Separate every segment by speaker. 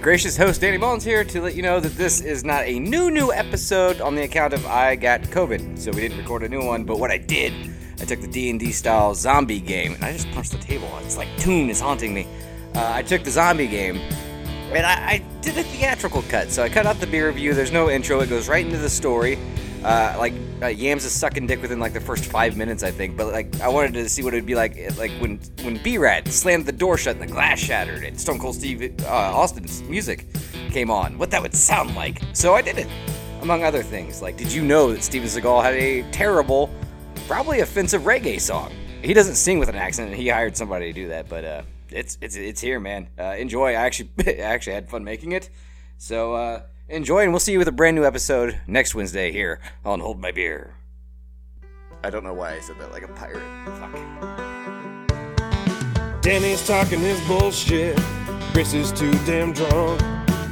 Speaker 1: gracious host Danny Mullins here to let you know that this is not a new new episode on the account of I got COVID, so we didn't record a new one. But what I did, I took the D and D style zombie game and I just punched the table. It's like tune is haunting me. Uh, I took the zombie game and I, I did a theatrical cut, so I cut out the beer review. There's no intro; it goes right into the story. Uh, like uh, Yams is sucking dick within like the first five minutes, I think. But like, I wanted to see what it'd be like, like when when B-Rat slammed the door shut and the glass shattered, and Stone Cold Steve uh, Austin's music came on. What that would sound like. So I did it, among other things. Like, did you know that Steven Seagal had a terrible, probably offensive reggae song? He doesn't sing with an accent, and he hired somebody to do that. But uh, it's it's it's here, man. Uh, enjoy. I actually I actually had fun making it. So uh, enjoy, and we'll see you with a brand new episode next Wednesday here on Hold My Beer.
Speaker 2: I don't know why I said that like a pirate.
Speaker 1: Fuck.
Speaker 3: Danny's talking his bullshit. Chris is too damn drunk.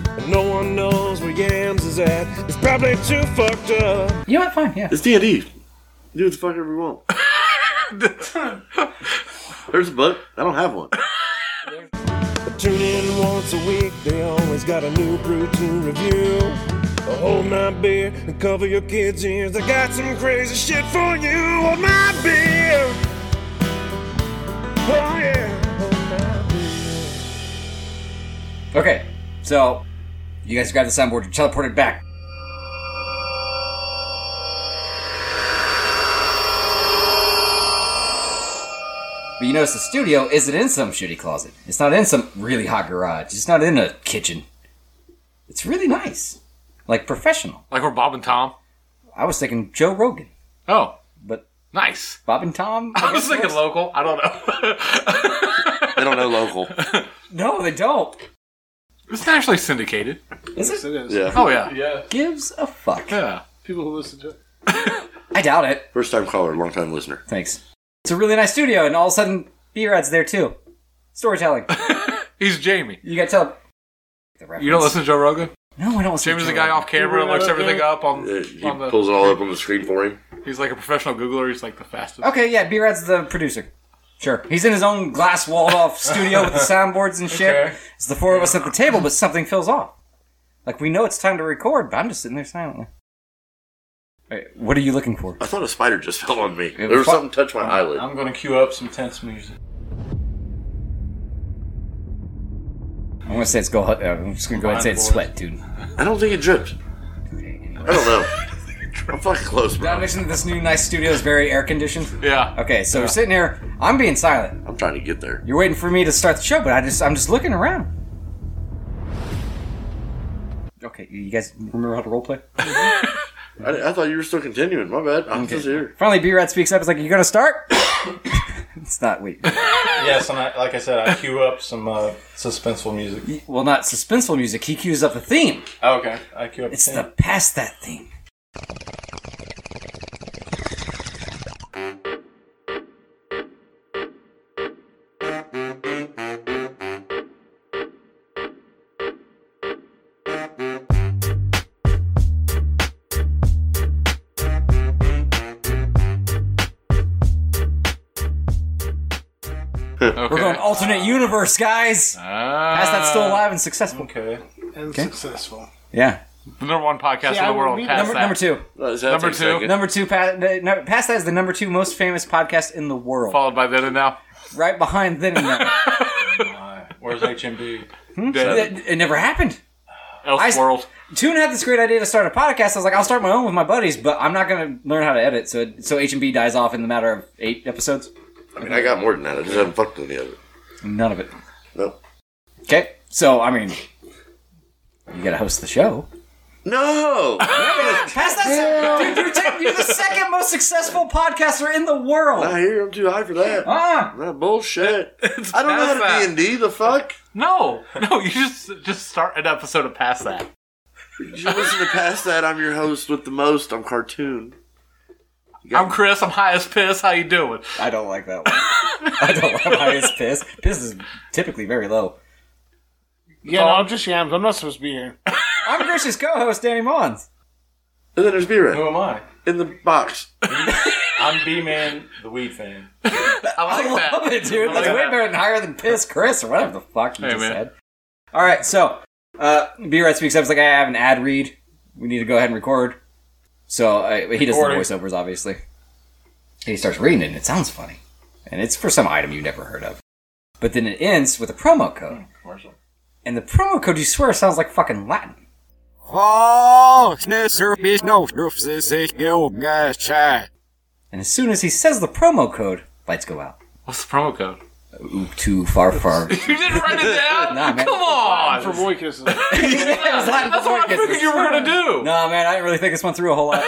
Speaker 3: And no one knows where Yams is at. He's probably too fucked up.
Speaker 4: You know what? Fine, yeah.
Speaker 2: It's D and D. Do what the fuck ever we want. There's a book. I don't have one.
Speaker 3: Tune in once a week, they always got a new brew to review. Hold my beer and cover your kids' ears. I got some crazy shit for you. Hold my beer. Oh yeah. Hold my beer.
Speaker 1: Okay, so you guys grab the soundboard and teleport it back. But you notice the studio isn't in some shitty closet. It's not in some really hot garage. It's not in a kitchen. It's really nice. Like professional.
Speaker 5: Like we're Bob and Tom.
Speaker 1: I was thinking Joe Rogan,
Speaker 5: Oh,
Speaker 1: but
Speaker 5: nice.
Speaker 1: Bob and Tom?
Speaker 5: I was
Speaker 1: guess
Speaker 5: thinking
Speaker 1: works.
Speaker 5: local. I don't know.
Speaker 2: They don't know local.
Speaker 1: No, they don't.
Speaker 5: it's nationally syndicated.
Speaker 1: Is it?
Speaker 2: Yeah.
Speaker 5: Oh yeah. Yeah.
Speaker 1: Gives a fuck.
Speaker 5: Yeah.
Speaker 6: People who listen to it.
Speaker 1: I doubt it.
Speaker 2: First time caller, long time listener.
Speaker 1: Thanks. It's a really nice studio, and all of a sudden, B-Rad's there too. Storytelling.
Speaker 5: He's Jamie.
Speaker 1: You got tele... The
Speaker 5: You don't
Speaker 1: reference.
Speaker 5: listen to Joe Rogan?
Speaker 1: No, I don't listen
Speaker 5: Jamie's
Speaker 1: to
Speaker 5: the guy
Speaker 1: Rogan.
Speaker 5: off camera and looks everything up on,
Speaker 2: Uh, He
Speaker 5: on the.
Speaker 2: pulls it all up on the screen for him.
Speaker 5: He's like a professional Googler. He's like the fastest.
Speaker 1: Okay, yeah, B-Rad's the producer. Sure. He's in his own glass walled off studio with the soundboards and shit.
Speaker 5: Okay.
Speaker 1: It's the four of us at the table, but something feels off. Like, we know it's time to record, but I'm just sitting there silently. Wait, what are you looking for?
Speaker 2: I thought a spider just fell on me.
Speaker 1: Yeah,
Speaker 2: There was
Speaker 1: fuck-
Speaker 2: something touched my eyelid.
Speaker 6: I'm gonna cue up some tense music.
Speaker 1: I'm gonna say it's go. Uh, I'm just gonna go ahead and say it's sweat, dude.
Speaker 2: I don't think it dripped. I don't know. I'm fucking close,
Speaker 1: Did I
Speaker 2: bro.
Speaker 1: mention that this new nice studio is very air conditioned?
Speaker 5: Yeah.
Speaker 1: Okay, so we're sitting here. I'm being silent.
Speaker 2: I'm trying to get there.
Speaker 1: You're waiting for me to start the show, but I just I'm just looking around. Okay, you guys remember how to roleplay?
Speaker 2: I, I thought you were still continuing. My bad. I'm just here.
Speaker 1: Finally, B Rat speaks up. It's like, "You gonna start?" it's not. Wait.
Speaker 6: Yes, and I, like I said, I cue up some uh, suspenseful music.
Speaker 1: Well, not suspenseful music. He cues up the theme.
Speaker 6: Oh, okay, I cue up.
Speaker 1: It's
Speaker 6: ten-
Speaker 1: the past that theme.
Speaker 5: Okay.
Speaker 1: We're going alternate universe, guys.
Speaker 5: Ah.
Speaker 1: Past that's still alive and successful.
Speaker 6: okay. And
Speaker 1: successful. Yeah.
Speaker 5: The number one podcast in the world. Past
Speaker 1: Number,
Speaker 5: that.
Speaker 1: number two.
Speaker 2: Uh, does that
Speaker 5: Number
Speaker 2: take a
Speaker 5: two.
Speaker 2: second?
Speaker 1: Number two, pa- the- no, past that is the number two most famous podcast in the world,
Speaker 5: Followed by then and now.
Speaker 1: right behind then and now.
Speaker 6: Why? Where's HMB?
Speaker 1: Hmm?
Speaker 5: Dead.
Speaker 1: it, it never happened.
Speaker 5: Else
Speaker 1: I-
Speaker 5: world.
Speaker 1: Tune had this great idea to start a podcast. I was like, I'll start my own with my buddies, but I'm not going to learn how to edit. So it, so H and B dies off in the matter of eight episodes.
Speaker 2: I mean, I got more than that. I just haven't fucked any of it.
Speaker 1: None of it.
Speaker 2: No.
Speaker 1: Okay, so I mean, you got to host the show.
Speaker 2: No!
Speaker 5: Oh.
Speaker 1: Past that, dude, you're, tech- you're the second most successful podcaster in the world.
Speaker 2: I hear I'm too high for that.
Speaker 1: Ah,
Speaker 2: That bullshit. I don't know how to
Speaker 5: past
Speaker 2: D and D. The fuck?
Speaker 5: No. No, you just just start an episode of Past That.
Speaker 2: You should listen to past that. I'm your host with the most. I'm cartoon.
Speaker 5: I'm Chris. I'm high as piss. How you doing?
Speaker 1: I don't like that one. I don't like my piss. Piss is typically very low.
Speaker 6: Yeah,
Speaker 5: no,
Speaker 6: I'm just yams. I'm not supposed to be here.
Speaker 1: I'm Gracious co-host Danny Mons.
Speaker 2: And then there's
Speaker 6: Who
Speaker 2: Beerhead
Speaker 6: am I?
Speaker 2: in the box.
Speaker 6: I'm B Man, the weed fan.
Speaker 5: I like
Speaker 1: I
Speaker 5: that.
Speaker 1: love it, dude.
Speaker 5: I
Speaker 1: That's
Speaker 5: like
Speaker 1: way
Speaker 5: that.
Speaker 1: better and higher than piss, Chris, or whatever the fuck you
Speaker 5: Hey,
Speaker 1: just
Speaker 5: man.
Speaker 1: said. All right, so Uh, B Rat speaks up. It's like, I have an ad read. We need to go ahead and record. So I, he does the
Speaker 6: Recording.
Speaker 1: voiceovers, obviously. And he starts reading it, and it sounds funny. And it's for some item you never heard of. But then it ends with a promo code.
Speaker 6: Commercial.
Speaker 1: And the promo code, you swear, sounds like fucking Latin. And as soon as he says the promo code, lights go out.
Speaker 5: What's the promo code?
Speaker 1: Ooh, too far, far.
Speaker 5: You didn't write it down?
Speaker 1: Nah, man.
Speaker 5: Come on!
Speaker 7: For boy kisses.
Speaker 1: was Latin
Speaker 5: That's
Speaker 1: before
Speaker 5: what I
Speaker 1: Christmas.
Speaker 5: figured you were going to do.
Speaker 1: No, man, I didn't really think this one through a whole lot.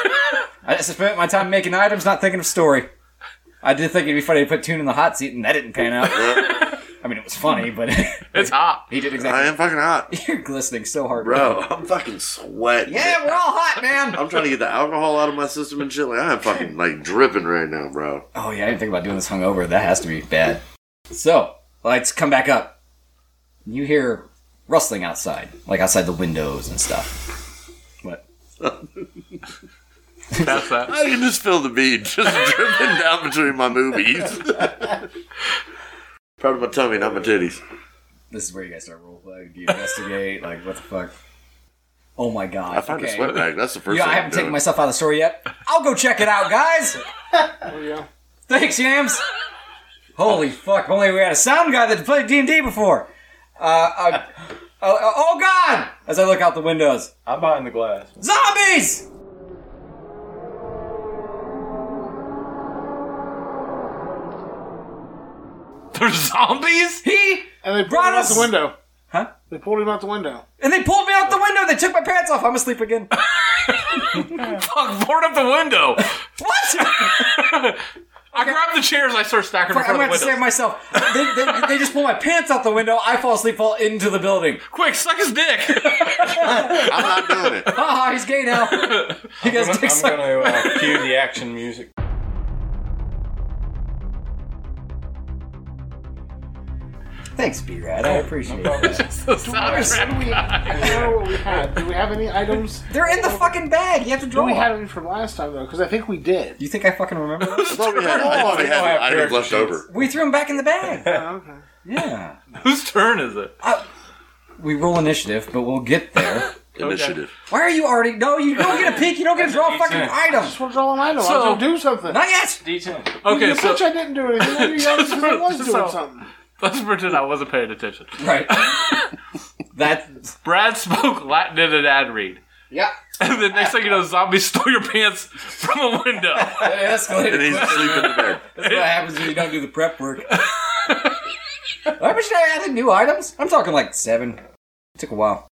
Speaker 1: I just spent my time making items, not thinking of story. I did think it'd be funny to put Tune in the hot seat, and that didn't pan out. I mean, it was funny, but
Speaker 5: It's hot.
Speaker 1: he did
Speaker 2: I
Speaker 1: exactly.
Speaker 2: am fucking hot.
Speaker 1: You're glistening so hard,
Speaker 2: Bro, I'm fucking sweating.
Speaker 1: Yeah, we're all hot, man.
Speaker 2: I'm trying to get the alcohol out of my system and shit. Like I am fucking like dripping right now, bro.
Speaker 1: Oh yeah, I didn't think about doing this hungover. That has to be bad. So lights come back up. You hear rustling outside, like outside the windows and stuff. What?
Speaker 5: That's that.
Speaker 2: I can just feel the bead just dripping down between my movies. Part of my tummy, not my titties.
Speaker 1: This is where you guys start role playing. Do you investigate? like what the fuck? Oh my god!
Speaker 2: I found a
Speaker 1: okay.
Speaker 2: sweat bag. That's the first.
Speaker 1: Yeah,
Speaker 2: thing
Speaker 1: I
Speaker 2: I'm
Speaker 1: haven't taken
Speaker 2: doing.
Speaker 1: myself out of the story yet. I'll go check it out, guys.
Speaker 7: Oh, yeah.
Speaker 1: Thanks, Yams. Holy fuck! if Only we had a sound guy that played D and D before. Uh, uh, uh, oh god! As I look out the windows,
Speaker 6: I'm behind the glass.
Speaker 1: zombies!
Speaker 5: There's zombies?
Speaker 1: He
Speaker 7: And they pulled
Speaker 1: Brought
Speaker 7: him out
Speaker 1: us-
Speaker 7: the window.
Speaker 1: Huh?
Speaker 7: They pulled him out the window.
Speaker 1: and they pulled me out the window. They took my pants off. I'm asleep again.
Speaker 5: Fuck, board up the window.
Speaker 1: What?
Speaker 5: I grabbed the chairs, I started stacking them in
Speaker 1: I'm gonna have to
Speaker 5: front of the
Speaker 1: save
Speaker 5: window.
Speaker 1: myself. They, they, they just pull my pants out the window. I fall asleep, fall into the building.
Speaker 5: Quick, suck his dick.
Speaker 2: I'm not doing it.
Speaker 1: Haha, he's gay now. He
Speaker 6: I'm
Speaker 1: guys
Speaker 6: gonna,
Speaker 1: dick
Speaker 6: I'm
Speaker 1: suck.
Speaker 6: gonna uh, cue the action music.
Speaker 1: Thanks, B-Rad. I appreciate it.
Speaker 5: It's the soundtrack.
Speaker 7: Do we know what we had? Do we have any items?
Speaker 1: They're in the fucking bag. You have to
Speaker 7: Do
Speaker 1: draw.
Speaker 7: we have any from last time though? Because I think we did.
Speaker 1: you think I fucking remember? those?
Speaker 2: I thought we had, I thought we had
Speaker 6: have
Speaker 2: items
Speaker 6: character
Speaker 2: left over.
Speaker 1: we threw them back in the bag.
Speaker 7: Oh, okay.
Speaker 1: Yeah.
Speaker 5: Whose turn is it?
Speaker 1: We roll initiative, but we'll get there.
Speaker 2: Initiative.
Speaker 1: Why are you already? No, you don't get a peek. You don't get to draw a fucking
Speaker 7: I
Speaker 1: item.
Speaker 7: just want to draw an item. I
Speaker 5: So-
Speaker 7: was gonna do something.
Speaker 1: Not yet.
Speaker 6: D10.
Speaker 5: Okay,
Speaker 7: you
Speaker 5: so
Speaker 7: bitch, I didn't do anything. I knew you because I was doing
Speaker 5: So-
Speaker 7: something.
Speaker 5: let's pretend I wasn't paying attention.
Speaker 1: Right. that.
Speaker 5: Brad spoke Latin in an ad read.
Speaker 1: Yeah.
Speaker 5: And the next thing you know, zombies stole your pants from a window.
Speaker 1: That escalated.
Speaker 2: And he's asleep in the bed.
Speaker 1: That's what happens when you don't do the prep work. I wish I added new items. I'm talking like seven. took a while.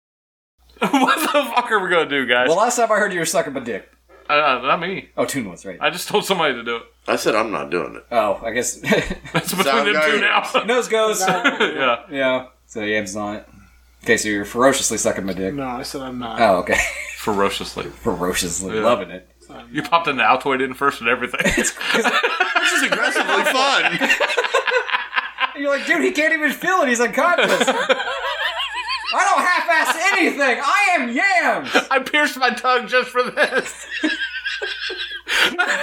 Speaker 5: what the fuck are we gonna do, guys?
Speaker 1: Well, last time I heard you were sucking my dick.
Speaker 5: uh, not me.
Speaker 1: Oh, Toon was right.
Speaker 5: I just told somebody to do it.
Speaker 2: I said I'm not doing it.
Speaker 1: Oh, I guess
Speaker 5: It's between
Speaker 2: Sound
Speaker 5: them two now.
Speaker 2: guy.
Speaker 1: nose goes.
Speaker 5: yeah.
Speaker 1: yeah. So Yam's on it. Okay, so you're ferociously sucking my dick.
Speaker 7: No, I said I'm not.
Speaker 1: Oh, okay.
Speaker 5: Ferociously.
Speaker 1: Ferociously
Speaker 5: Yeah.
Speaker 1: loving it.
Speaker 5: You popped an Altoid in first and everything.
Speaker 2: This is aggressively fun.
Speaker 1: You're like, dude, he can't even feel it. He's unconscious. I don't half-ass anything. I am yams.
Speaker 5: I pierced my tongue just for this.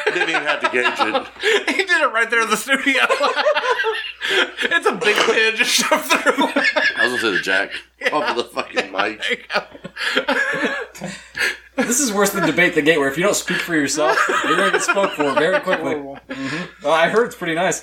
Speaker 2: Didn't even have to gauge it.
Speaker 5: He did it right there in the studio. it's a big pin just shoved through.
Speaker 2: I was gonna say the jack off of the fucking mic.
Speaker 1: This is worse than debate the gate, where if you don't speak for yourself, you're gonna get spoke for very quickly.
Speaker 7: Horrible.
Speaker 1: Well, Uh, I heard it's pretty nice.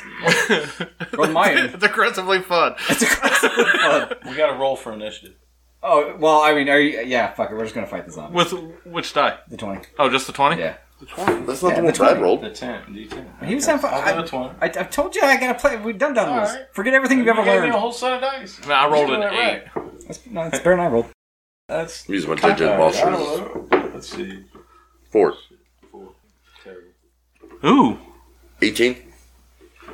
Speaker 1: From my end,
Speaker 5: it's aggressively fun.
Speaker 1: it's aggressively fun.
Speaker 6: We got to roll for initiative.
Speaker 1: Oh well, I mean, are you? Yeah, fuck it. We're just gonna fight the zombie.
Speaker 5: With which die?
Speaker 1: The twenty.
Speaker 5: Oh, just the 20?
Speaker 1: Yeah.
Speaker 2: That's not
Speaker 1: Yeah,
Speaker 2: the
Speaker 1: the
Speaker 2: one that I
Speaker 1: 20.
Speaker 2: rolled.
Speaker 6: The 10. D10.
Speaker 1: He was having fun.
Speaker 6: I got a
Speaker 1: I,
Speaker 6: 20.
Speaker 1: I, I told you I gotta play. We done done rules.
Speaker 6: Alright.
Speaker 1: Forget everything you've
Speaker 6: You
Speaker 1: ever
Speaker 6: gave me a
Speaker 1: learned.
Speaker 6: whole set of dice.
Speaker 5: Man, I rolled
Speaker 6: You
Speaker 5: an
Speaker 6: did it
Speaker 5: eight.
Speaker 6: right.
Speaker 1: That's, no, it's better than I rolled.
Speaker 6: That's
Speaker 2: Use my
Speaker 6: I
Speaker 2: digit
Speaker 6: don't
Speaker 2: monster.
Speaker 6: know. Let's see.
Speaker 2: Four.
Speaker 6: Terrible.
Speaker 5: Ooh,
Speaker 2: 18?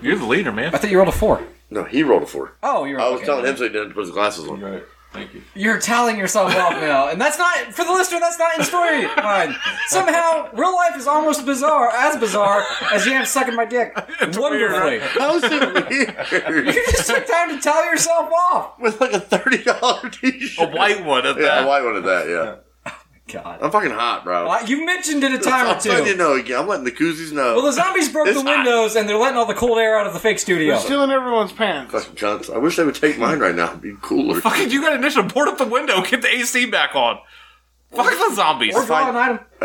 Speaker 5: you're the leader,
Speaker 1: I
Speaker 5: man.
Speaker 1: thought you rolled a four.
Speaker 2: No, he rolled a four.
Speaker 1: Oh, you're.
Speaker 2: I was
Speaker 1: okay.
Speaker 2: telling him so he didn't put his glasses on.
Speaker 6: You're right. Thank you.
Speaker 1: You're telling yourself off now, and that's not for the listener. That's not in story line. Somehow, real life is almost bizarre, as bizarre as Yam sucking my dick. Wonderfully,
Speaker 2: How is it weird?
Speaker 1: you just took time to tell yourself off.
Speaker 2: With like a $30 t
Speaker 5: A
Speaker 2: shirt.
Speaker 5: white one at
Speaker 2: Yeah,
Speaker 5: that.
Speaker 2: a white one at that, yeah.
Speaker 1: God.
Speaker 2: I'm fucking hot, bro.
Speaker 1: Uh, you mentioned it a
Speaker 2: I'm
Speaker 1: time or
Speaker 2: letting you
Speaker 1: two.
Speaker 2: know again. I'm letting the koozies know.
Speaker 1: Well, the zombies broke
Speaker 2: It's
Speaker 1: the windows and they're letting all the cold air out of the fake studio.
Speaker 7: You're stealing everyone's pants.
Speaker 2: Fucking Johnson. I wish they would take mine right now. It'd be cooler.
Speaker 5: Fucking, you got initiative. Board up the window. Get the AC back on. Fuck the zombies.
Speaker 1: Or draw
Speaker 2: fine.
Speaker 1: an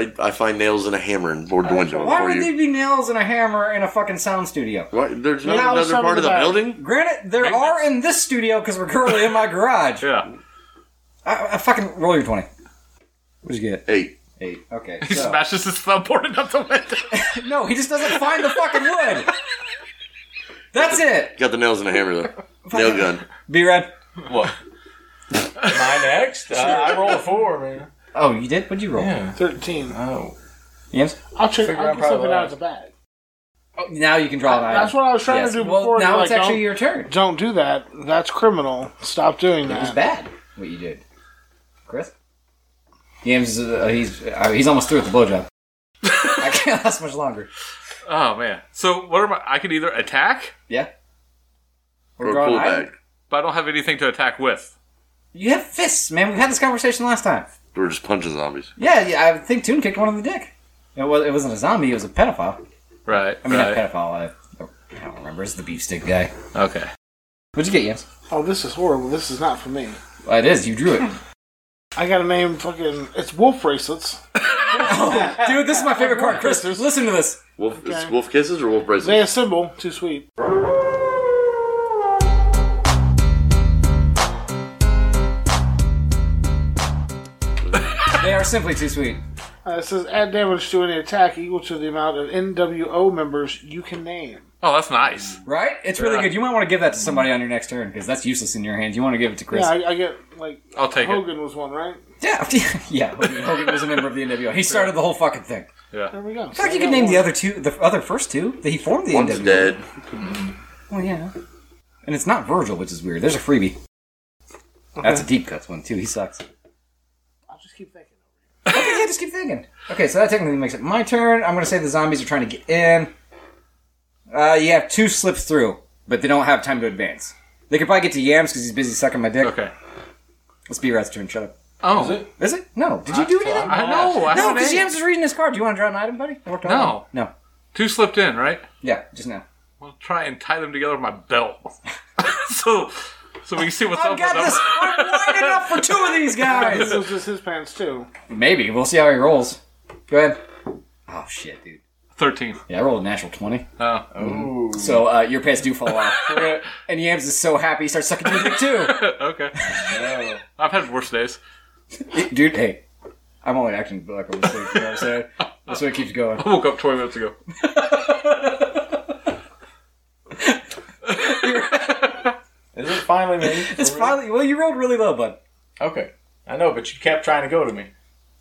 Speaker 1: item.
Speaker 2: I, I find nails and a hammer and board the window.
Speaker 1: Why
Speaker 2: for
Speaker 1: would
Speaker 2: you.
Speaker 1: there be nails and a hammer in a fucking sound studio?
Speaker 2: What? There's not
Speaker 7: Now
Speaker 2: another
Speaker 7: some
Speaker 2: part of
Speaker 7: of
Speaker 2: the
Speaker 7: that.
Speaker 2: building?
Speaker 1: Granted, there are in this studio because we're currently in my garage.
Speaker 5: Yeah.
Speaker 1: I, I fucking roll your 20. What'd you get?
Speaker 2: Hey,
Speaker 1: Eight. Okay.
Speaker 5: He
Speaker 1: so-
Speaker 5: smashes his thumb boarded up the window.
Speaker 1: No, he just doesn't find the fucking wood. That's it.
Speaker 2: got the nails and a hammer though. Nail gun.
Speaker 1: B red.
Speaker 6: What? My next? Uh, I roll a four, man.
Speaker 1: Oh, you did? What'd you roll?
Speaker 6: Yeah.
Speaker 7: Thirteen.
Speaker 6: Oh.
Speaker 1: Yes.
Speaker 7: I'll check.
Speaker 6: Figure
Speaker 7: I'll
Speaker 6: out
Speaker 7: get something
Speaker 6: probably
Speaker 7: out of the bag.
Speaker 1: Oh, now you can draw an item.
Speaker 7: That's what I was trying
Speaker 1: Yes.
Speaker 7: to do
Speaker 1: well,
Speaker 7: before.
Speaker 1: Now
Speaker 7: You're
Speaker 1: it's
Speaker 7: like, oh.
Speaker 1: actually
Speaker 7: don't-
Speaker 1: your turn.
Speaker 7: Don't do that. That's criminal. Stop doing
Speaker 1: It was
Speaker 7: that.
Speaker 1: bad what you did, Chris. James, is, uh, he's uh, he's almost through with the blowjob. I can't last much longer.
Speaker 5: Oh man. So what am I? I can either attack,
Speaker 1: Yeah.
Speaker 2: Or
Speaker 1: draw an
Speaker 2: pull
Speaker 1: item?
Speaker 2: back.
Speaker 5: but I don't have anything to attack with.
Speaker 1: You have fists, man. We had this conversation last time.
Speaker 2: Or just punching zombies.
Speaker 1: Yeah, yeah. I think Toon kicked one in the dick. It was it wasn't a zombie. It was a pedophile.
Speaker 5: Right.
Speaker 1: I mean,
Speaker 5: right.
Speaker 1: not pedophile. I, I don't remember. It's the beef stick guy.
Speaker 5: Okay.
Speaker 1: What'd you get, James?
Speaker 7: Oh, this is horrible. This is not for me.
Speaker 1: Well, Uh, it is. You drew it.
Speaker 7: I got to name fucking. It's wolf bracelets.
Speaker 1: Dude, this is my favorite card, Chris. Listen to this.
Speaker 2: Wolf, it's wolf kisses or wolf bracelets?
Speaker 7: They assemble. Too sweet.
Speaker 1: They are simply too sweet.
Speaker 7: Uh, it says add damage to any attack equal to the amount of NWO members you can name.
Speaker 5: Oh, that's nice.
Speaker 1: Right? It's really
Speaker 5: Yeah.
Speaker 1: good. You might want to give that to somebody on your next turn because that's useless in your hands. You want to give it to Chris.
Speaker 7: Yeah, I, I get like
Speaker 5: I'll take
Speaker 7: Hogan was one, right?
Speaker 1: Yeah, yeah. Hogan, Hogan was a member of the NWO. He started the whole fucking thing.
Speaker 7: There we go.
Speaker 1: In fact, you could name the other two, the other first two that he formed the
Speaker 2: One's
Speaker 1: NWO.
Speaker 2: dead.
Speaker 1: Well, yeah. And it's not Virgil, which is weird. There's a freebie. That's a deep cuts one too. He sucks.
Speaker 7: I'll just keep thinking.
Speaker 1: Okay, yeah, just keep thinking. Okay, so that technically makes it my turn. I'm gonna say the zombies are trying to get in. Uh, you have two slips through, but they don't have time to advance. They could probably get to Yams because he's busy sucking my dick.
Speaker 5: Okay.
Speaker 1: Let's be Rat's turn. Shut up.
Speaker 5: Oh,
Speaker 1: Is it? No. Did you do anything?
Speaker 5: I know. I
Speaker 1: No,
Speaker 5: have an
Speaker 1: because
Speaker 5: eight.
Speaker 1: Yams was reading his card. Do you want to draw an item, buddy? I worked on
Speaker 5: No.
Speaker 1: it. No.
Speaker 5: Two slipped in, right?
Speaker 1: Yeah, just now.
Speaker 5: I'll try and tie them together with my belt. so, so we can see what's
Speaker 1: I
Speaker 5: up
Speaker 1: got Oh,
Speaker 5: with
Speaker 1: this.
Speaker 5: them.
Speaker 1: I'm lining up for two of
Speaker 7: This
Speaker 1: these guys.
Speaker 7: was just his pants too.
Speaker 1: Maybe we'll see how he rolls. Go ahead. Oh shit, dude.
Speaker 5: Thirteen.
Speaker 1: Yeah, I rolled a natural twenty.
Speaker 5: Oh.
Speaker 1: So uh, your pants do fall off. and Yams is so happy, he starts sucking your dick too.
Speaker 5: okay. I've had worse days.
Speaker 1: Dude, hey, I'm only acting like I'm asleep. You know what I'm saying? That's what keeps going.
Speaker 5: I woke up twenty minutes ago.
Speaker 6: Is it finally me?
Speaker 1: It's finally. Well, you rolled really low, bud.
Speaker 6: Okay. I know, but you kept trying to go to me.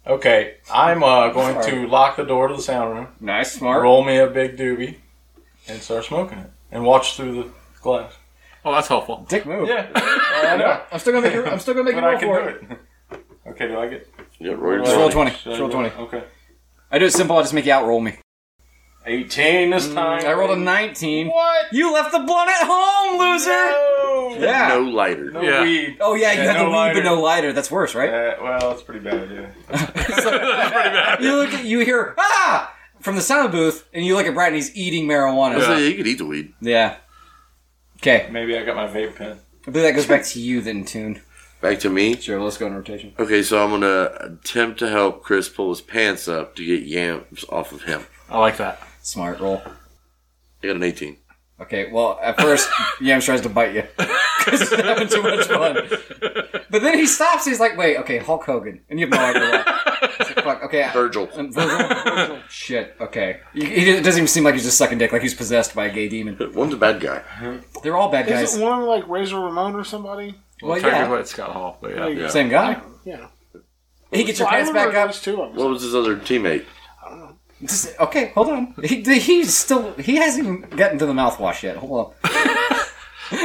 Speaker 6: Okay. I'm uh, going
Speaker 1: Sorry.
Speaker 6: to lock the door to the sound room,
Speaker 1: Nice, smart.
Speaker 6: roll me a big doobie, and start smoking it. And watch through the glass.
Speaker 5: Oh, that's helpful.
Speaker 1: Dick move.
Speaker 6: Yeah. I know.
Speaker 1: Oh, I'm still gonna make. Your, I'm still gonna make you
Speaker 6: But I
Speaker 1: roll
Speaker 6: can
Speaker 1: for
Speaker 6: do
Speaker 1: it.
Speaker 6: it. Okay, do I get.
Speaker 2: Yeah, Roy.
Speaker 1: Just roll
Speaker 2: Johnson.
Speaker 1: twenty.
Speaker 6: should I
Speaker 1: Just roll
Speaker 6: roll?
Speaker 1: twenty.
Speaker 6: Okay.
Speaker 1: I do it simple. I just make you outroll me.
Speaker 6: 18
Speaker 5: Mm,
Speaker 6: this time.
Speaker 1: I rolled a nineteen.
Speaker 6: What?
Speaker 1: You left the blunt at home, loser.
Speaker 6: No!
Speaker 1: Yeah.
Speaker 2: No lighter.
Speaker 6: No
Speaker 5: Yeah.
Speaker 6: weed.
Speaker 1: Oh yeah, you
Speaker 6: Yeah,
Speaker 1: have
Speaker 6: no
Speaker 1: the weed
Speaker 6: lighter.
Speaker 1: but no lighter. That's worse, right?
Speaker 6: Uh, well, that's pretty bad, yeah.
Speaker 1: You look at you hear ah from the sound booth, and you look at Brad, and he's eating marijuana.
Speaker 2: So
Speaker 1: Yeah.
Speaker 5: Yeah.
Speaker 2: you could eat the weed.
Speaker 1: Okay,
Speaker 6: Maybe I got my vape pen.
Speaker 1: I believe that goes back to you then, Tune.
Speaker 2: Back to me.
Speaker 1: Sure, let's go in rotation.
Speaker 2: Okay, so I'm gonna attempt to help Chris pull his pants up to get yams off of him.
Speaker 5: I like that.
Speaker 1: Smart roll.
Speaker 2: I got an 18.
Speaker 1: Okay, well, at first, Yams tries to bite you because he's having too much fun. But then he stops. He's like, "Wait, okay, Hulk Hogan," and you have no idea why. It's like, Fuck. Okay, I-
Speaker 2: Virgil.
Speaker 1: um, Virgil, Virgil. Shit. Okay. He- He, it doesn't even seem like he's just sucking dick, like he's possessed by a gay demon.
Speaker 2: One's a bad guy.
Speaker 1: They're all bad
Speaker 7: Is
Speaker 1: guys.
Speaker 7: it one like Razor Ramon or somebody?
Speaker 1: well,
Speaker 5: Technically,
Speaker 1: yeah,
Speaker 5: it's Scott Hall, but yeah.
Speaker 7: Like,
Speaker 2: Yeah.
Speaker 1: same guy.
Speaker 7: yeah.
Speaker 1: He gets your
Speaker 7: I
Speaker 1: pants back
Speaker 7: remember
Speaker 1: up.
Speaker 7: those two of them.
Speaker 2: What was his other teammate?
Speaker 1: Just- okay, hold on. He, he's still. He hasn't even gotten to the mouthwash yet. Hold on.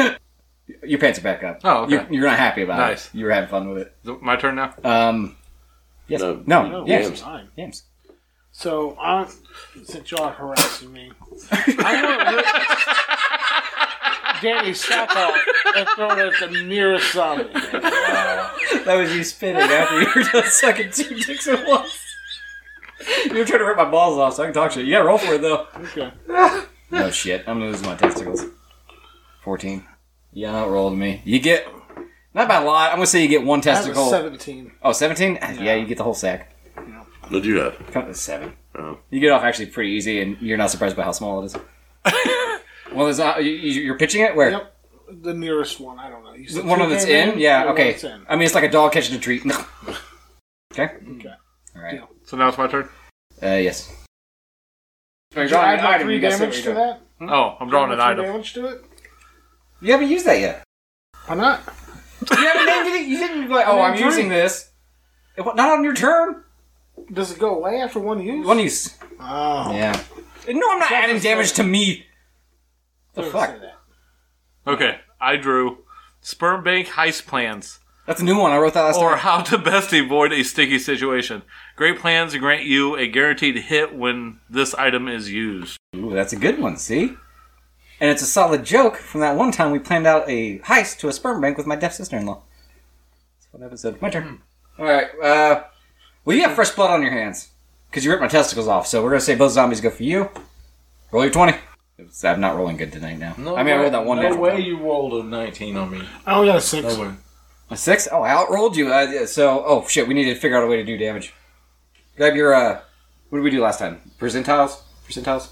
Speaker 1: Your pants are back up.
Speaker 5: Oh, okay.
Speaker 1: You're, you're not happy about
Speaker 5: Nice.
Speaker 1: it. You were having fun with it.
Speaker 5: Is it my turn now.
Speaker 1: Um, yes.
Speaker 2: No.
Speaker 1: No.
Speaker 7: No,
Speaker 1: Yams.
Speaker 7: it's mine.
Speaker 1: Yams.
Speaker 7: So I, since y'all are harassing me, I want Danny's sock off and throw it at the nearest zombie.
Speaker 1: That was you spinning after you were done sucking two dicks at once. You were trying to rip my balls off so I can talk shit. You gotta roll for it though.
Speaker 7: Okay.
Speaker 1: No shit, I'm gonna lose my testicles. 14. Yeah, that rolled me. You get, not by a lot, I'm gonna say you get one
Speaker 7: That was
Speaker 1: testicle.
Speaker 7: 17.
Speaker 1: Oh, 17? Yeah, you get the whole sack.
Speaker 2: What do you have?
Speaker 1: Come to seven.
Speaker 2: Oh.
Speaker 1: You get off actually pretty easy, and you're not surprised by how small it is. well, there's not, you, you- you're pitching it where
Speaker 7: Yep. The nearest one. I don't know. You
Speaker 1: the
Speaker 7: said
Speaker 1: one
Speaker 7: two
Speaker 1: of that's
Speaker 7: came
Speaker 1: in. Yeah,
Speaker 7: the one
Speaker 1: okay.
Speaker 7: that's in.
Speaker 1: I mean, it's like a dog catching a treat. okay.
Speaker 7: Okay.
Speaker 1: All right.
Speaker 7: Deal.
Speaker 5: So now it's my turn.
Speaker 1: Uh, yes.
Speaker 7: Did you add my three damage to that?
Speaker 5: Oh, I'm drawing an
Speaker 7: Three
Speaker 5: item.
Speaker 7: damage to it?
Speaker 1: You haven't used that yet.
Speaker 7: Why not?
Speaker 1: You haven't named it. You didn't like. Oh, I'm
Speaker 7: Named
Speaker 1: using this. It, wa- not on your turn.
Speaker 7: Does it go away after one use?
Speaker 1: One use.
Speaker 7: Oh.
Speaker 1: Yeah. No, I'm not adding
Speaker 7: it's
Speaker 1: damage
Speaker 7: like-
Speaker 1: to me. The
Speaker 7: Don't
Speaker 1: fuck.
Speaker 7: say that.
Speaker 5: Okay, I drew sperm bank heist
Speaker 1: Uh,
Speaker 5: plans.
Speaker 1: That's a new one. I wrote that last
Speaker 5: or
Speaker 1: time.
Speaker 5: how to best avoid a sticky situation. Great plans grant you a guaranteed hit when this item is used.
Speaker 1: Ooh, that's a good one, see? And it's a solid joke from that one time we planned out a heist to a sperm bank with my deaf sister in law. That's one episode. My turn. Alright, uh. Well, you have fresh blood on your hands. Because you ripped my testicles off, so we're gonna say both zombies go for you. Roll your 20. It's- I'm not rolling good tonight now. I mean, I rolled that one
Speaker 6: No
Speaker 1: natural
Speaker 6: way
Speaker 1: time.
Speaker 6: you rolled a 19 on me.
Speaker 7: I only got a six.
Speaker 6: No way.
Speaker 1: A six? Oh, I outrolled you. Uh, yeah, so, oh shit, we need to figure out a way to do damage. Grab your, uh. What did we do last time? Percentiles? Percentiles?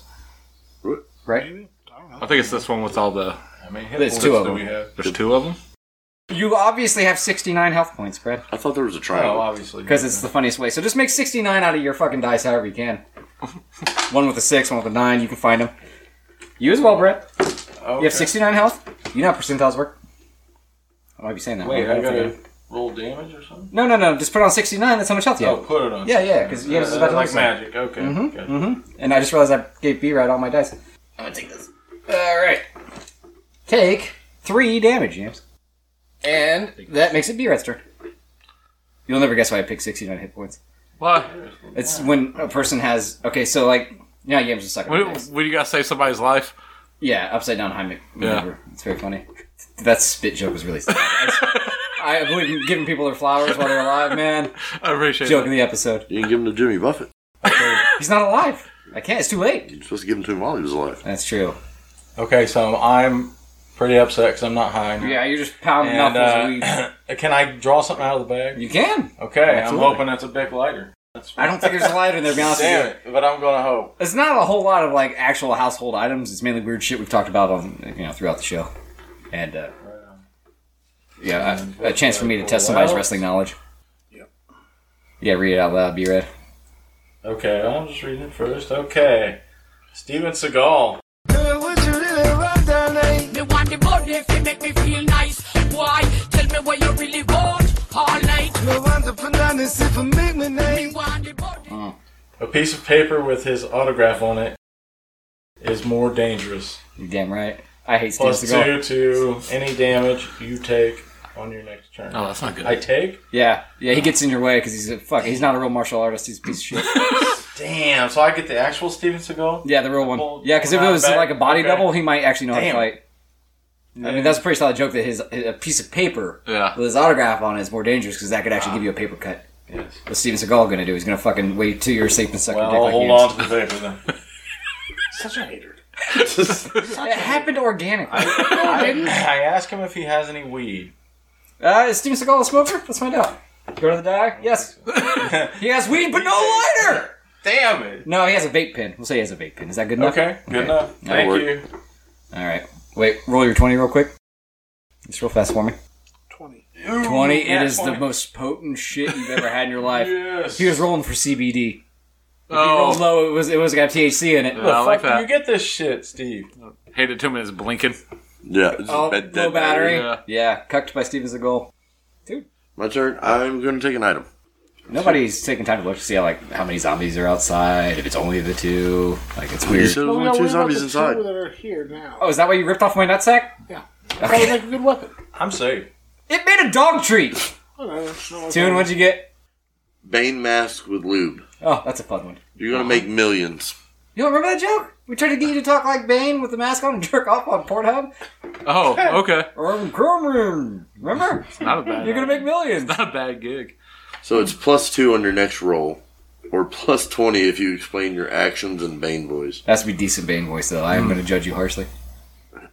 Speaker 1: Right?
Speaker 5: I think it's this one with all the.
Speaker 6: I mean, hit
Speaker 1: There's
Speaker 6: points
Speaker 1: two of
Speaker 6: do
Speaker 1: them.
Speaker 6: we have?
Speaker 5: There's two of them.
Speaker 1: You obviously have 69 health points, Brad.
Speaker 2: I thought there was a
Speaker 6: Oh,
Speaker 2: trial.
Speaker 6: obviously.
Speaker 1: Because it's the funniest way. So just make 69 out of your fucking dice however you can. one with a 6, one with a 9. You can find them. You as well, Brett. You
Speaker 6: Okay.
Speaker 1: have 69 health. You know how percentiles work. I might be saying that.
Speaker 6: Wait,
Speaker 1: wrong.
Speaker 6: I gotta roll damage or something?
Speaker 1: No, no, no. Just put on 69. That's how much health you have.
Speaker 6: Oh, put it on.
Speaker 1: Yeah, yeah, 'cause yours is about to
Speaker 6: like
Speaker 1: lose
Speaker 6: magic. Okay. okay.
Speaker 1: Mm-hmm, And I just realized I gave B-Rad all my dice. I'm gonna take this. Alright. Take 3 damage, James. And that makes it B-Rad's turn. You'll never guess why I picked 69 hit points.
Speaker 5: Why?
Speaker 1: It's when a person has... Okay, so like... You know, James is sucking. at
Speaker 5: What,
Speaker 1: dice.
Speaker 5: what you gotta save somebody's life?
Speaker 1: Yeah, upside down Heimlich maneuver. It's very funny. That spit joke was really. sad. I I believe in giving people their flowers while they're alive, man.
Speaker 5: I appreciate
Speaker 1: Joke
Speaker 5: it.
Speaker 1: in the episode.
Speaker 2: You can give him to Jimmy Buffett.
Speaker 1: He's not alive. I can't. It's too late.
Speaker 2: You're supposed to give him to him while he was alive.
Speaker 1: That's true.
Speaker 6: Okay, so I'm pretty upset because I'm not high. now.
Speaker 1: Yeah, you're just pounding
Speaker 6: And
Speaker 1: knuckles.
Speaker 6: uh, can I draw something out of the bag?
Speaker 1: you can.
Speaker 6: Okay,
Speaker 1: Absolutely.
Speaker 6: I'm hoping that's a big lighter. That's
Speaker 1: I don't think there's a lighter in there. To be honest
Speaker 6: Damn
Speaker 1: with
Speaker 6: it, but I'm gonna hope.
Speaker 1: you, it's not a whole lot of like actual household items. It's mainly weird shit we've talked about on you know throughout the show, and uh, yeah, a, a chance for me to test somebody's wrestling knowledge. Yeah, read it out loud. Be read.
Speaker 6: Okay, I'm just reading it first. Okay, Steven Seagal.
Speaker 8: Me want the money if it make me feel nice. Why? Tell me what you really want all night. Me want the money.
Speaker 6: A piece of paper with his autograph on it is more dangerous.
Speaker 1: You're damn right. I hate Steven
Speaker 6: Plus
Speaker 1: Seagal.
Speaker 6: two to any damage you take on your next turn.
Speaker 5: Oh, that's not good.
Speaker 6: I take.
Speaker 1: Yeah, yeah, he gets in your way because he's a fuck. He's not a real martial artist. He's a piece of shit.
Speaker 6: Damn. So I get the actual Steven Seagal.
Speaker 1: Yeah, the real
Speaker 6: Well,
Speaker 1: one. Yeah, because if it
Speaker 6: not
Speaker 1: was
Speaker 6: bad.
Speaker 1: like a body
Speaker 6: Okay.
Speaker 1: double, he might actually know
Speaker 6: Damn.
Speaker 1: how to fight. I mean, that's a pretty solid joke that his a piece of paper
Speaker 5: Yeah.
Speaker 1: with his autograph on it is more dangerous because that could actually give you a paper cut.
Speaker 6: Yes.
Speaker 1: What's Steven Seagal gonna do? He's gonna fucking wait till you're safe and suck your
Speaker 6: Well,
Speaker 1: dick like
Speaker 6: hold
Speaker 1: he is.
Speaker 6: on to the paper then.
Speaker 7: Such a hater.
Speaker 1: It happened organically.
Speaker 6: I ask him if he has any weed.
Speaker 1: uh, is Steven Seagal a smoker? Let's find out. Go to the die. Yes. he has weed, but no lighter.
Speaker 6: Damn it.
Speaker 1: No, he has a vape pen. We'll say he has a vape pen. Is that good enough?
Speaker 6: Okay, good enough. Thank
Speaker 2: work.
Speaker 6: you.
Speaker 1: All right. Wait. Roll your twenty real quick. Just real fast for me.
Speaker 7: 20.
Speaker 1: 20 it
Speaker 6: Yeah,
Speaker 1: is
Speaker 6: 20.
Speaker 1: the most potent shit you've ever had in your life
Speaker 6: Yes.
Speaker 1: he was rolling for cbd if he rolled
Speaker 5: oh,
Speaker 1: low it was it was got thc in it
Speaker 5: Yeah, I like
Speaker 6: Fuck, do you get
Speaker 5: that.
Speaker 6: this shit, Steve?
Speaker 5: Hate it two minutes blinking.
Speaker 2: Yeah. It's
Speaker 1: oh,
Speaker 2: a bad-
Speaker 1: low
Speaker 2: dead
Speaker 1: battery
Speaker 5: battery.
Speaker 1: yeah cucked by steven's a goal
Speaker 2: My turn. I'm going to take an item.
Speaker 1: nobody's taking time to look to see how, like how many zombies are outside if it's only the two like it's
Speaker 2: You
Speaker 1: weird
Speaker 2: said there
Speaker 7: But
Speaker 2: was only
Speaker 7: we gotta
Speaker 2: two
Speaker 7: worry about the
Speaker 2: zombies
Speaker 7: two
Speaker 2: inside.
Speaker 7: that are here now.
Speaker 1: oh is that why you ripped off my nutsack
Speaker 7: Yeah. That would make a good weapon.
Speaker 6: I'm safe.
Speaker 1: it made a dog treat
Speaker 7: Oh, no, that's not what
Speaker 1: tune what'd you get
Speaker 2: Bane mask with lube.
Speaker 1: oh that's a fun one
Speaker 2: You're going to make millions.
Speaker 1: You don't remember that joke? We tried to get you to talk like Bane with the mask on and jerk off on Pornhub
Speaker 5: Oh, okay.
Speaker 1: or in Chrome Room. Remember?
Speaker 5: Not a bad.
Speaker 1: You're gonna make millions.
Speaker 5: not a bad gig.
Speaker 2: So it's plus two on your next roll, or plus 20 if you explain your actions in Bane voice.
Speaker 1: That's be decent Bane voice though.
Speaker 5: Hmm.
Speaker 1: I am gonna judge you harshly.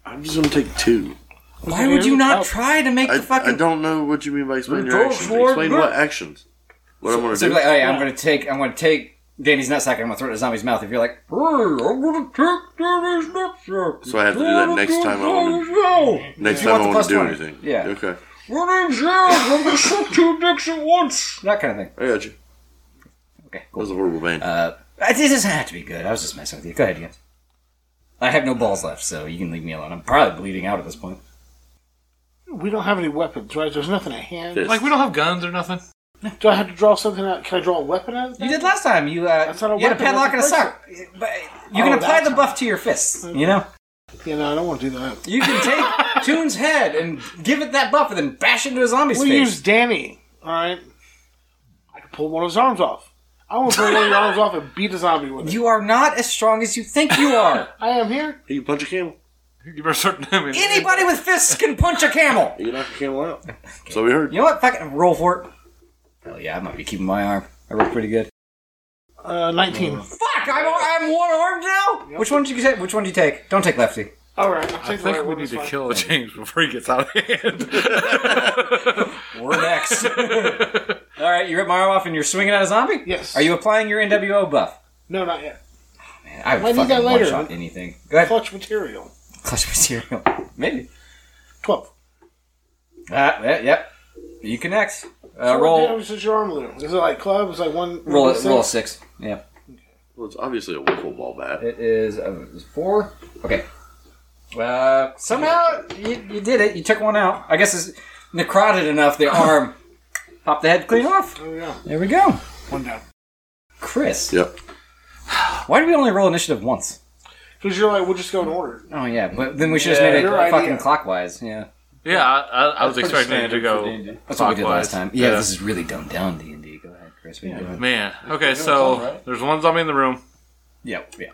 Speaker 2: I'm just going to take two.
Speaker 1: Why would you not try to make
Speaker 2: I,
Speaker 1: the fucking
Speaker 2: I don't know what you mean by explain your
Speaker 1: Go
Speaker 2: actions.
Speaker 1: for
Speaker 2: Explain
Speaker 1: it.
Speaker 2: what actions. What I'm going to
Speaker 1: So
Speaker 2: do.
Speaker 1: you're like, oh yeah, I'm gonna take, I'm gonna take Danny's nutsack and I'm gonna throw it in a zombie's mouth. If you're like, hey, I'm gonna take Danny's nutsack.
Speaker 2: So I have to do that next time I wanna-
Speaker 1: want
Speaker 2: Next
Speaker 1: you
Speaker 2: time
Speaker 1: want
Speaker 2: I
Speaker 1: the
Speaker 2: want to do
Speaker 1: plus
Speaker 2: anything.
Speaker 1: Yeah.
Speaker 2: Okay.
Speaker 1: My name's Zaz. I'm gonna suck two dicks at once. That kind of thing.
Speaker 2: I got you.
Speaker 1: Okay,
Speaker 2: That was
Speaker 1: cool.
Speaker 2: a horrible Bane.
Speaker 1: Uh, it doesn't have to be good. I was just messing with you. Go ahead, you guys. I have no balls left, so you can leave me alone. I'm probably bleeding out at this point.
Speaker 7: We don't have any weapons, right? There's nothing at hand.
Speaker 2: Fist.
Speaker 5: Like we don't have guns or nothing.
Speaker 7: Do I have to draw something out? Can I draw a weapon out of that?
Speaker 1: You did last time. You uh,
Speaker 7: That's not a
Speaker 1: you had a
Speaker 7: weapon,
Speaker 1: padlock and a
Speaker 7: that's a
Speaker 1: sock. But you can
Speaker 7: Oh,
Speaker 1: apply
Speaker 7: that's
Speaker 1: the buff to your fists. You know.
Speaker 7: You know, I don't want to do that.
Speaker 1: You can take Toon's head and give it that buff and then bash into a zombie's
Speaker 7: We'll
Speaker 1: face.
Speaker 7: use Danny, alright? I can pull one of his arms off. I want to pull one of his arms off and beat a zombie with it.
Speaker 1: You are not as strong as you think you are.
Speaker 7: I am here.
Speaker 2: He can punch a camel.
Speaker 5: You better start. I mean,
Speaker 1: Anybody with fists can punch a camel.
Speaker 2: He can knock a camel out. So we heard.
Speaker 1: You know what? Fucking roll for it. Hell yeah, I might be keeping my arm. I roll pretty good.
Speaker 7: Uh, 19.
Speaker 1: Fuck! I'm, I'm one armed now. Which one did you take? Which one do you take? Don't take lefty.
Speaker 7: Alright, I'll
Speaker 5: I
Speaker 7: take the
Speaker 5: think
Speaker 7: right
Speaker 5: we
Speaker 7: one,
Speaker 5: need
Speaker 7: it's
Speaker 5: to
Speaker 7: fine.
Speaker 5: kill James before he gets out of hand.
Speaker 1: We're next. All right, you rip my arm off and you're swinging at a zombie.
Speaker 7: Yes.
Speaker 1: Are you applying your NWO buff?
Speaker 7: No, not yet.
Speaker 1: Man, I
Speaker 7: Might
Speaker 1: would
Speaker 7: need that
Speaker 1: fucking one
Speaker 7: later.
Speaker 1: shot anything. Go ahead.
Speaker 7: Clutch material.
Speaker 1: Clutch material. Maybe.
Speaker 7: 12.
Speaker 1: Ah, yeah, yep. You connect. Uh,
Speaker 7: What
Speaker 1: roll.
Speaker 7: damage does your arm do? Is it like club? Is it like one.
Speaker 1: Roll.
Speaker 7: one
Speaker 1: a-
Speaker 7: six?
Speaker 1: Roll a six. Yeah.
Speaker 2: Well, it's obviously a wiffle ball bat.
Speaker 1: It is uh, it was four. Okay. Uh, somehow you, you did it. You took one out. I guess it's necrotic enough. The arm popped the head clean off.
Speaker 7: There we go.
Speaker 1: There we go.
Speaker 7: One down.
Speaker 1: Chris,
Speaker 2: Yep.
Speaker 1: why did we only roll initiative once?
Speaker 7: Because you're like, we'll just go in order.
Speaker 1: Oh yeah, but then we should have
Speaker 6: Yeah,
Speaker 1: made it
Speaker 7: your idea.
Speaker 1: fucking clockwise. Yeah,
Speaker 5: yeah, I, I, I was
Speaker 6: Pretty
Speaker 5: expecting it to
Speaker 6: standard for
Speaker 5: go.
Speaker 6: D&D.
Speaker 1: that's what we did
Speaker 5: Clockwise.
Speaker 1: last time. Yeah,
Speaker 5: Yeah.
Speaker 1: this is really dumbed down D and D. Go ahead, Chris. What are you doing?
Speaker 5: Man, okay,
Speaker 6: all
Speaker 5: so
Speaker 6: right.
Speaker 5: there's one zombie in the room,
Speaker 1: Yeah, yeah,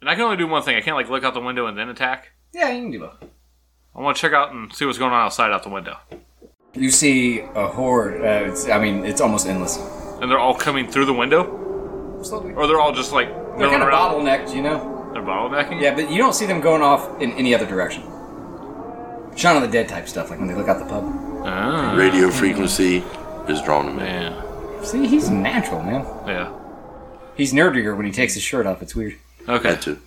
Speaker 5: and I can only do one thing. I can't like look out the window and then attack.
Speaker 1: yeah. You can do both.
Speaker 5: I want to check out and see what's going on outside out the window,
Speaker 1: You see a horde. Uh, it's, I mean, it's almost endless.
Speaker 5: and they're all coming through the window,
Speaker 1: Slowly.
Speaker 5: or they're all just like
Speaker 1: They're
Speaker 5: milling
Speaker 1: kind of
Speaker 5: around.
Speaker 1: bottlenecked, you know.
Speaker 5: They're bottlenecking.
Speaker 1: Yeah, but you don't see them going off in any other direction. Shaun of the Dead type stuff, like when they look out the pub.
Speaker 5: Ah,
Speaker 2: Radio frequency is drawn to me.
Speaker 5: man.
Speaker 1: See, he's natural, man.
Speaker 5: Yeah.
Speaker 1: He's nerdier when he takes his shirt off. It's weird.
Speaker 5: Okay.
Speaker 2: Had to.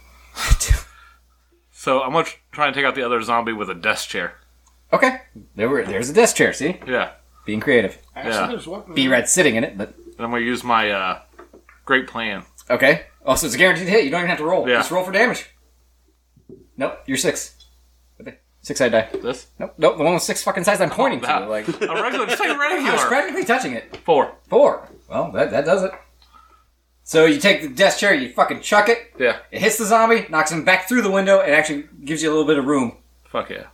Speaker 5: So I'm gonna tr- try and take out the other zombie with a desk chair.
Speaker 1: okay, there were, there's a desk chair. See,
Speaker 5: Yeah.
Speaker 1: being creative.
Speaker 7: Actually,
Speaker 5: Yeah.
Speaker 7: there's weapons.
Speaker 1: B Red's sitting in it, but
Speaker 5: And I'm gonna use my uh, great plan.
Speaker 1: okay. Oh, so it's a guaranteed hit. You don't even have to roll.
Speaker 5: Yeah.
Speaker 1: Just roll for damage. Nope, you're six. Okay, Six sided die.
Speaker 5: This.
Speaker 1: Nope, nope. The one with six fucking sides I'm pointing to.
Speaker 5: that.
Speaker 1: Like I
Speaker 5: A regular. Just like
Speaker 1: was
Speaker 5: regular.
Speaker 1: practically touching it.
Speaker 5: Four.
Speaker 1: Four. Well, that, that does it. So you take the desk chair, you fucking chuck it,
Speaker 5: Yeah.
Speaker 1: It hits the zombie, knocks him back through the window, and actually gives you a little bit of room,
Speaker 5: Fuck yeah.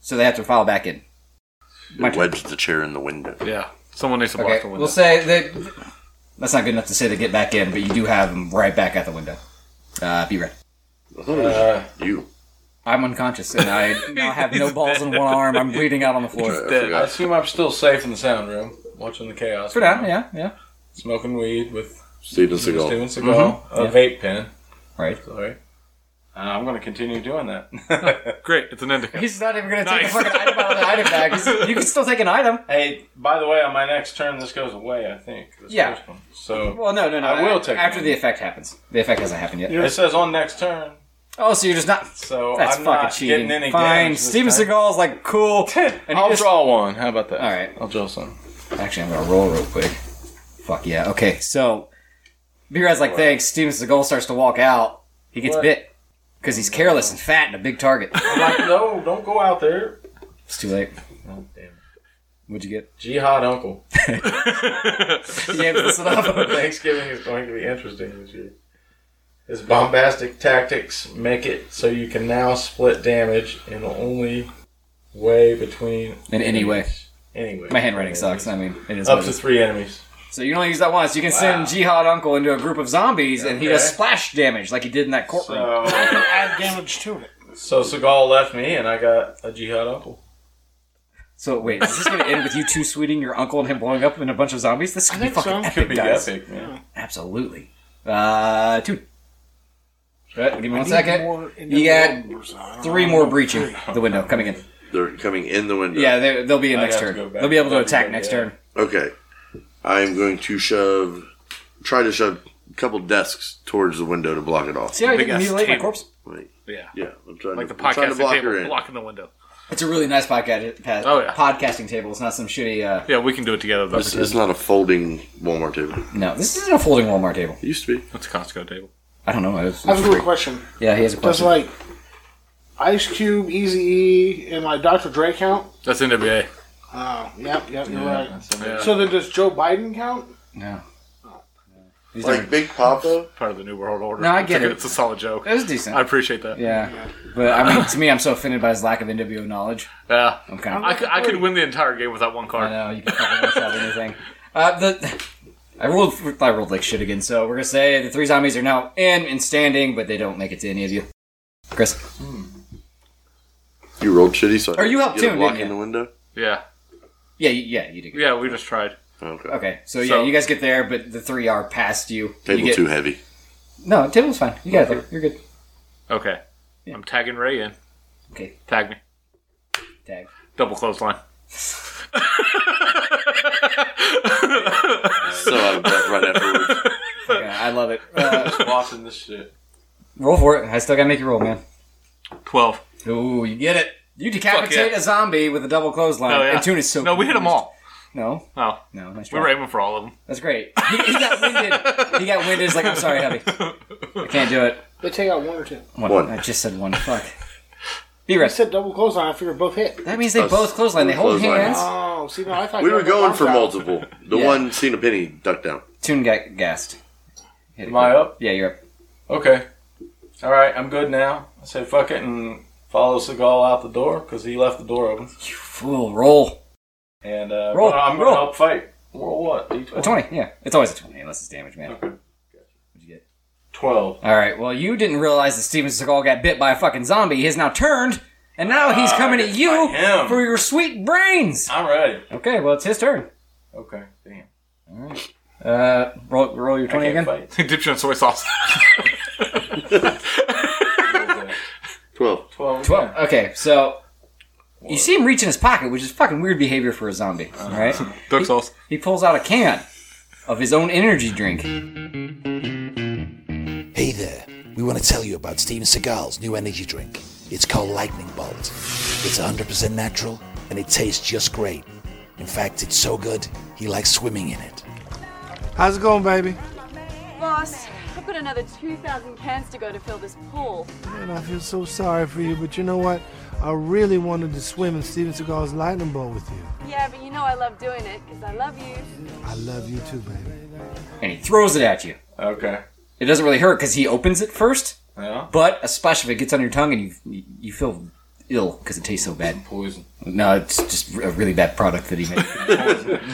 Speaker 1: so they have to file back in. My
Speaker 2: It
Speaker 1: turn.
Speaker 2: wedged the chair in the window.
Speaker 5: Yeah. Someone needs to block
Speaker 1: Okay,
Speaker 5: the window.
Speaker 1: we'll say that. That's not good enough to say they get back in, but you do have them right back at the window. Uh, be ready.
Speaker 2: I thought it was
Speaker 6: Uh,
Speaker 2: you.
Speaker 1: I'm unconscious, and I now have no balls in one arm. I'm bleeding out on the floor.
Speaker 2: I
Speaker 5: dead.
Speaker 6: I
Speaker 2: forgot.
Speaker 6: assume I'm still safe in the sound room, watching the chaos.
Speaker 1: For now, yeah, yeah.
Speaker 6: Smoking weed with
Speaker 2: Steven Seagal.
Speaker 6: Steven Seagal, a
Speaker 1: Mm-hmm. Yeah.
Speaker 6: vape pen.
Speaker 1: Right.
Speaker 6: Sorry. Uh, I'm going to continue doing that.
Speaker 5: Great. It's an indica.
Speaker 1: He's not even going to take
Speaker 5: Nice.
Speaker 1: the fucking item out of the item bag. He's- You can still take an item.
Speaker 6: hey, by the way, on my next turn, this goes away. I think. This
Speaker 1: Yeah.
Speaker 6: first one. So
Speaker 1: Well, no, no, no.
Speaker 6: I will take
Speaker 1: after
Speaker 6: one.
Speaker 1: the effect happens. The effect hasn't happened yet.
Speaker 6: it says on next turn.
Speaker 1: Oh, so you're just not.
Speaker 6: So
Speaker 1: That's
Speaker 6: I'm
Speaker 1: fucking
Speaker 6: not
Speaker 1: cheating.
Speaker 6: getting any
Speaker 1: Fine.
Speaker 6: damage this
Speaker 1: Steven
Speaker 6: time.
Speaker 1: Seagal's like cool. And he
Speaker 6: I'll
Speaker 1: just-
Speaker 6: draw one. How about that?
Speaker 1: All right.
Speaker 6: I'll draw some.
Speaker 1: Actually, I'm gonna roll real quick. Fuck yeah. Okay, so B-Rad's like, thanks. Steven Seagal starts to walk out. He gets
Speaker 6: What?
Speaker 1: bit because he's careless and fat and a big target.
Speaker 6: I'm like, no, don't go out there.
Speaker 1: It's too late.
Speaker 6: Oh, damn it.
Speaker 1: What'd you get?
Speaker 6: Jihad Uncle.
Speaker 1: Yeah, this one up.
Speaker 6: Thanksgiving is going to be interesting this year. His bombastic tactics make it so you can now split damage in the only way between
Speaker 1: In any way.
Speaker 6: Anyway,
Speaker 1: My handwriting sucks. I mean, it is
Speaker 6: Up
Speaker 1: what it
Speaker 6: to
Speaker 1: is.
Speaker 6: three enemies.
Speaker 1: So you can only use that once. You can send Jihad Uncle into a group of zombies, and he
Speaker 6: Okay.
Speaker 1: does splash damage like he did in that courtroom.
Speaker 6: So,
Speaker 7: Add damage to it.
Speaker 6: Oh. so Seagal left me, and I got a jihad uncle.
Speaker 1: So wait, is this gonna end with you two sweeting your uncle and him blowing up in a bunch of zombies? This could be
Speaker 7: think so.
Speaker 1: fucking epic,
Speaker 6: Could be
Speaker 1: guys.
Speaker 6: epic, man.
Speaker 1: Absolutely. Uh, two. Right, give me one
Speaker 7: Need
Speaker 1: second.
Speaker 7: more in
Speaker 1: You
Speaker 7: the
Speaker 1: got
Speaker 7: numbers. I don't
Speaker 1: Three
Speaker 7: know.
Speaker 1: more breaching the window coming in.
Speaker 2: They're coming in the window.
Speaker 1: Yeah, they- they'll be in
Speaker 6: I'd
Speaker 1: next
Speaker 6: have to
Speaker 1: turn.
Speaker 6: go back.
Speaker 1: They'll be able to
Speaker 6: That'd be
Speaker 1: attack
Speaker 6: good,
Speaker 1: next
Speaker 6: yeah.
Speaker 1: turn.
Speaker 2: Okay. I'm going to shove, try to shove a couple desks towards the window to block it off.
Speaker 1: See how I
Speaker 5: Big
Speaker 1: didn't
Speaker 5: ass
Speaker 1: mutilate my
Speaker 5: table.
Speaker 1: corpse?
Speaker 2: Wait,
Speaker 5: Yeah.
Speaker 2: yeah, I'm trying
Speaker 5: Like the
Speaker 2: to, I'm trying to
Speaker 5: podcasting
Speaker 2: block her
Speaker 5: table
Speaker 2: in.
Speaker 5: blocking the window.
Speaker 1: It's a really nice podcast, pa-
Speaker 5: Oh, yeah.
Speaker 1: podcasting table. It's not some shitty. Uh,
Speaker 5: Yeah, we can do it together though.
Speaker 2: It's, it's not a folding Walmart table.
Speaker 1: no, this isn't a folding Walmart table.
Speaker 2: It used to be.
Speaker 5: It's a Costco table.
Speaker 1: I don't know. It's,
Speaker 7: That's a good question.
Speaker 1: yeah, he has a
Speaker 7: Does
Speaker 1: question.
Speaker 7: like Ice Cube, Easy E, and like Dr. Dre count?
Speaker 5: That's NWA.
Speaker 7: Oh, yep, yep, you're right.
Speaker 5: Yeah.
Speaker 7: So then does Joe Biden count?
Speaker 1: No. These
Speaker 2: Like
Speaker 1: aren't-
Speaker 2: Big Papa.
Speaker 5: Part of the New World Order.
Speaker 1: No, I
Speaker 5: It's
Speaker 1: get
Speaker 5: a-
Speaker 1: it.
Speaker 5: It's a solid joke.
Speaker 1: It was decent.
Speaker 5: I appreciate that. Yeah.
Speaker 1: yeah, but I mean, to me, I'm so offended by his lack of NWO knowledge. I'm kind of
Speaker 5: I, could, I could win the entire game with that one
Speaker 1: I
Speaker 5: card.
Speaker 1: know you can fucking shove anything. Uh, the I rolled I rolled like shit again. So we're gonna say the three zombies are now in and standing, but they don't make it to any of you. Chris,
Speaker 2: You rolled shitty, so I
Speaker 1: Or you helped
Speaker 2: get a
Speaker 1: too,
Speaker 2: block
Speaker 1: didn't
Speaker 2: in
Speaker 1: you?
Speaker 2: the window.
Speaker 5: Yeah.
Speaker 1: yeah, you- yeah, you did. Good.
Speaker 5: Yeah, we just tried.
Speaker 2: Okay.
Speaker 1: Okay, so,
Speaker 5: So-
Speaker 1: yeah, you guys get there, but the three are past you.
Speaker 2: Table
Speaker 1: you get,
Speaker 2: too heavy.
Speaker 1: No, table's fine. You got it there. You're good.
Speaker 5: Okay. I'm tagging Ray in.
Speaker 1: Okay,
Speaker 5: Tag me.
Speaker 1: tag.
Speaker 5: Double clothesline.
Speaker 2: So out of breath right afterwards.
Speaker 1: Yeah, I love it. Uh,
Speaker 6: Lost in this shit.
Speaker 1: roll for it. I still gotta make you roll, man.
Speaker 5: 12.
Speaker 1: Ooh, you get it. You decapitate
Speaker 5: yeah.
Speaker 1: a zombie with a double clothesline.
Speaker 5: Oh, yeah.
Speaker 1: And Tune is so
Speaker 5: No, we hit them
Speaker 1: confused.
Speaker 5: all.
Speaker 1: No,
Speaker 5: Oh.
Speaker 1: no, nice
Speaker 5: We
Speaker 1: try.
Speaker 5: were aiming for all of them.
Speaker 1: That's great. He, he got winded. He got winded. He's like, I'm sorry, hubby. I can't do it.
Speaker 7: They take out one or two.
Speaker 1: One.
Speaker 2: One.
Speaker 1: I just said one. Fuck. Be
Speaker 7: I
Speaker 1: rest.
Speaker 7: said double clothesline. I figured both hit.
Speaker 1: That means they both clothesline. They hold
Speaker 2: Clothesline.
Speaker 1: hands.
Speaker 7: Oh, see, no, I thought
Speaker 2: We
Speaker 7: you
Speaker 2: were
Speaker 7: had both
Speaker 2: going
Speaker 7: arms
Speaker 2: for
Speaker 7: out.
Speaker 2: multiple. The
Speaker 1: Yeah.
Speaker 2: one seen a penny ducked down.
Speaker 1: Tune got gassed. Hit it.
Speaker 6: Am I up?
Speaker 1: Yeah, you're up.
Speaker 6: Okay. All right, I'm good now. I said fuck it and follow Seagal out the door because he left the door open.
Speaker 1: You fool. Roll.
Speaker 6: And uh,
Speaker 1: Roll,
Speaker 6: well, I'm
Speaker 1: roll.
Speaker 6: gonna help fight. Roll what? D12?
Speaker 1: A 20. Yeah. It's always a 20 unless it's damage, man.
Speaker 6: Okay.
Speaker 1: What'd you get?
Speaker 6: Twelve.
Speaker 1: All right. Well, you didn't realize that Steven Seagal got bit by a fucking zombie. He has now turned, and now he's
Speaker 6: Ah,
Speaker 1: coming at
Speaker 6: good
Speaker 1: you
Speaker 6: by him.
Speaker 1: for your sweet brains.
Speaker 6: I'm ready.
Speaker 1: Okay. Well, it's his turn.
Speaker 6: Okay. Damn.
Speaker 1: Uh, roll, roll your
Speaker 6: I
Speaker 1: 20
Speaker 6: can't
Speaker 1: again.
Speaker 6: fight.
Speaker 5: Dipped you in soy sauce.
Speaker 2: Twelve.
Speaker 6: Twelve.
Speaker 1: 12. Okay, so you see him reach in his pocket, which is fucking weird behavior for a zombie,
Speaker 6: Uh-huh.
Speaker 1: right?
Speaker 5: Duck sauce.
Speaker 1: He pulls out a can of his own energy drink.
Speaker 3: Hey there, we want to tell you about Steven Seagal's new energy drink. It's called Lightning Bolt. It's 100% natural and it tastes just great. In fact, it's so good, he likes swimming in it.
Speaker 9: How's it going, baby?
Speaker 10: Boss, I've got another 2,000 cans to go to fill this pool.
Speaker 9: Man, I feel so sorry for you, but you know what? I really wanted to swim in Steven Seagal's lightning bowl with you.
Speaker 10: Yeah, but you know I love doing it because I love you.
Speaker 9: I love you too, baby.
Speaker 1: And he throws it at you.
Speaker 6: Okay.
Speaker 1: It doesn't really hurt because he opens it first,
Speaker 6: Yeah.
Speaker 1: but a splash of it gets on your tongue and you you feel ill because it tastes so bad.
Speaker 6: Poison.
Speaker 1: No, it's just a really bad product that he made.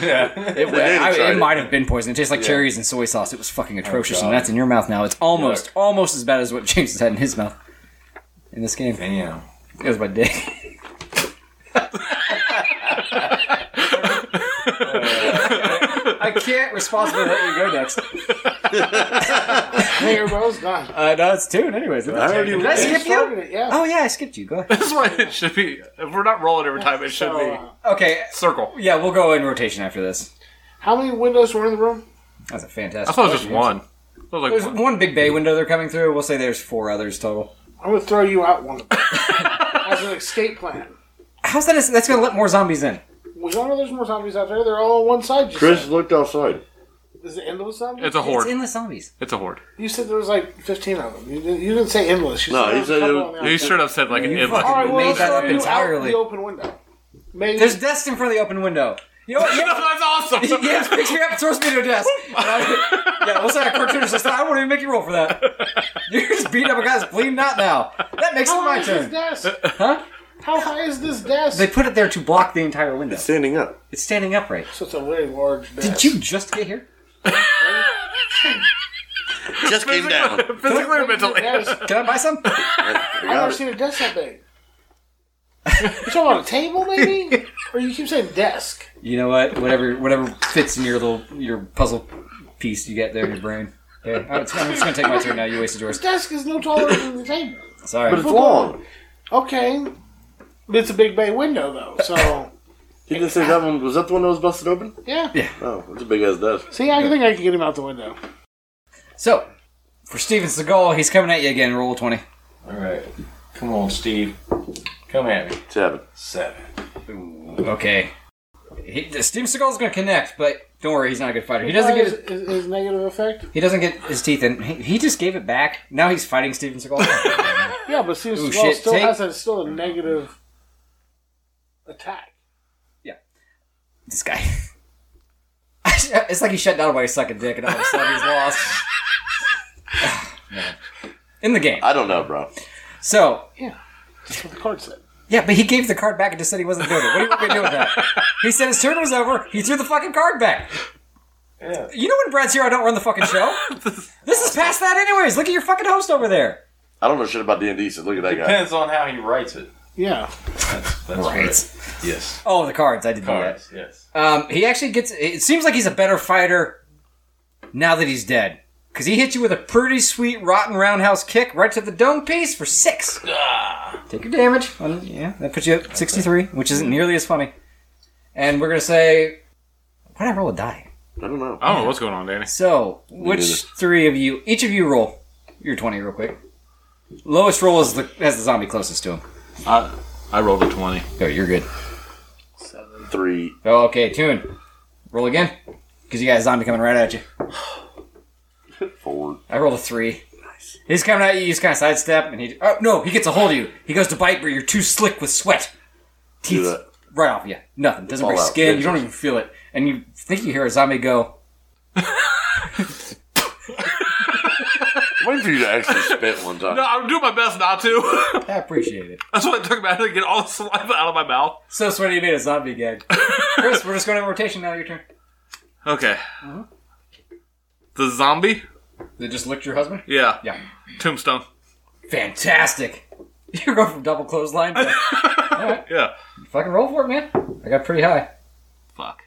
Speaker 6: Yeah.
Speaker 1: It, I-
Speaker 2: tried
Speaker 1: it
Speaker 2: it.
Speaker 1: might have been poison. It tastes like cherries and soy sauce. It was fucking
Speaker 5: Oh,
Speaker 1: atrocious, and
Speaker 6: God.
Speaker 1: that's in your mouth now. It's almost almost as bad as what James has had in his mouth in this game.
Speaker 6: Damn.
Speaker 1: It was my dick. I can't responsibly let you go next.
Speaker 7: Hey, everybody's gone.
Speaker 1: Uh, no, it's tune, anyways. isn't it?
Speaker 2: I already
Speaker 1: Did I skip
Speaker 7: Started
Speaker 1: you?
Speaker 7: it, yeah.
Speaker 1: Oh yeah, I skipped you. Go ahead.
Speaker 5: This is why it should be. If we're not rolling every time, it should
Speaker 7: So,
Speaker 5: be
Speaker 7: uh,
Speaker 1: Okay.
Speaker 5: circle.
Speaker 1: Yeah, we'll go in rotation after this.
Speaker 7: how many windows were in the room?
Speaker 1: That's a fantastic.
Speaker 5: I thought it was just
Speaker 1: question.
Speaker 5: one. I thought it was
Speaker 1: There's
Speaker 5: like one.
Speaker 1: one big bay window they're coming through. We'll say there's four others total.
Speaker 7: I'm gonna throw you out one of them as an escape plan.
Speaker 1: How's that? That's gonna let more zombies in.
Speaker 7: We don't know there's more zombies out there. They're all on one side. You
Speaker 2: Chris
Speaker 7: said.
Speaker 2: looked outside.
Speaker 7: is it endless zombies?
Speaker 5: It's a
Speaker 1: It's
Speaker 5: horde.
Speaker 1: endless zombies.
Speaker 5: It's a horde.
Speaker 7: you said there was like 15 of them. You didn't, you didn't say endless. You
Speaker 2: No, he
Speaker 7: there was a
Speaker 2: said it
Speaker 7: couple
Speaker 2: was-
Speaker 7: on the
Speaker 5: He
Speaker 7: outside.
Speaker 5: should have said like an endless.
Speaker 7: All right,
Speaker 1: You
Speaker 7: well,
Speaker 1: made
Speaker 7: let's
Speaker 1: that
Speaker 7: throw
Speaker 1: up
Speaker 7: you out
Speaker 1: entirely.
Speaker 7: the open window. Maybe
Speaker 1: There's dust in front of the open window. You know what? You know-
Speaker 5: That's awesome.
Speaker 1: He yeah, picks me up and throws me to a desk. And I, yeah, what's that? A cartoonist just I won't even make you roll for that. You're just beating up a guy that's bleeding out now. That makes it
Speaker 7: How
Speaker 1: my
Speaker 7: long is this
Speaker 1: turn.
Speaker 7: desk?
Speaker 1: Huh?
Speaker 7: How high is this desk?
Speaker 1: They put it there to block the entire window. It's
Speaker 2: standing up.
Speaker 1: It's standing upright.
Speaker 7: So it's a very large desk.
Speaker 1: Did you just get here?
Speaker 2: just came down.
Speaker 5: Physically or mentally?
Speaker 1: Can I buy some?
Speaker 7: I've never seen a desk that big. you talking about a table, maybe? or you keep saying desk?
Speaker 1: You know what? Whatever, whatever fits in your little your puzzle piece you get there in your brain. Okay, I'm just I'm just Uh, gonna take my turn now. You wasted
Speaker 7: This
Speaker 1: yours.
Speaker 7: desk is no taller than the table.
Speaker 1: Sorry,
Speaker 7: Okay. But it's a big bay window, though, so.
Speaker 2: You didn't say that one was that the one that was busted open?
Speaker 7: Yeah.
Speaker 2: Oh, it's a big ass desk.
Speaker 7: See, I think I can get him out the window.
Speaker 1: So, for Steven Seagal, he's coming at you again. Roll a twenty.
Speaker 6: All right, come on, Steve, come at me.
Speaker 2: Seven.
Speaker 6: Seven.
Speaker 1: Okay. He, Steven Seagal's gonna connect, but don't worry, he's not a good fighter. He doesn't get
Speaker 7: his,
Speaker 1: his,
Speaker 7: his, his negative effect.
Speaker 1: he doesn't get his teeth in. He, he just gave it back. Now he's fighting Steven Seagal.
Speaker 7: Yeah, but Steven
Speaker 1: Ooh,
Speaker 7: Seagal
Speaker 1: shit,
Speaker 7: still
Speaker 1: take-
Speaker 7: has a, still a negative attack.
Speaker 1: this guy. it's like he shut down by sucking dick, and all of a sudden he's lost. Man. In the game.
Speaker 2: I don't know, bro.
Speaker 1: So
Speaker 7: Yeah, that's what the card said.
Speaker 1: yeah, but he gave the card back and just said he wasn't doing it. What do you want me to do with that? He said his turn was over. He threw the fucking card back.
Speaker 6: Yeah.
Speaker 1: You know when Brad's here, I don't run the fucking show. this is past that, anyways. Look at your fucking host over there.
Speaker 2: I don't know shit about D and D, so look at that guy.
Speaker 6: Depends on how he writes it.
Speaker 7: Yeah.
Speaker 6: That's, that's
Speaker 1: Right.
Speaker 6: right. Yes.
Speaker 1: Oh, the cards. I didn't do that.
Speaker 6: Cards. Yes.
Speaker 1: Um, he actually gets. It seems like he's a better fighter now that he's dead, because he hit you with a pretty sweet rotten roundhouse kick right to the dome piece for six.
Speaker 5: Ah.
Speaker 1: Take your damage. Um, yeah, that puts you at sixty-three, which isn't nearly as funny. And we're gonna say, why did I roll a die?
Speaker 2: I don't know.
Speaker 5: I don't know what's going on, Danny.
Speaker 1: So,
Speaker 2: neither.
Speaker 1: which three of you? Each of you roll your twenty real quick. Lowest roll is the has the zombie closest to him.
Speaker 5: I, I rolled a 20.
Speaker 1: Oh, you're good.
Speaker 2: Three.
Speaker 1: Oh, okay, tune. Roll again, because you got a zombie coming right at you.
Speaker 2: Four.
Speaker 1: I rolled a three. He's coming at you. You just kind of sidestep, and he oh no, he gets a hold of you. He goes to bite, but you're too slick with sweat,
Speaker 2: Do
Speaker 1: teeth
Speaker 2: that.
Speaker 1: right off you. Nothing doesn't
Speaker 2: Fall
Speaker 1: break
Speaker 2: out.
Speaker 1: skin. You don't even feel it, and you think you hear a zombie go.
Speaker 2: Wait for you to actually spit one time.
Speaker 5: No, I'm doing my best not to.
Speaker 1: I appreciate it.
Speaker 5: That's what it took me. I had to get all the saliva out of my mouth.
Speaker 1: So sweaty, you made a zombie gag. Chris, we're just going in rotation now. Your turn.
Speaker 5: Okay. The zombie?
Speaker 1: They just licked your husband.
Speaker 5: Yeah.
Speaker 1: Yeah.
Speaker 5: Tombstone.
Speaker 1: Fantastic. You're going from double clothesline. To, all right,
Speaker 5: Yeah.
Speaker 1: fucking roll for it, man. I got pretty high.
Speaker 5: Fuck.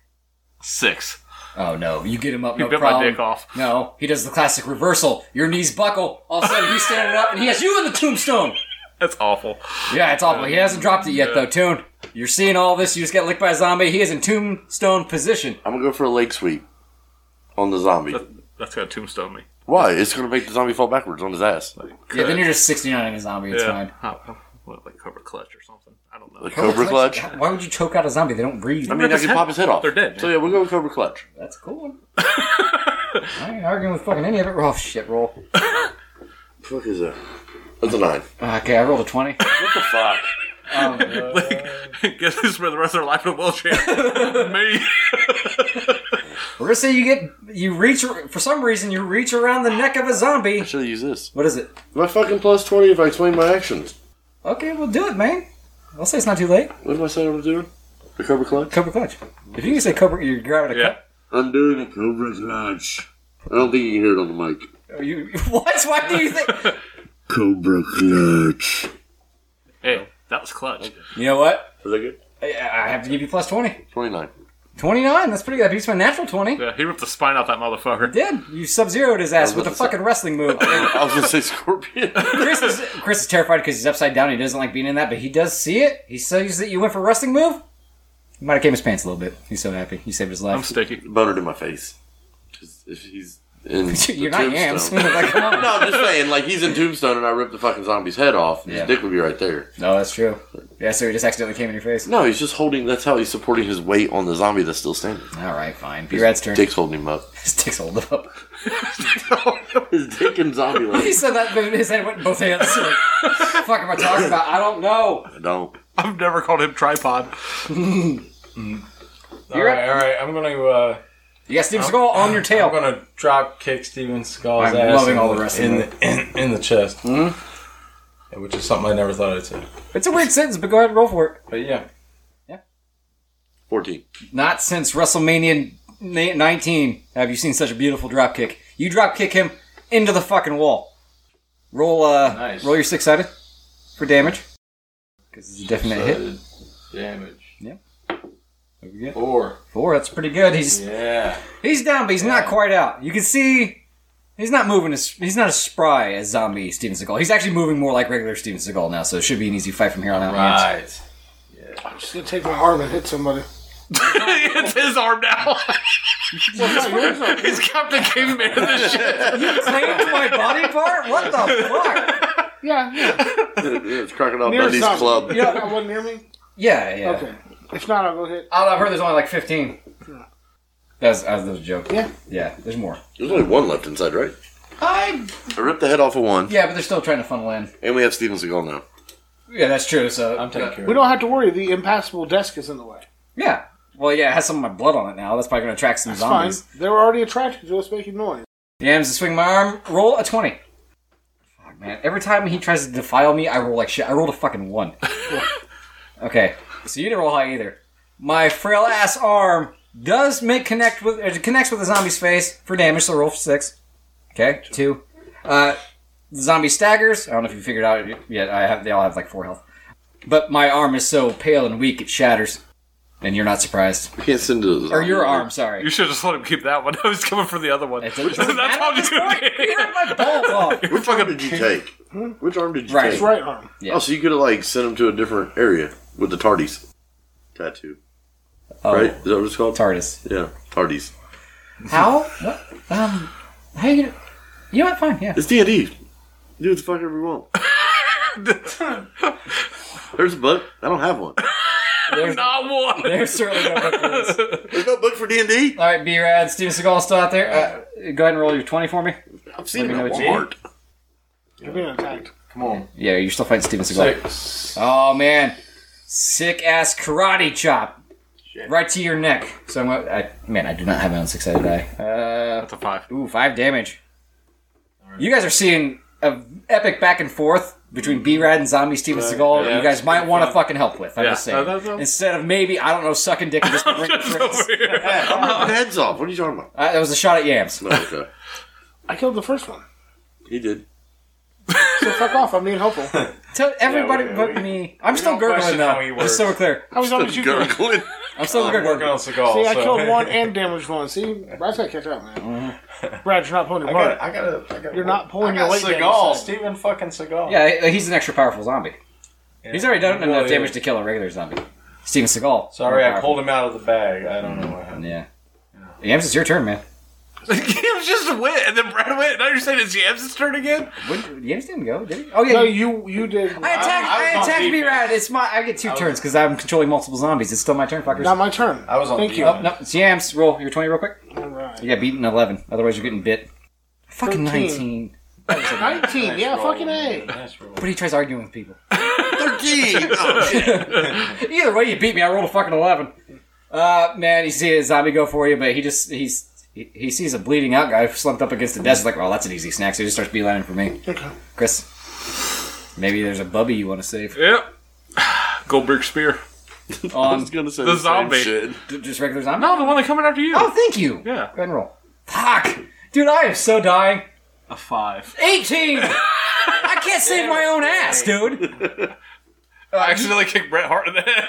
Speaker 5: Six.
Speaker 1: Oh no, you get him up.
Speaker 5: He
Speaker 1: no
Speaker 5: bit
Speaker 1: problem.
Speaker 5: my dick off.
Speaker 1: No, he does the classic reversal. Your knees buckle. All of a sudden, he's standing up, and he has you in the tombstone.
Speaker 5: That's awful. Uh,
Speaker 1: Yeah, it's awful. He hasn't dropped it yet, though. Tune, you're seeing all this. You just got licked by a zombie. He is in tombstone position.
Speaker 2: I'm gonna go for a leg sweep on the zombie.
Speaker 5: That's gonna tombstone me.
Speaker 2: Why? It's gonna make the zombie fall backwards on his ass.
Speaker 1: Yeah, then you're just 69 in a zombie. It's fine.
Speaker 5: Oh, what, like Cobra Clutch or something? I don't know.
Speaker 2: Like Cobra clutch.
Speaker 1: Why would you choke out a zombie? They don't breathe.
Speaker 2: I mean, I
Speaker 5: his
Speaker 2: can
Speaker 5: head
Speaker 2: pop his head off.
Speaker 5: They're dead,
Speaker 2: So
Speaker 5: man.
Speaker 2: yeah, we'll go with Cobra clutch.
Speaker 1: That's cool. I ain't arguing with fucking any of it. Oh shit, roll.
Speaker 2: The fuck is that? That's a nine.
Speaker 1: Okay, I rolled a 20.
Speaker 2: What the fuck?
Speaker 5: Guess who's for the rest of their life in a wheelchair? me.
Speaker 1: We're gonna say you get you reach for some reason you reach around the neck of a zombie.
Speaker 2: Should have used this.
Speaker 1: What is it?
Speaker 2: My fucking plus twenty if I explain my actions.
Speaker 1: Okay, we'll do it, man. I'll say it's not too late.
Speaker 2: What am I saying I'm doing? The Cobra clutch.
Speaker 1: Cobra clutch. If you can say Cobra, you're grabbing a
Speaker 5: Yeah.
Speaker 2: I'm doing a Cobra clutch. I don't think you can hear it on the mic.
Speaker 1: cup. You what? Why do you think?
Speaker 2: Cobra clutch.
Speaker 5: Hey, that was clutch.
Speaker 1: you know what?
Speaker 2: Is that good?
Speaker 1: I, I have to give you plus twenty.
Speaker 2: Twenty nine.
Speaker 1: Twenty nine. That's pretty good. That beats my natural twenty.
Speaker 5: Yeah, he ripped the spine out that motherfucker.
Speaker 1: Did you sub zeroed his ass with a
Speaker 2: gonna say-
Speaker 1: fucking wrestling move?
Speaker 2: I was gonna say scorpion.
Speaker 1: Chris is Chris is terrified because he's upside down. He doesn't like being in that, but he does see it. He sees that you went for a wrestling move. He might have came his pants a little bit. He's so happy. He saved his
Speaker 5: I'm
Speaker 1: life.
Speaker 5: sticky.
Speaker 2: Boner to my face. 'Cause If he's in
Speaker 1: You're
Speaker 2: the
Speaker 1: not yams.
Speaker 2: tombstone.
Speaker 1: Like, come on.
Speaker 2: No, I'm just saying, like he's in Tombstone and I ripped the fucking zombie's head off.
Speaker 1: Yeah.
Speaker 2: His dick would be right there.
Speaker 1: No, that's true. Yeah, so he just accidentally came in your face.
Speaker 2: No, he's just holding. That's how he's supporting his weight on the zombie that's still standing.
Speaker 1: All right, fine. B Rad's turn.
Speaker 2: Dick's holding him up.
Speaker 1: His dick's all up.
Speaker 2: his dick and zombie
Speaker 1: He
Speaker 2: legs.
Speaker 1: said that, but his head went in both hands. Like, fuck am I talking about? I don't know.
Speaker 2: I don't.
Speaker 5: I've never called him tripod.
Speaker 6: All right, all right. I'm gonna uh,
Speaker 1: You got Steve Seagal on your
Speaker 6: I'm
Speaker 1: tail.
Speaker 6: gonna drop kick Steven Skull's
Speaker 1: I'm
Speaker 6: ass
Speaker 1: loving
Speaker 6: in
Speaker 1: all the
Speaker 6: the-
Speaker 1: rest of
Speaker 6: in the in, in the chest. Mm-hmm. which is something I never thought I'd say.
Speaker 1: It's a weird sentence, but go ahead and roll for it.
Speaker 6: But yeah,
Speaker 2: 14.
Speaker 1: Not since WrestleMania na- 19 have you seen such a beautiful drop kick. You drop kick him into the fucking wall. Roll, uh, roll your six sided for damage. Because it's a definite hit.
Speaker 6: damage.
Speaker 1: Yeah. What'd we get?
Speaker 6: Four.
Speaker 1: Four. That's pretty good. He's
Speaker 6: yeah.
Speaker 1: He's down, but he's not quite out. You can see he's not moving as he's not as spry as zombie Steven Seagal. He's actually moving more like regular Steven Seagal now, so it should be an easy fight from here on out. man.
Speaker 6: Right.
Speaker 7: I'm just gonna take my arm and hit somebody.
Speaker 5: it's his arm now. He's Captain Caveman of this shit.
Speaker 1: You claimed my body part? What the fuck?
Speaker 7: Yeah, yeah.
Speaker 2: it's Crocodile
Speaker 7: Near
Speaker 2: Dundee's
Speaker 7: something.
Speaker 2: club.
Speaker 7: You know, that wasn't near me?
Speaker 1: Yeah, yeah.
Speaker 7: Okay. If not, I'll go hit.
Speaker 1: I don't know, I've heard there's only like fifteen. That's that was a joke.
Speaker 7: Yeah.
Speaker 1: Yeah, there's more.
Speaker 2: There's only one left inside, right?
Speaker 1: I
Speaker 2: I ripped the head off of one,
Speaker 1: yeah, but they're still trying to funnel in.
Speaker 2: and we have Steven Seagal now.
Speaker 1: Yeah, that's true. So I'm taking
Speaker 7: We don't have to worry. The impassable desk is in the way.
Speaker 1: Yeah. Well, yeah, it has some of my blood on it now. That's probably going to attract some
Speaker 7: It's fine.
Speaker 1: zombies.
Speaker 7: They were already attracted to us making noise.
Speaker 1: Yams to swing my arm. Roll a twenty. Fuck, man. Every time he tries to defile me, I roll like shit. I rolled a fucking one. okay, so you didn't roll high either. My frail ass arm does make connect with it connects with the zombie's face for damage. So roll for six. Okay, two. Uh, the zombie staggers. I don't know if you figured out yet. I have. They all have like four health. But my arm is so pale and weak it shatters, and you're not surprised.
Speaker 2: We can't send to
Speaker 1: Or your arm, sorry.
Speaker 5: You should just let him keep that one. I was coming for the other one. That's
Speaker 1: all
Speaker 5: I'm just gonna
Speaker 1: my balls off.
Speaker 2: Which arm did you take? Which arm did you
Speaker 1: Right.
Speaker 2: take?
Speaker 7: His right arm.
Speaker 1: Yeah.
Speaker 2: Oh, so you could have like sent him to a different area with the tardies tattoo,
Speaker 1: Oh.
Speaker 2: right? Is that what it's called?
Speaker 1: Tardis.
Speaker 2: Yeah, tardies.
Speaker 1: How? Oh, What? Um, how you? gonna- You know what? Fine. Yeah.
Speaker 2: It's D and D. Do what the fuck ever you want. There's a book. I don't have one.
Speaker 1: There's,
Speaker 5: Not one.
Speaker 1: there's certainly no book rules.
Speaker 2: There's no book for D and D.
Speaker 1: All right, B-Rad, Steven Seagal still out there. Uh, go ahead and roll your twenty for me.
Speaker 2: I've seen
Speaker 1: Let
Speaker 2: it
Speaker 1: me
Speaker 2: at
Speaker 1: know what
Speaker 2: Walmart.
Speaker 7: You're being attacked.
Speaker 6: Come on.
Speaker 1: Yeah, you're still fighting Steven Seagal.
Speaker 6: Six.
Speaker 1: Oh man, sick ass karate chop right to your neck. So I'm gonna, I, man, I do not have my own six-sided die. Uh,
Speaker 5: That's a five.
Speaker 1: ooh, five damage. You guys are seeing a epic back and forth between
Speaker 2: Mm-hmm.
Speaker 1: B-Rad and Zombie Steven Seagal.
Speaker 5: yeah,
Speaker 1: you guys
Speaker 5: it's
Speaker 1: might
Speaker 5: pretty
Speaker 1: want to
Speaker 5: fun.
Speaker 1: fucking help with. I'm
Speaker 5: Yeah,
Speaker 1: just
Speaker 5: no,
Speaker 1: saying.
Speaker 5: that's- that's-
Speaker 1: Instead of maybe I don't know sucking dick and just bring it
Speaker 5: Over here.
Speaker 2: Your head's off. What are you talking about?
Speaker 1: Uh, that was a shot at yams.
Speaker 2: No, Oh, okay.
Speaker 7: I killed the first one.
Speaker 2: He did.
Speaker 7: So fuck off. I'm being helpful.
Speaker 1: Tell everybody
Speaker 6: we-
Speaker 1: but
Speaker 6: we-
Speaker 1: me. I'm still
Speaker 6: don't
Speaker 1: gurgling
Speaker 6: question
Speaker 1: though.
Speaker 6: how we uh,
Speaker 1: Just so we're clear.
Speaker 7: I was on you doing? See,
Speaker 2: Gurgling.
Speaker 1: I'm still gurgling.
Speaker 6: Working on Seagal.
Speaker 7: I
Speaker 6: so-
Speaker 7: killed one and damaged one. See, Brad's gotta catch up, man. Brad, you're not pulling
Speaker 6: I
Speaker 7: your
Speaker 6: got.
Speaker 7: part.
Speaker 6: I got. I got.
Speaker 7: You're not pulling
Speaker 6: I
Speaker 7: your
Speaker 6: got
Speaker 7: weight.
Speaker 6: Seagal.
Speaker 7: down.
Speaker 6: Stephen fucking Seagal.
Speaker 1: Yeah, he- he's an extra powerful zombie. He's already done
Speaker 6: He
Speaker 1: enough
Speaker 6: really
Speaker 1: damage
Speaker 6: is.
Speaker 1: to kill a regular zombie. Steven Seagal.
Speaker 6: Sorry,
Speaker 1: more
Speaker 6: I
Speaker 1: powerful.
Speaker 6: pulled him out of the bag. I don't know what happened.
Speaker 1: Yeah. Yams, it's your turn, man.
Speaker 5: Yams just went, and then Brad went. Now you're saying it's Yams' turn again?
Speaker 1: When, Yams didn't go, did he? Oh yeah.
Speaker 7: No,
Speaker 1: you-
Speaker 7: you you did.
Speaker 1: I attacked.
Speaker 6: I was
Speaker 1: I,
Speaker 6: on
Speaker 1: attacked me
Speaker 6: defense.
Speaker 1: right. It's my. I get two turns because I'm controlling multiple zombies. It's still my turn, fuckers. Oh,
Speaker 7: Not my turn.
Speaker 6: I was on
Speaker 7: Thank you.
Speaker 6: defense.
Speaker 1: no, it's Yams. Roll your twenty real quick.
Speaker 7: All right.
Speaker 1: You got beaten eleven. Otherwise, you're getting bit. Fucking
Speaker 7: 13.
Speaker 1: nineteen.
Speaker 7: Nineteen. Yeah, fucking a.
Speaker 6: Nice roll.
Speaker 1: But he tries arguing with people.
Speaker 2: Thirteen. Oh, shit.
Speaker 1: Either way, you beat me. I rolled a fucking eleven. Uh, man, you see a zombie go for you, but he just he's he, he sees a bleeding out guy slumped up against the desk. He's like, well, that's an easy snack. So he just starts beelining for me.
Speaker 7: Okay.
Speaker 1: Chris, maybe there's a bubby you want to save.
Speaker 5: Yep. Goldberg Spear.
Speaker 2: I
Speaker 1: On
Speaker 2: was gonna say
Speaker 5: The
Speaker 2: the, same
Speaker 5: zombie.
Speaker 2: shit.
Speaker 1: d- just regular zombie.
Speaker 5: No, the one that's coming after you.
Speaker 1: Oh, thank you.
Speaker 5: Yeah.
Speaker 1: Go ahead and roll. Fuck, dude, I am so dying.
Speaker 5: A five.
Speaker 1: Eighteen. I can't save my own ass, dude.
Speaker 5: I accidentally kicked Bret Hart in the head.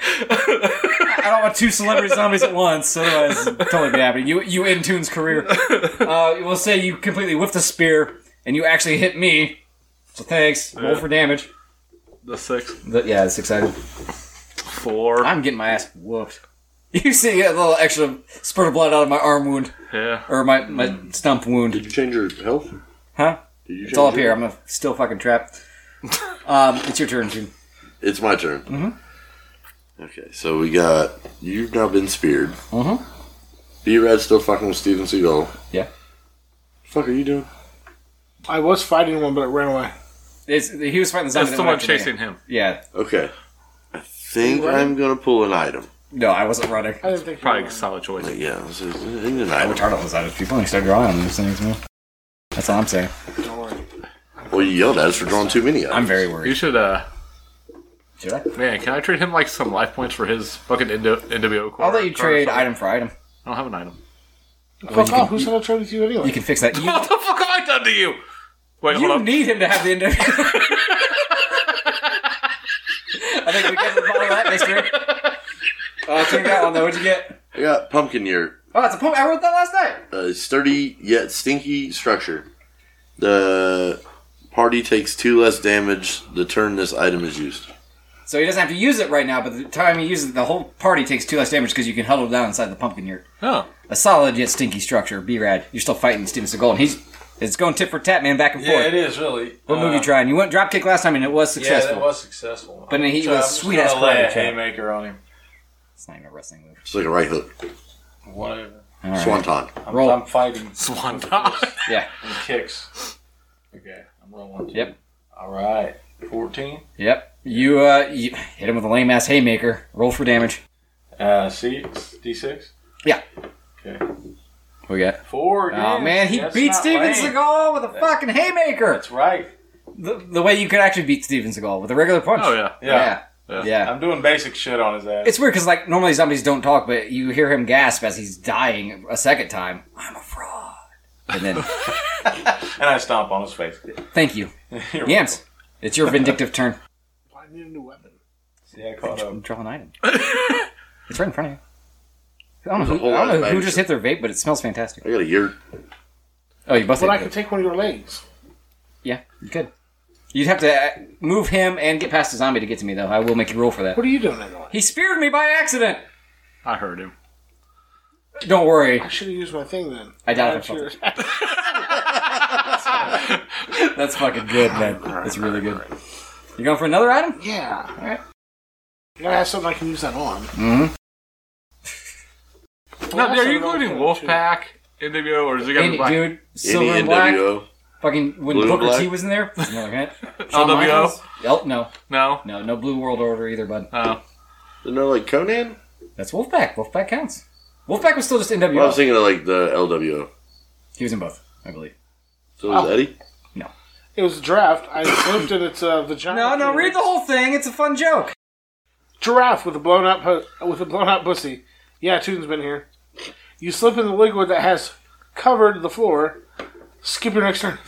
Speaker 1: I don't want two celebrity zombies at once. Otherwise, it'd totally be happening. You you end Toon's career. Uh, we'll say you completely whiffed the spear and you actually hit me. So thanks. Roll for damage.
Speaker 5: The six.
Speaker 1: But yeah, it's exciting.
Speaker 5: Four.
Speaker 1: I'm getting my ass whooped. You see a little extra spurt of blood out of my arm wound
Speaker 5: yeah.
Speaker 1: or my my stump wound,
Speaker 2: Did you change your health?
Speaker 1: huh?
Speaker 2: Did you change
Speaker 1: It's all up
Speaker 2: your-
Speaker 1: here. I'm a still fucking trapped. Um, it's your turn, Toon. Mm-hmm.
Speaker 2: It's my turn. Okay, so we got you've now been speared.
Speaker 1: Mhm.
Speaker 2: B Rad's still fucking with Steven Seagal.
Speaker 1: Yeah.
Speaker 2: Fuck are you doing?
Speaker 7: I was fighting one, but it ran away.
Speaker 1: It's, he was fighting the zombie.
Speaker 5: That's
Speaker 1: that
Speaker 5: the
Speaker 1: went
Speaker 5: one
Speaker 1: after me.
Speaker 5: chasing him.
Speaker 1: Yeah.
Speaker 2: Okay. I think I'm gonna pull an item.
Speaker 1: No, I wasn't running.
Speaker 7: I didn't think. you
Speaker 5: Probably
Speaker 7: were.
Speaker 5: a solid choice.
Speaker 2: Like, yeah, this is- I need an
Speaker 1: I'm
Speaker 2: item.
Speaker 1: Uh, retarded on those items. People only start drawing on these things, man. That's all I'm saying.
Speaker 2: Well, you yelled at us for drawing too many. Of I'm
Speaker 1: very worried.
Speaker 5: You should, uh.
Speaker 1: Should I?
Speaker 5: Man, can I trade him, like, some life points for his fucking Indo- NWO core?
Speaker 1: I'll let you
Speaker 5: card or
Speaker 1: trade
Speaker 5: something?
Speaker 1: item for item.
Speaker 5: I don't have an item.
Speaker 1: Well,
Speaker 7: Fuck
Speaker 1: you can-
Speaker 7: off. Who's going to trade with you anyway?
Speaker 1: You can fix that. You,
Speaker 5: What the fuck have I done to you? Wait,
Speaker 1: you
Speaker 5: hold up.
Speaker 1: need him to have the end. I think we get to the bottom of that mystery. Uh, take that one though. What'd you get?
Speaker 2: I got pumpkin year.
Speaker 1: Oh, it's a pump. I wrote that last night.
Speaker 2: A sturdy yet stinky structure. The party takes two less damage the turn this item is used.
Speaker 1: So he doesn't have to use it right now, but the time he uses it, the whole party takes two less damage because you can huddle down inside the pumpkin yurt.
Speaker 5: Oh.
Speaker 1: A solid yet stinky structure. Be rad. You're still fighting Steven Seagal, and he's it's going tit for tat, man, back and
Speaker 6: Yeah,
Speaker 1: forth.
Speaker 6: it is really.
Speaker 1: What move
Speaker 6: Uh,
Speaker 1: you trying? You went dropkick last time, and it was successful.
Speaker 6: Yeah, that was successful.
Speaker 1: But then he
Speaker 6: So
Speaker 1: was
Speaker 6: I'm just
Speaker 1: sweet
Speaker 6: gonna
Speaker 1: ass
Speaker 6: lay a
Speaker 1: karate chop.
Speaker 6: haymaker on him.
Speaker 1: It's not even a wrestling move.
Speaker 2: It's like a right hook.
Speaker 6: Whatever.
Speaker 1: All right.
Speaker 2: Swanton.
Speaker 6: I'm,
Speaker 1: Roll.
Speaker 6: I'm fighting.
Speaker 5: Swanton.
Speaker 1: Yeah.
Speaker 6: And kicks. Okay, I'm rolling.
Speaker 1: Yep.
Speaker 6: All right. 14.
Speaker 1: Yep. You uh, you hit him with a lame ass haymaker. Roll for damage.
Speaker 6: Uh, six. D6.
Speaker 1: Yeah.
Speaker 6: Okay.
Speaker 1: We got.
Speaker 6: Four.
Speaker 1: Oh
Speaker 6: yeah.
Speaker 1: man, he
Speaker 6: That's
Speaker 1: beat
Speaker 6: not
Speaker 1: Steven
Speaker 6: lame.
Speaker 1: Seagal with a fucking haymaker. That's
Speaker 6: right.
Speaker 1: The, the way you could actually beat Steven Seagal with a regular punch.
Speaker 6: Oh, yeah.
Speaker 1: Yeah.
Speaker 6: Yeah.
Speaker 1: Yeah.
Speaker 6: I'm doing basic shit on his ass.
Speaker 1: It's weird because like normally zombies don't talk, but you hear him gasp as he's dying a second time. I'm a fraud. And then,
Speaker 6: and I stomp on his face.
Speaker 1: thank you,
Speaker 6: You're
Speaker 1: Yams. It's your vindictive turn.
Speaker 7: I need a new weapon.
Speaker 6: Yeah, I caught up.
Speaker 1: Draw an item. it's right in front of you. I don't know,
Speaker 2: There's a
Speaker 1: who,
Speaker 2: whole
Speaker 1: I
Speaker 2: lot
Speaker 1: don't
Speaker 2: of
Speaker 1: know who
Speaker 2: bags.
Speaker 1: just hit their vape, but it smells fantastic.
Speaker 2: I got a yurt.
Speaker 1: Oh, you both.
Speaker 7: But I
Speaker 1: hit
Speaker 7: could
Speaker 1: vape.
Speaker 7: take one of your legs.
Speaker 1: Yeah, you could. You'd have to uh, move him and get past the zombie to get to me, though. I will make you roll for that.
Speaker 7: What are you doing anyway?
Speaker 1: He speared me by accident.
Speaker 5: I heard him.
Speaker 1: Don't worry.
Speaker 7: I should have used my thing then.
Speaker 1: I doubt
Speaker 7: That's
Speaker 1: if I
Speaker 7: your-
Speaker 1: That's fucking good, man. That's really good. You going for another item?
Speaker 7: Yeah. All right. You gotta have something I can use that on.
Speaker 1: Mm-hmm.
Speaker 5: Now, are you including Wolfpack, NWO, or is it going to
Speaker 1: Any,
Speaker 5: be black?
Speaker 1: dude, silver and black. Fucking when
Speaker 5: Blue and
Speaker 1: Booker
Speaker 5: black.
Speaker 1: T was in there. Another hit.
Speaker 5: LWO?
Speaker 1: Oh, Yep. No.
Speaker 5: No.
Speaker 1: No. No Blue World Order either, bud.
Speaker 5: Oh.
Speaker 2: No, like Conan.
Speaker 1: That's Wolfpack. Wolfpack counts. Wolfpack was still just NWO.
Speaker 2: Well, I was thinking of like the LWO.
Speaker 1: He was in both, I believe.
Speaker 2: So was
Speaker 7: Oh.
Speaker 2: Eddie.
Speaker 7: It was a draft. I slipped in its uh, vagina.
Speaker 1: No, no. Read the whole thing. It's a fun joke.
Speaker 7: Giraffe with a blown out pu- with a blown out pussy. Yeah, Toon's been here. You slip in the liquid that has covered the floor. Skip your next turn.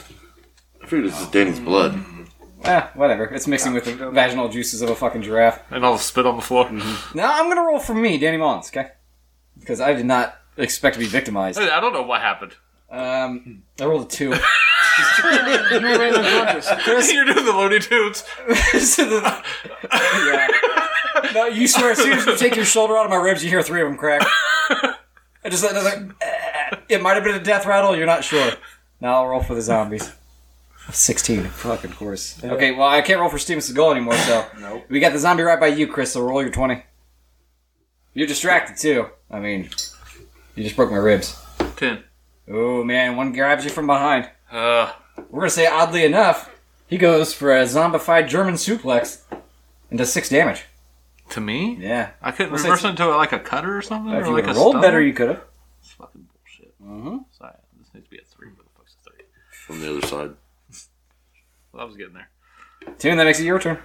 Speaker 2: I figured this is
Speaker 1: Oh.
Speaker 2: Danny's blood.
Speaker 1: Ah, whatever. It's mixing with the vaginal juices of a fucking giraffe.
Speaker 5: And I'll spit on the floor.
Speaker 1: Now I'm gonna roll for me, Danny Mullins, okay? Because I did not expect to be victimized.
Speaker 5: Hey, I don't know what happened.
Speaker 1: Um, I rolled a two. Chris-
Speaker 5: You're doing the Looney Tunes.
Speaker 1: So the- yeah. No, you swear. As soon as you take your shoulder out of my ribs, you hear three of them crack. I just let like, eh. it might have been a death rattle. You're not sure. Now I'll roll for the zombies. Sixteen, fucking course. Okay, well I can't roll for Steven Seagal anymore, so
Speaker 6: Nope.
Speaker 1: we got the zombie right by you, Chris. So roll your twenty. You're distracted too. I mean, you just broke my ribs.
Speaker 5: Ten.
Speaker 1: Oh man, one grabs you from behind.
Speaker 5: Uh,
Speaker 1: We're gonna say oddly enough, he goes for a zombified German suplex and does six damage.
Speaker 5: to me?
Speaker 1: Yeah.
Speaker 5: I couldn't
Speaker 1: Let's say
Speaker 5: reverse it into like a cutter or something?
Speaker 1: If
Speaker 5: or
Speaker 1: you
Speaker 5: like
Speaker 1: would've
Speaker 5: a
Speaker 1: rolled
Speaker 5: stun?
Speaker 1: better, you could have.
Speaker 5: It's fucking bullshit.
Speaker 1: Mm-hmm.
Speaker 5: Sorry, this needs to be a three. Motherfuckers, a three.
Speaker 2: From the other side.
Speaker 5: Well, I was getting there.
Speaker 1: Tune, that makes it your turn.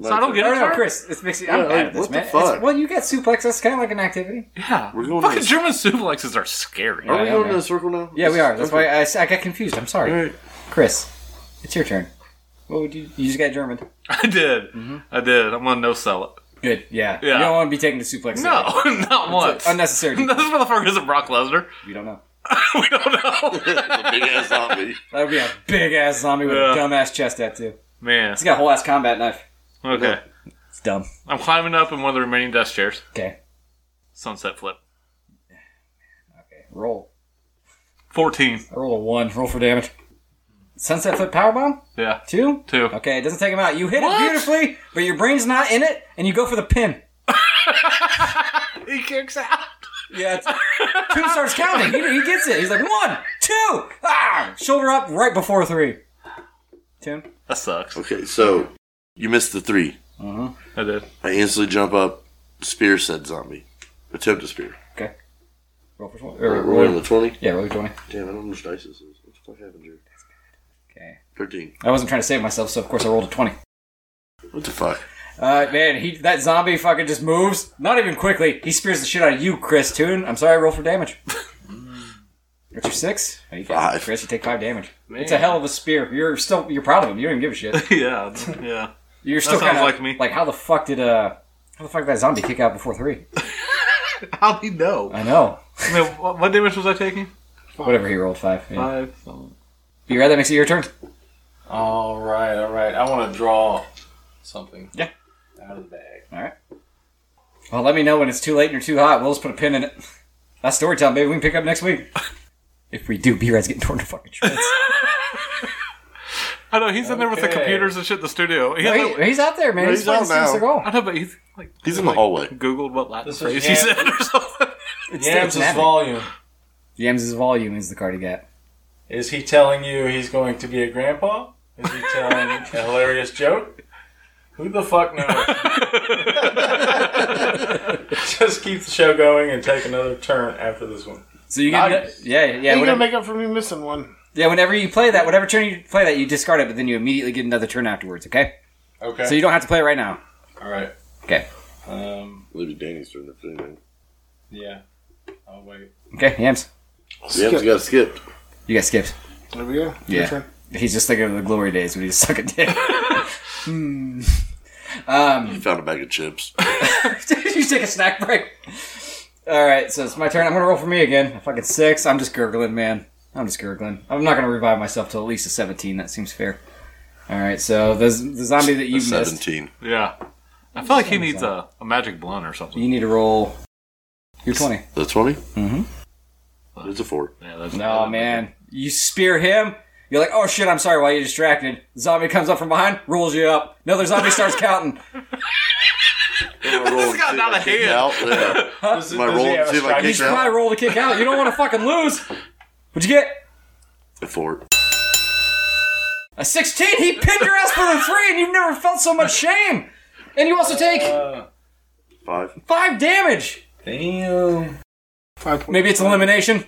Speaker 5: So I don't get
Speaker 1: no,
Speaker 5: it.
Speaker 1: no, Chris, it's makes it. I'm
Speaker 5: Yeah,
Speaker 1: bad
Speaker 5: like,
Speaker 1: at this,
Speaker 5: what the
Speaker 1: man.
Speaker 5: fuck?
Speaker 1: It's- well, you get suplex. That's kind of like an activity.
Speaker 5: Yeah.
Speaker 2: We're going
Speaker 5: fucking
Speaker 2: to-
Speaker 5: German suplexes are scary.
Speaker 2: Are we going in a circle now?
Speaker 1: Yeah, we are. That's why I, I got confused. I'm sorry, Chris. It's your turn. What would you? You just got German.
Speaker 5: I did. I did. I'm gonna no sell it.
Speaker 1: Mm-hmm. Good. Yeah.
Speaker 5: Yeah.
Speaker 1: You don't want to be taking the suplex.
Speaker 5: No,
Speaker 1: either.
Speaker 5: not once.
Speaker 1: It's unnecessary.
Speaker 5: this motherfucker isn't Brock Lesnar.
Speaker 1: We don't know.
Speaker 2: Big ass zombie.
Speaker 1: That would be a big ass zombie with
Speaker 5: Yeah.
Speaker 1: a dumb ass chest tattoo.
Speaker 5: Man.
Speaker 1: It's got a whole ass combat knife.
Speaker 5: Okay.
Speaker 1: It's dumb.
Speaker 5: I'm climbing up in one of the remaining desk chairs.
Speaker 1: Okay.
Speaker 5: Sunset flip.
Speaker 1: Roll.
Speaker 5: 14.
Speaker 1: I roll a one. Roll for damage. Sunset flip power bomb.
Speaker 5: Yeah.
Speaker 1: Two?
Speaker 5: Two.
Speaker 1: Okay, it doesn't take him out. You hit it beautifully, but your brain's not in it, and you go for the pin.
Speaker 5: He kicks out.
Speaker 1: Yeah, it's, two starts counting. He, he gets it. He's like one, two, ah! Shoulder up right before three. Tim,
Speaker 5: That sucks.
Speaker 2: Okay, so you missed the 3
Speaker 1: Mm-hmm.
Speaker 5: I did.
Speaker 2: I instantly jump up, spear said zombie. Attempt to spear.
Speaker 1: roll for
Speaker 2: All right,
Speaker 1: twenty.
Speaker 2: rolling the 20.
Speaker 1: Yeah, Er, roll your twenty.
Speaker 2: Damn, I don't know which dice this is. What the fuck happened here? Thirteen.
Speaker 1: I wasn't trying to save myself, so of course I rolled a 20.
Speaker 2: What the fuck?
Speaker 1: Uh, man, he that zombie fucking just moves. Not even quickly. He spears the shit out of you, Chris Toon. I'm sorry, I roll for damage. What's your six? How you five. Chris, you take five damage.
Speaker 5: Man.
Speaker 1: It's a hell of a spear. You're still you're proud of him. You don't even give a shit.
Speaker 5: yeah, yeah.
Speaker 1: You're still
Speaker 5: that sounds
Speaker 1: kind of
Speaker 5: like
Speaker 1: like me. Like how the fuck did uh how the fuck did that zombie kick out before three?
Speaker 5: How'd he know?
Speaker 1: I know.
Speaker 5: I mean, what, what damage was I taking?
Speaker 1: Whatever he rolled five. yeah.
Speaker 5: Five.
Speaker 1: Be right. That makes it your turn.
Speaker 6: All right, all right. I want to draw something.
Speaker 1: Yeah.
Speaker 6: Out of the bag.
Speaker 1: All right. Well, let me know when it's too late and you're too hot. We'll just put a pin in it. That's story time, baby. We can pick up next week. If we do, B-Rad's getting torn to fucking shreds.
Speaker 5: I know he's in there with the
Speaker 1: Okay.
Speaker 5: computers and shit in the studio.
Speaker 1: No, he- he's out there, man. No, He's he's playing out Steven now. Seagal.
Speaker 5: I know, but he's like
Speaker 2: He's in the hallway.
Speaker 5: Googled what Latin
Speaker 6: This is
Speaker 5: phrase he said.
Speaker 6: Yams-
Speaker 5: or something.
Speaker 6: It's Yams' volume.
Speaker 1: Yams' volume is the card he got.
Speaker 6: Is he telling you he's going to be a grandpa? Is he telling a hilarious joke? Who the fuck knows? Just keep the show going and take another turn after this one.
Speaker 1: So you get yeah yeah
Speaker 7: You're
Speaker 1: whenever,
Speaker 7: gonna make up for me missing one.
Speaker 1: yeah whenever you play that whatever turn you play that you discard it but then you immediately get another turn afterwards okay
Speaker 6: Okay.
Speaker 1: so you don't have to play it right now
Speaker 6: All right.
Speaker 1: okay
Speaker 6: Um,
Speaker 2: Maybe Danny's doing the thing.
Speaker 6: Yeah. I'll wait.
Speaker 1: okay Yams
Speaker 2: Yams got skipped
Speaker 1: you got skipped
Speaker 7: There we go.
Speaker 1: yeah he's just thinking of the glory days when he sucked a dick hmm. um
Speaker 2: He found a bag of chips.
Speaker 1: Did you take a snack break? All right, so it's my turn. I'm gonna roll for me again. A fucking six. I'm just gurgling, man. I'm just gurgling. I'm not gonna revive myself till at least a 17. That seems fair. All right, so the, the zombie that you missed.
Speaker 2: Seventeen.
Speaker 5: yeah. I feel like he needs a, a magic blunt or something.
Speaker 1: You need to roll your 20.
Speaker 2: The twenty.
Speaker 1: Mm-hmm.
Speaker 2: It's a four.
Speaker 5: Yeah, that's
Speaker 1: No, man. You spear him. You're like, oh shit, I'm sorry. While you're distracted, zombie comes up from behind, rolls you up. Another zombie starts counting.
Speaker 2: this
Speaker 5: got out of hand.
Speaker 2: Does it- Am I does he rolling have to see a if I strike? kick
Speaker 1: You should
Speaker 2: out?
Speaker 1: probably roll to kick out. You don't want to fucking lose. What'd you get?
Speaker 2: A four.
Speaker 1: A 16? He pinned your ass for a 3 and you've never felt so much shame! And you also take
Speaker 2: Five.
Speaker 1: 5 damage!
Speaker 6: Damn.
Speaker 1: Maybe it's elimination.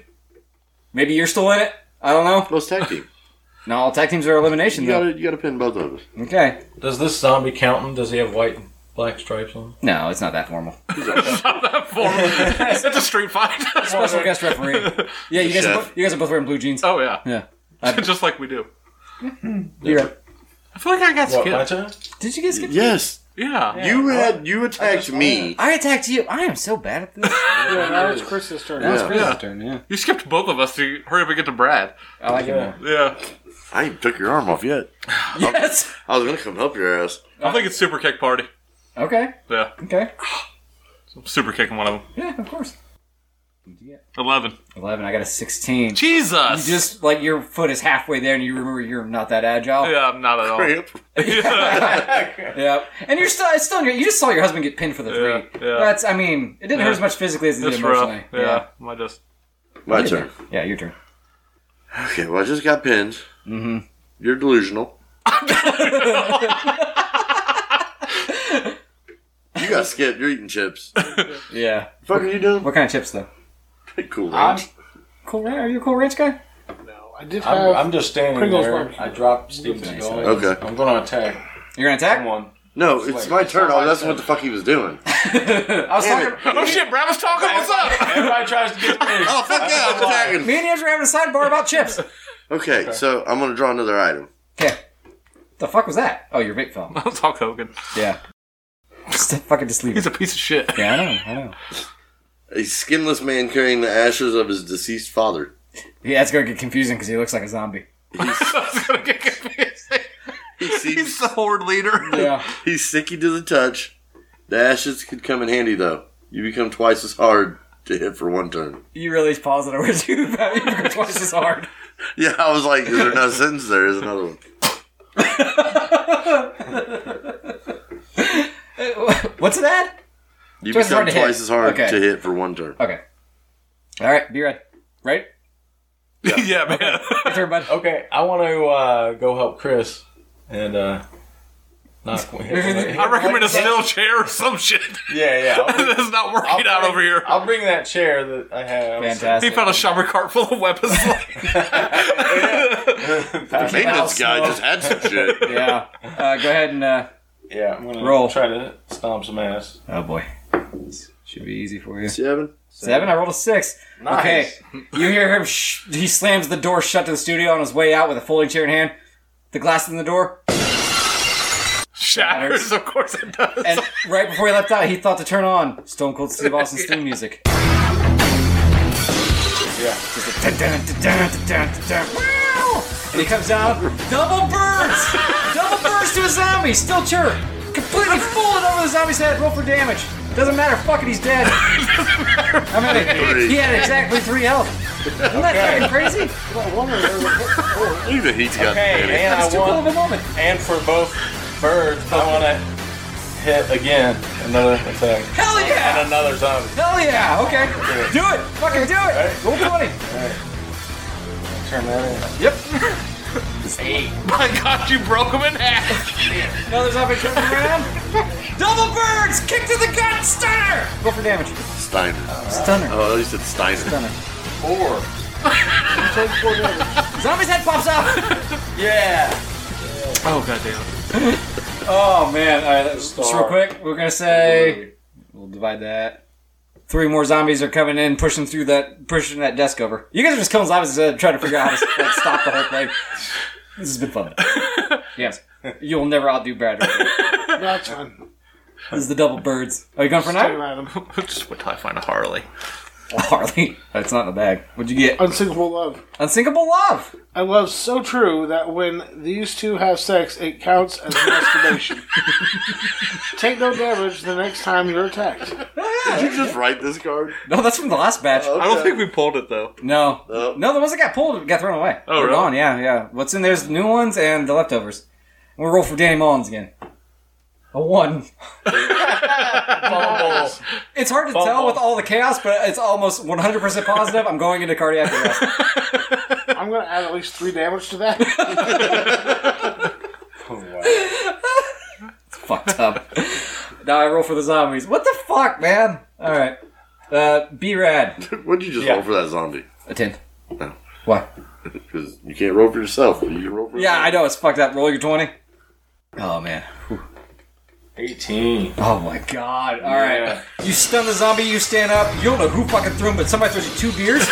Speaker 1: Maybe you're still in it. I don't know.
Speaker 2: Most tag team.
Speaker 1: no, all tag teams are elimination,
Speaker 2: You
Speaker 1: though.
Speaker 2: gotta, you gotta pin both of us.
Speaker 1: Okay.
Speaker 6: Does this zombie count him? Does he have white and black stripes on?
Speaker 1: No, it's not that formal.
Speaker 5: it's a street fight.
Speaker 1: Special guest referee. Yeah, you guys, are
Speaker 5: Chef.
Speaker 1: both, you guys are both wearing blue jeans.
Speaker 5: Oh, yeah.
Speaker 1: Yeah.
Speaker 5: Just like we do.
Speaker 1: You're right.
Speaker 5: I feel like I got
Speaker 1: What,
Speaker 5: skipped.
Speaker 1: my turn? Did you get skipped?
Speaker 2: Yes.
Speaker 5: Yeah.
Speaker 2: You had you attacked me.
Speaker 1: I attacked you. I am so bad at this.
Speaker 7: Yeah, now it's Chris's turn.
Speaker 1: Now it's
Speaker 2: Yeah.
Speaker 1: Chris's
Speaker 5: Yeah.
Speaker 1: turn, yeah.
Speaker 5: You skipped both of us to hurry up and get to Brad.
Speaker 1: I like it
Speaker 5: yeah.
Speaker 1: more.
Speaker 5: Yeah.
Speaker 2: I ain't took your arm off yet.
Speaker 1: Yes!
Speaker 2: I was gonna come help your ass.
Speaker 5: I think it's Super Kick Party.
Speaker 1: Okay.
Speaker 5: Yeah.
Speaker 1: Okay.
Speaker 5: I'm super kicking one of them.
Speaker 1: Yeah, of course.
Speaker 5: 11.
Speaker 1: 11. I got a 16.
Speaker 5: Jesus!
Speaker 1: You just, like, your foot is halfway there and you remember you're not that agile.
Speaker 5: Oh. Yeah, I'm not at all.
Speaker 1: Crap. Yep. And you're still, it's still, you just saw your husband get pinned for the three.
Speaker 5: yeah.
Speaker 1: That's, I mean, it didn't hurt
Speaker 5: Yeah.
Speaker 1: as much physically as it did
Speaker 5: That's rough.
Speaker 1: emotionally.
Speaker 5: Yeah. I just.
Speaker 2: My turn.
Speaker 1: Yeah, your turn.
Speaker 2: Okay, well I just got pinned. Mm-hmm. You're delusional. you got skipped. You're eating chips.
Speaker 1: Yeah.
Speaker 2: Fuck are you doing?
Speaker 1: What kind of chips, though?
Speaker 2: Cool. Ranch.
Speaker 1: Cool Ranch? Are you a Cool Ranch guy?
Speaker 7: I did
Speaker 6: I'm,
Speaker 7: have
Speaker 6: I'm just standing
Speaker 7: Pringles
Speaker 6: there.
Speaker 7: barbecue.
Speaker 6: I dropped Steven's goal.
Speaker 2: Okay.
Speaker 6: I'm going to attack.
Speaker 1: You're gonna attack?
Speaker 6: Someone.
Speaker 2: No, it's my turn. Oh, that's what the fuck he was doing.
Speaker 1: I was talking.
Speaker 5: Oh shit, Brad was talking. What's up?
Speaker 6: Everybody tries to get me.
Speaker 2: Oh fuck yeah, I'm attacking.
Speaker 1: Me and Andrew were having a sidebar about chips.
Speaker 2: Okay, so I'm gonna draw another item.
Speaker 1: Okay. The fuck was that? Oh, your vape fell.
Speaker 5: That was Hulk Hogan.
Speaker 1: Yeah. Just fucking just leave it.
Speaker 5: He's a piece of shit.
Speaker 1: Yeah, I know. I know.
Speaker 2: A skinless man carrying the ashes of his deceased father.
Speaker 1: Yeah, it's gonna get confusing because he looks like a zombie.
Speaker 5: I was gonna get confused.
Speaker 2: He seems
Speaker 5: He's the horde leader.
Speaker 1: Yeah.
Speaker 2: he's sticky to the touch. The ashes could come in handy though. You become twice as hard to hit for one turn.
Speaker 1: You really paused it over two. You go twice as hard.
Speaker 2: Yeah, I was like, is there another sentence there? Is another one.
Speaker 1: What's that?
Speaker 2: You
Speaker 1: Twice as
Speaker 2: become
Speaker 1: hard to hit.
Speaker 2: twice as hard
Speaker 1: Okay.
Speaker 2: to hit for one turn.
Speaker 1: Okay. All right. Be ready. Right.
Speaker 5: Yeah, man.
Speaker 1: Your turn, bud.
Speaker 6: Okay, I want to uh, go help Chris and uh, not quit.
Speaker 5: I recommend a steel chair or some shit.
Speaker 6: Yeah, yeah. I'll bring,
Speaker 5: That's not working
Speaker 6: I'll
Speaker 5: out
Speaker 6: bring-
Speaker 5: over here.
Speaker 6: I'll bring that chair that I have.
Speaker 5: He
Speaker 1: Fantastic.
Speaker 5: found a shopper cart full of weapons.
Speaker 2: The maintenance guy just had some shit.
Speaker 1: yeah. Uh, go ahead and. Uh,
Speaker 6: yeah, I'm gonna
Speaker 1: roll.
Speaker 6: Try to stomp some ass.
Speaker 1: Oh boy, This should be easy for you.
Speaker 2: Seven.
Speaker 1: Seven. I rolled a six.
Speaker 6: Nice.
Speaker 1: Okay, you hear him. Sh- he slams the door shut to the studio on his way out with a folding chair in hand. The glass in the door
Speaker 5: shatters. Of course it does.
Speaker 1: And right before he left out, he thought to turn on Stone Cold Steve Austin's theme music.
Speaker 6: Yeah.
Speaker 1: Just a dun, dun, dun, dun, dun, dun, dun. Wow! And he comes down, double burns! double burns to a zombie, still chirp. Completely folded over the zombie's head, roll for damage. Doesn't matter, fuck it, he's dead. I mean,
Speaker 2: Three.
Speaker 1: he had exactly three health. Isn't that
Speaker 2: Okay.
Speaker 1: fucking crazy?
Speaker 2: Look at the heat he got.
Speaker 6: Okay,
Speaker 2: baby.
Speaker 6: and I
Speaker 1: That's too cool of a
Speaker 6: want,
Speaker 1: moment.
Speaker 6: and for both birds, I want to hit again another attack.
Speaker 1: Hell yeah!
Speaker 6: And another zombie.
Speaker 1: Hell yeah, okay. Do it! Fucking do it! Roll 20!
Speaker 6: Turn that
Speaker 1: Yep.
Speaker 5: Eight. My God, you broke him in half.
Speaker 1: Another zombie turns around. Double burns! Kick to the gut, stunner! Roll for damage.
Speaker 2: Steiner.
Speaker 1: Stunner.
Speaker 2: Oh, at least it's Steiner.
Speaker 1: Stunner.
Speaker 6: Four.
Speaker 1: Zombie's head pops out!
Speaker 6: in. Yeah.
Speaker 5: Oh goddamn.
Speaker 1: oh man, all right, that was just
Speaker 6: Star.
Speaker 1: real quick. We're gonna say we'll divide that. Three more zombies are coming in, pushing through that, pushing that desk over. You guys are just killing zombies instead of trying to figure out how to like, stop the whole thing. This has been fun. yes, you'll never outdo Brad.
Speaker 7: That's fun.
Speaker 1: This is the double birds. Are you going for
Speaker 7: Staring
Speaker 1: another?
Speaker 7: at him.
Speaker 5: Just wait till I find a Harley.
Speaker 1: Oh, Harley, that's not in the bag. What'd you get?
Speaker 7: Unsinkable love.
Speaker 1: Unsinkable love.
Speaker 7: And love's so true that when these two have sex, it counts as masturbation. Take no damage the next time you're attacked.
Speaker 2: Did you just write this card? Oh,
Speaker 1: No, that's from the last batch.
Speaker 2: Okay.
Speaker 5: I don't think we pulled it though.
Speaker 1: No,
Speaker 2: No.
Speaker 1: no, the ones that got pulled got thrown away.
Speaker 5: Oh,
Speaker 1: They're
Speaker 5: really?
Speaker 1: gone. Yeah, yeah. What's in there's new ones and the leftovers. And we'll roll for Danny Mullins again. A one.
Speaker 6: Fumbles.
Speaker 1: It's hard to tell with all the chaos, but it's almost 100% positive. I'm going into cardiac arrest.
Speaker 7: I'm going to add at least three damage to that.
Speaker 2: Oh,
Speaker 1: Fucked up. now I roll for the zombies. What the fuck, man? All right. Uh, B Rad.
Speaker 2: What'd you just
Speaker 6: Yeah.
Speaker 2: roll for that zombie?
Speaker 1: A ten.
Speaker 2: No.
Speaker 1: Why?
Speaker 2: Because you can't roll for yourself. You can roll for
Speaker 1: Yeah, I know it's fucked up. Roll your twenty. Oh man. Whew.
Speaker 6: Eighteen.
Speaker 1: Oh my god. All right. You stun the zombie, you stand up. You don't know who fucking threw him, but somebody throws you two beers.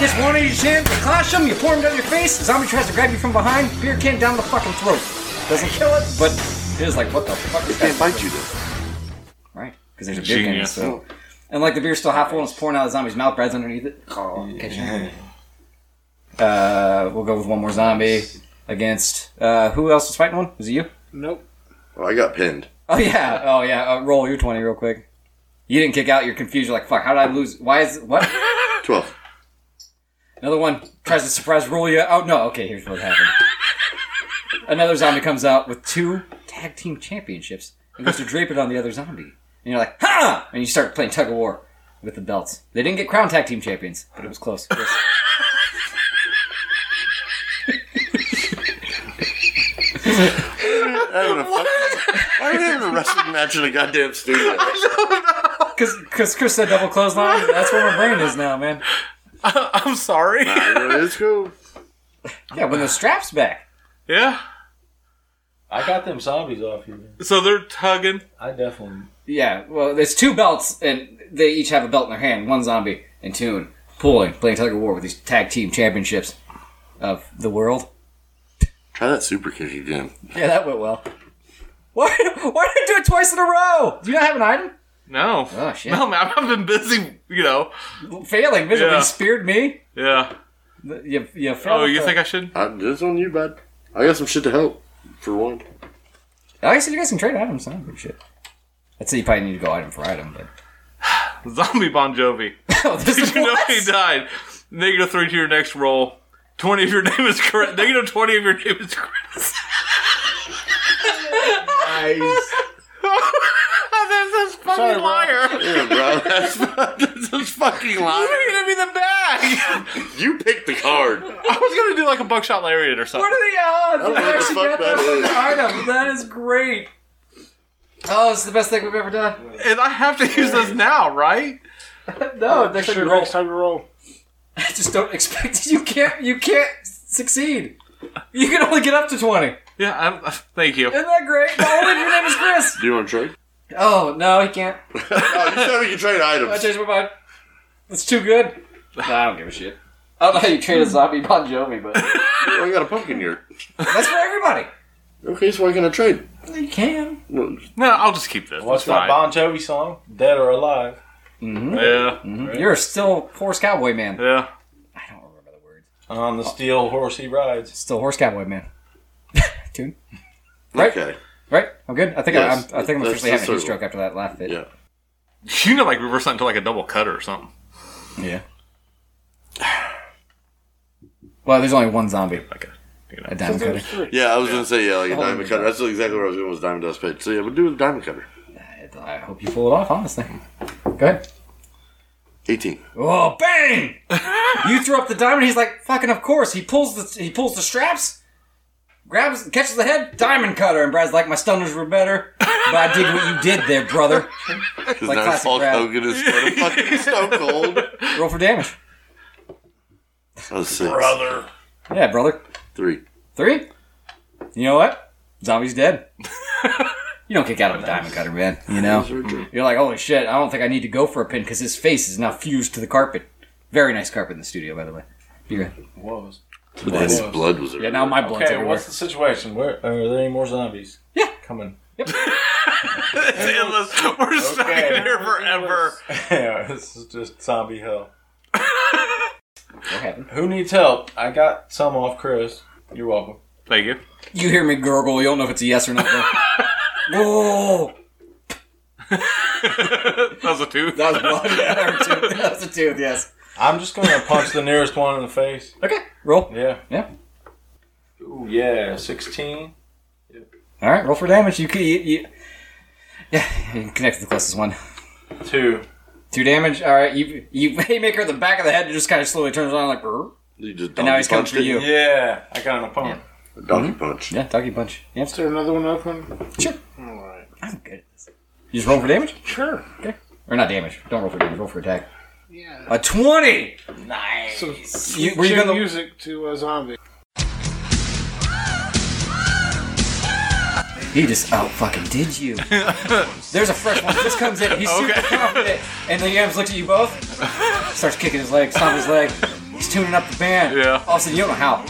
Speaker 1: Gets one in your chin, you clash him, you pour him down your face. The zombie tries to grab you from behind, beer can down the fucking throat. Doesn't kill it, but it is like, what the fuck is
Speaker 2: Can't
Speaker 1: that?
Speaker 2: bite you though.
Speaker 1: Right. Because there's a beer can,
Speaker 5: Genius.
Speaker 1: so. And like the beer's still half full and it's pouring out of the zombie's mouth, Brad's underneath it. Oh, catch it. Uh, we'll go with one more zombie against. Uh, who else was fighting one? Was it you?
Speaker 7: nope.
Speaker 2: Well, I got pinned.
Speaker 1: Oh yeah, oh yeah. Uh, roll your twenty real quick. You didn't kick out. You're confused. You're like, fuck. How did I lose? Why is what?
Speaker 2: Twelve.
Speaker 1: Another one tries to surprise roll you. Oh no. Okay, here's what happened. Another zombie comes out with two tag team championships and goes to drape it on the other zombie. And you're like, ha! And you start playing tug of war with the belts. They didn't get crown tag team champions, but it was close. Yes.
Speaker 2: Having a fucking, why are we having a wrestling match in a goddamn studio?
Speaker 1: Cause, cause Chris said double clothesline. and That's where my brain is now, man.
Speaker 5: I'm sorry.
Speaker 2: Let's go.
Speaker 1: Yeah, when the strap's back.
Speaker 5: Yeah.
Speaker 6: I got them zombies off you. man.
Speaker 5: So they're tugging.
Speaker 6: I definitely.
Speaker 1: Yeah, well, there's two belts, and they each have a belt in their hand. One zombie in tune, pulling, playing tug of war with these tag team championships of the world.
Speaker 2: Try that super kick again.
Speaker 1: Yeah, that went well. Why, why did I do it twice in a row? Do you not have an item?
Speaker 5: No.
Speaker 1: Oh, shit.
Speaker 5: No, man. I've been busy. You know.
Speaker 1: Failing miserably,
Speaker 5: Yeah.
Speaker 1: you speared me.
Speaker 5: Yeah.
Speaker 1: You, you failed.
Speaker 5: Oh, you
Speaker 1: the-
Speaker 5: think I should?
Speaker 2: I, this on you, bud. I got some shit to help. For one,
Speaker 1: Like I Oh, said, you guys can trade items. I don't give a shit. I'd say you probably need to go item for item, but
Speaker 5: Zombie Bon Jovi.
Speaker 1: oh, this
Speaker 5: Did
Speaker 1: is
Speaker 5: you know
Speaker 1: what?
Speaker 5: he died? Negative three to your next roll. Twenty if your name is correct. Negative twenty if your name is correct.
Speaker 6: Nice.
Speaker 5: this is fucking
Speaker 7: Sorry, bro.
Speaker 5: liar. You're
Speaker 2: yeah, bro. That's that's a fucking lie.
Speaker 5: gonna be the bag.
Speaker 2: You picked the card.
Speaker 5: I was gonna do like a buckshot lariat or
Speaker 1: What
Speaker 5: something.
Speaker 1: are the odds?
Speaker 2: don't know
Speaker 1: I
Speaker 2: what the
Speaker 1: actually
Speaker 2: fuck
Speaker 1: got that
Speaker 2: that is.
Speaker 1: fucking item. That is great. Oh, it's the best thing we've ever done.
Speaker 5: And I have to use this now, right?
Speaker 1: No, next
Speaker 7: Sure,
Speaker 1: time you roll.
Speaker 7: next time you roll.
Speaker 1: I just don't expect you can't you can't succeed. You can only get up to 20.
Speaker 5: Yeah, I'm, thank you.
Speaker 1: Isn't that great? Oh, wait, your name is Chris.
Speaker 2: Do you want to trade?
Speaker 1: Oh, no, he can't.
Speaker 2: oh, you said we could trade items.
Speaker 1: I changed my mind. It's too good. Nah, I don't give a shit. I don't know how you trade a zombie Bon Jovi, but.
Speaker 2: I got a pumpkin here.
Speaker 1: That's for everybody.
Speaker 2: Okay, so why can't I trade?
Speaker 1: You can.
Speaker 2: No,
Speaker 5: I'll just keep this.
Speaker 6: What's that Bon Jovi song? Dead or Alive?
Speaker 1: Mm-hmm.
Speaker 5: Yeah.
Speaker 1: You're still horse cowboy man.
Speaker 5: Yeah.
Speaker 6: On the steel horse he rides.
Speaker 1: Still horse cowboy man. Tune. Right.
Speaker 2: Okay.
Speaker 1: Right. I'm good. I think
Speaker 5: Yes.
Speaker 1: I, I'm, I think I'm
Speaker 5: That's-
Speaker 1: officially
Speaker 5: that's
Speaker 1: having a heat
Speaker 5: sort of-
Speaker 1: stroke after that laugh fit.
Speaker 2: Yeah.
Speaker 5: You know, like reverse that into like a double cutter or something.
Speaker 1: Yeah. Well, there's only one zombie.
Speaker 5: Okay.
Speaker 1: A diamond cutter.
Speaker 2: Yeah, I was gonna say yeah, like a
Speaker 1: Oh,
Speaker 2: diamond
Speaker 1: yeah.
Speaker 2: cutter. That's exactly what I was doing was diamond dust page. So yeah, we'll do the diamond cutter.
Speaker 1: I hope you pull it off. Honestly. Go ahead.
Speaker 2: Eighteen.
Speaker 1: Oh, bang! you throw up the diamond. He's like, fucking, of course. He pulls the he pulls the straps, grabs, catches the head, diamond cutter. And Brad's like, my stunners were better, but I did what you did there, brother.
Speaker 2: Because
Speaker 1: Like
Speaker 2: now
Speaker 1: classic
Speaker 2: Hulk
Speaker 1: Brad.
Speaker 2: Hogan is going to fucking Stone Cold.
Speaker 1: Roll for damage.
Speaker 2: Oh, six.
Speaker 6: Brother.
Speaker 1: Yeah, brother.
Speaker 2: Three.
Speaker 1: Three? You know what? Zombie's dead. you don't kick out of a diamond cutter, man. You know?
Speaker 2: Those are true.
Speaker 1: You're like, holy shit, I don't think I need to go for a pin because his face is now fused to the carpet. Very nice carpet in the studio, by the way. You're good.
Speaker 6: Was.
Speaker 2: But then his blood was
Speaker 1: Yeah, now my blood's
Speaker 6: Okay,
Speaker 1: everywhere.
Speaker 6: what's the situation? Where are there any more zombies?
Speaker 1: Yeah.
Speaker 6: Coming.
Speaker 5: It's endless. We're stuck in here forever.
Speaker 6: yeah, this is just zombie hell.
Speaker 1: What happened?
Speaker 6: Who needs help? I got some off Chris. You're welcome.
Speaker 5: Thank you.
Speaker 1: You hear me gurgle, you don't know if it's a yes or not. though. Whoa!
Speaker 5: that was a two.
Speaker 1: That was blood. That was a tooth. That was a tooth, yes.
Speaker 6: I'm just gonna punch the nearest one in the face.
Speaker 1: Okay, roll.
Speaker 6: Yeah.
Speaker 1: Yeah.
Speaker 6: Ooh, yeah, sixteen.
Speaker 1: All right, roll for damage. You, c- you, you yeah, you connect to the closest one.
Speaker 6: Two.
Speaker 1: Two damage. All right, you you haymaker at the back of the head. It just kind of slowly turns on, like, brr.
Speaker 2: You just
Speaker 1: And now he's coming
Speaker 2: donkey punched it.
Speaker 1: for you.
Speaker 6: Yeah, I got an opponent.
Speaker 2: Donkey punch.
Speaker 1: Yeah, doggy punch. Yep.
Speaker 7: Is there another one open?
Speaker 1: Sure.
Speaker 7: All right.
Speaker 1: I'm good at this. You just roll for damage?
Speaker 7: Sure.
Speaker 1: Or not damage. Don't roll for damage, roll for attack.
Speaker 7: Yeah.
Speaker 1: A 20!
Speaker 6: Nice.
Speaker 7: Some
Speaker 1: You- were you
Speaker 7: shit
Speaker 1: gonna-
Speaker 7: music to a zombie.
Speaker 1: He just out fucking did you. There's a fresh one. This comes in. He's super confident. And the Yams looks at you both, starts kicking his leg, stomping his leg. He's tuning up the band.
Speaker 5: Yeah.
Speaker 1: All of a sudden, you don't know how.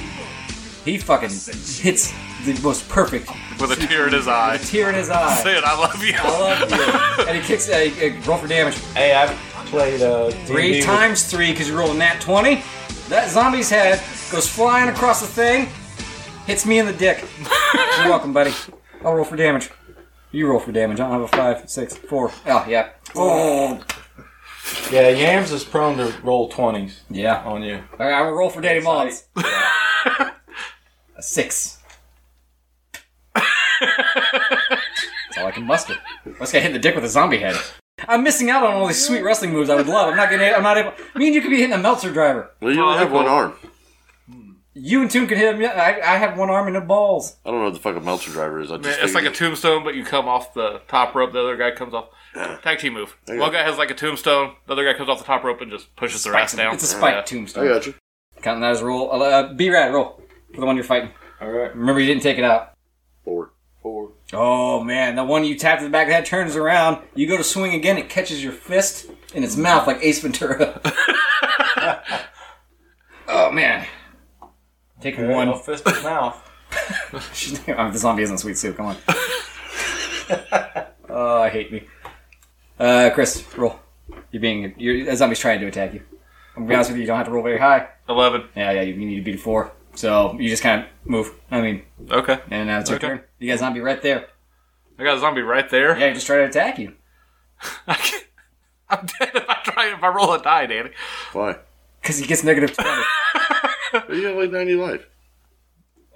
Speaker 1: He fucking hits the most perfect
Speaker 5: With a tear in his eye.
Speaker 1: tear in his eye.
Speaker 5: Sid, I love you.
Speaker 1: I love you. And he kicks a, a roll for damage.
Speaker 6: Hey, I've played uh,
Speaker 1: Three
Speaker 6: D&D with-
Speaker 1: times three because you rolled a nat 20. That zombie's head goes flying across the thing, hits me in the dick. You're welcome, buddy. I'll roll for damage. You roll for damage. I don't have a five, six, four. Oh, yeah. Oh,
Speaker 6: Yeah, Yams is prone to roll twenties
Speaker 1: yeah.
Speaker 6: on you.
Speaker 1: All right, I'm going to roll for Daddy Mods. a six. That's all I can muster. Let's get hit in the dick with a zombie head. I'm missing out on all these sweet wrestling moves I would love. I'm not gonna. I'm not able. Me and you could be hitting a Meltzer driver.
Speaker 2: Well,
Speaker 5: Oh,
Speaker 2: you only have one arm.
Speaker 1: You and Toon can hit him. Yeah, I, I have one arm and the balls.
Speaker 2: I don't know what the fuck a Meltzer driver is. I just
Speaker 5: Man, it's like a
Speaker 2: figured
Speaker 5: tombstone, but you come off the top rope. The other guy comes off. Tag team move.
Speaker 2: you
Speaker 5: One
Speaker 2: go.
Speaker 5: guy has like a tombstone. The other guy comes off the top rope and just pushes their ass down.
Speaker 1: It's a spike
Speaker 2: it. I
Speaker 1: tombstone.
Speaker 2: got you.
Speaker 1: Counting that as a roll. Uh, B Rad, roll for the one you're fighting.
Speaker 6: All right,
Speaker 1: Remember, you didn't take it out.
Speaker 2: Four.
Speaker 6: four.
Speaker 1: Oh man, the one you tapped in the back of the head turns around. You go to swing again, it catches your fist in its mouth like Ace Ventura. oh man, taking
Speaker 6: One
Speaker 1: one.
Speaker 6: fist in mouth.
Speaker 1: Oh, the zombie isn't sweet soup. Come on. oh, I hate me. Uh, Chris, roll. You're being you're, a zombie's trying to attack you. I'm gonna be honest with you. You don't have to roll very high.
Speaker 5: Eleven.
Speaker 1: Yeah, yeah. You, you need to beat a four. So you just kind of move. I mean,
Speaker 5: Okay.
Speaker 1: and now it's your
Speaker 5: Okay.
Speaker 1: turn. You got a zombie right there.
Speaker 5: I got a zombie right there.
Speaker 1: Yeah, he just try to attack you
Speaker 5: I can't, I'm dead if I try. If I roll a die, Danny.
Speaker 2: Why?
Speaker 1: because he gets negative twenty.
Speaker 2: You have like ninety life.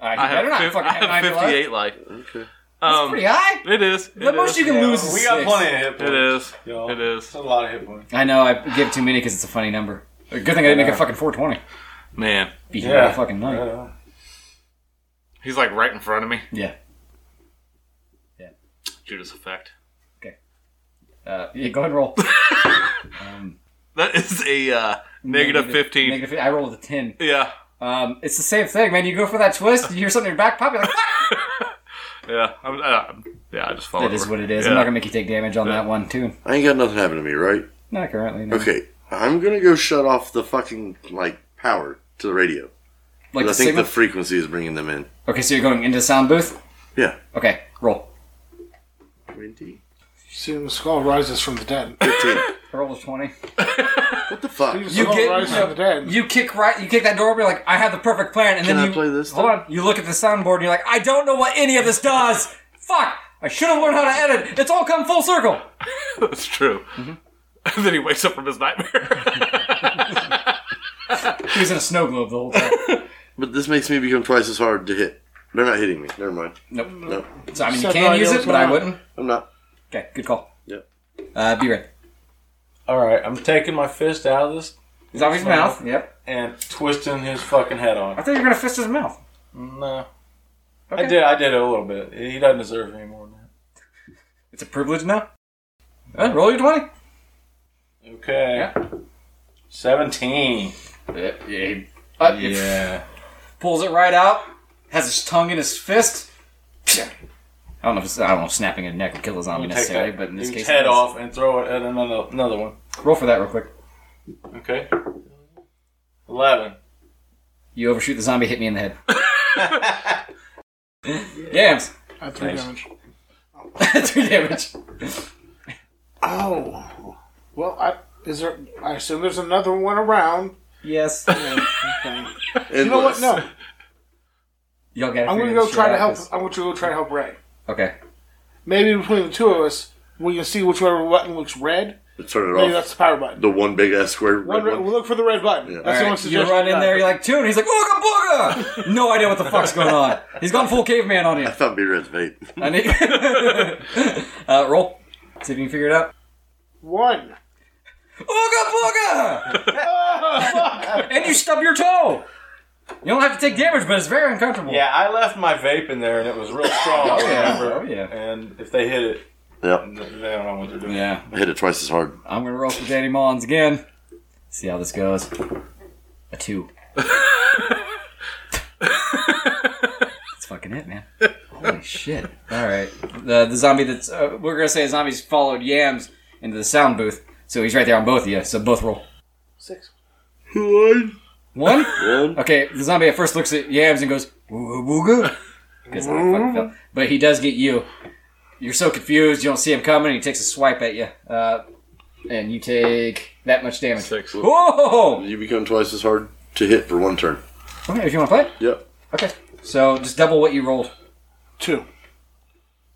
Speaker 1: Uh, you
Speaker 5: I
Speaker 1: better
Speaker 5: have,
Speaker 1: not
Speaker 5: fif-
Speaker 1: fucking
Speaker 5: I
Speaker 1: have,
Speaker 5: have
Speaker 1: nine left.
Speaker 5: fifty-eight life.
Speaker 2: Okay.
Speaker 1: That's
Speaker 5: Um,
Speaker 1: pretty high.
Speaker 5: it is. It
Speaker 1: The most
Speaker 5: is.
Speaker 1: you can lose is
Speaker 6: we got
Speaker 1: six.
Speaker 6: plenty of hit points.
Speaker 5: It is.
Speaker 6: y'all.
Speaker 5: It is.
Speaker 6: That's a lot of hit points.
Speaker 1: I know. I give too many because it's a funny number. Good thing I didn't make a fucking 420.
Speaker 5: Man,
Speaker 1: Be here all fucking night.
Speaker 6: Right on.
Speaker 5: he's like right in front of me.
Speaker 1: Yeah.
Speaker 5: Judas effect.
Speaker 1: Uh, yeah. Go ahead and roll. Um,
Speaker 5: That is a uh, negative fifteen.
Speaker 1: Negative. I rolled a 10.
Speaker 5: Yeah.
Speaker 1: Um, it's the same thing, man. You go for that twist, you hear something in your back pocket, like,
Speaker 5: Yeah, I'm, uh, yeah, I just follow.
Speaker 1: That is what it is. I'm not gonna make you take damage on that one too.
Speaker 2: I ain't got nothing happen to me, right?
Speaker 1: Not currently. No.
Speaker 2: Okay, I'm gonna go shut off the fucking like power to the radio.
Speaker 1: Like
Speaker 2: 'Cause
Speaker 1: the
Speaker 2: I think
Speaker 1: signal?
Speaker 2: the frequency is bringing them in.
Speaker 1: Okay, so you're going into the sound booth.
Speaker 2: Yeah.
Speaker 1: Okay, roll.
Speaker 2: Twenty.
Speaker 7: Seeing the skull rises from the dead.
Speaker 1: Roll is twenty.
Speaker 2: what the fuck?
Speaker 1: You get you kick right. You kick that door open. You're like, I have the perfect plan. And
Speaker 2: Can
Speaker 1: then
Speaker 2: I
Speaker 1: you
Speaker 2: play this
Speaker 1: Hold on. You look at the soundboard. and You're like, I don't know what any of this does. Fuck! I should have learned how to edit. It's all come full circle.
Speaker 5: That's true.
Speaker 1: Mm-hmm.
Speaker 5: And then he wakes up from his nightmare.
Speaker 1: He was in a snow globe the whole time.
Speaker 2: But this makes me become twice as hard to hit. They're not hitting me. Never mind.
Speaker 1: Nope.
Speaker 2: Nope.
Speaker 1: So I mean, you can use it, but I wouldn't.
Speaker 2: I'm not.
Speaker 1: Okay, good call.
Speaker 2: Yeah.
Speaker 1: Uh, be ready.
Speaker 6: All right, I'm taking my fist out of this.
Speaker 1: It's out of his mouth, Yep.
Speaker 6: And twisting his fucking head on.
Speaker 1: I thought you were gonna fist his mouth.
Speaker 6: No.
Speaker 1: Okay.
Speaker 6: I did. I did it a little bit. He doesn't deserve any more than that.
Speaker 1: It's a privilege now. Uh, roll your twenty.
Speaker 6: Okay. Seventeen.
Speaker 1: Yeah. Yeah. Uh, it Pulls it right out. Has his tongue in his fist. I don't know if it's, I don't know if snapping a neck would kill a zombie necessarily, but in this case,
Speaker 6: head
Speaker 1: it is.
Speaker 6: off and throw it at another another one.
Speaker 1: Roll for that real quick.
Speaker 6: Okay. Eleven.
Speaker 1: You overshoot the zombie, hit me in the head. Yams.
Speaker 7: At three
Speaker 1: Nice.
Speaker 7: damage.
Speaker 1: Three damage.
Speaker 7: Oh. Well, I is there? I assume there's another one around.
Speaker 1: Yes.
Speaker 7: okay. You know what? No,
Speaker 1: Y'all got.
Speaker 7: I'm gonna go try to help. I want you to go try to help Ray.
Speaker 1: Okay.
Speaker 7: Maybe between the two of us, we can see whichever button looks red.
Speaker 2: Let's turn it
Speaker 7: Maybe
Speaker 2: off.
Speaker 7: that's the power button.
Speaker 2: The one big ass square. red
Speaker 7: One, red-
Speaker 2: one.
Speaker 7: We'll look for the red button. That's the
Speaker 1: All
Speaker 7: only
Speaker 1: right, you
Speaker 7: suggestion.
Speaker 1: run in there, you're like, Tune. He's like, Ooga Booga! No idea what the fuck's going on. He's gone full caveman on you.
Speaker 2: I thought B red's vape.
Speaker 1: I need- uh, roll. See if you can figure it out.
Speaker 7: One.
Speaker 1: Ooga booga! and you stub your toe. You don't have to take damage, but it's very uncomfortable.
Speaker 6: Yeah, I left my vape in there and it was real strong.
Speaker 1: Oh, yeah.
Speaker 6: remember?
Speaker 1: Oh, yeah.
Speaker 6: And if they hit it,
Speaker 2: Yep.
Speaker 6: they don't know what they're doing.
Speaker 1: Yeah.
Speaker 2: I hit it twice as hard.
Speaker 1: I'm gonna roll for Danny Mullins again. See how this goes. A two. That's fucking it, man. Holy shit! All right, the the zombie that's uh, we're gonna say the zombie's followed Yams into the sound booth, so he's right there on both of you. So both roll.
Speaker 7: Six.
Speaker 2: One.
Speaker 1: One?
Speaker 2: One.
Speaker 1: Okay, the zombie at first looks at Yams and goes, Wooga Wooga. 'Cause I fucking fell. But he does get you. You're so confused, you don't see him coming, he takes a swipe at you. Uh, and you take that much damage. Six. Whoa!
Speaker 2: You become twice as hard to hit for one turn.
Speaker 1: Okay, if you want to play?
Speaker 2: Yep.
Speaker 1: Okay. So just double what you rolled.
Speaker 7: Two.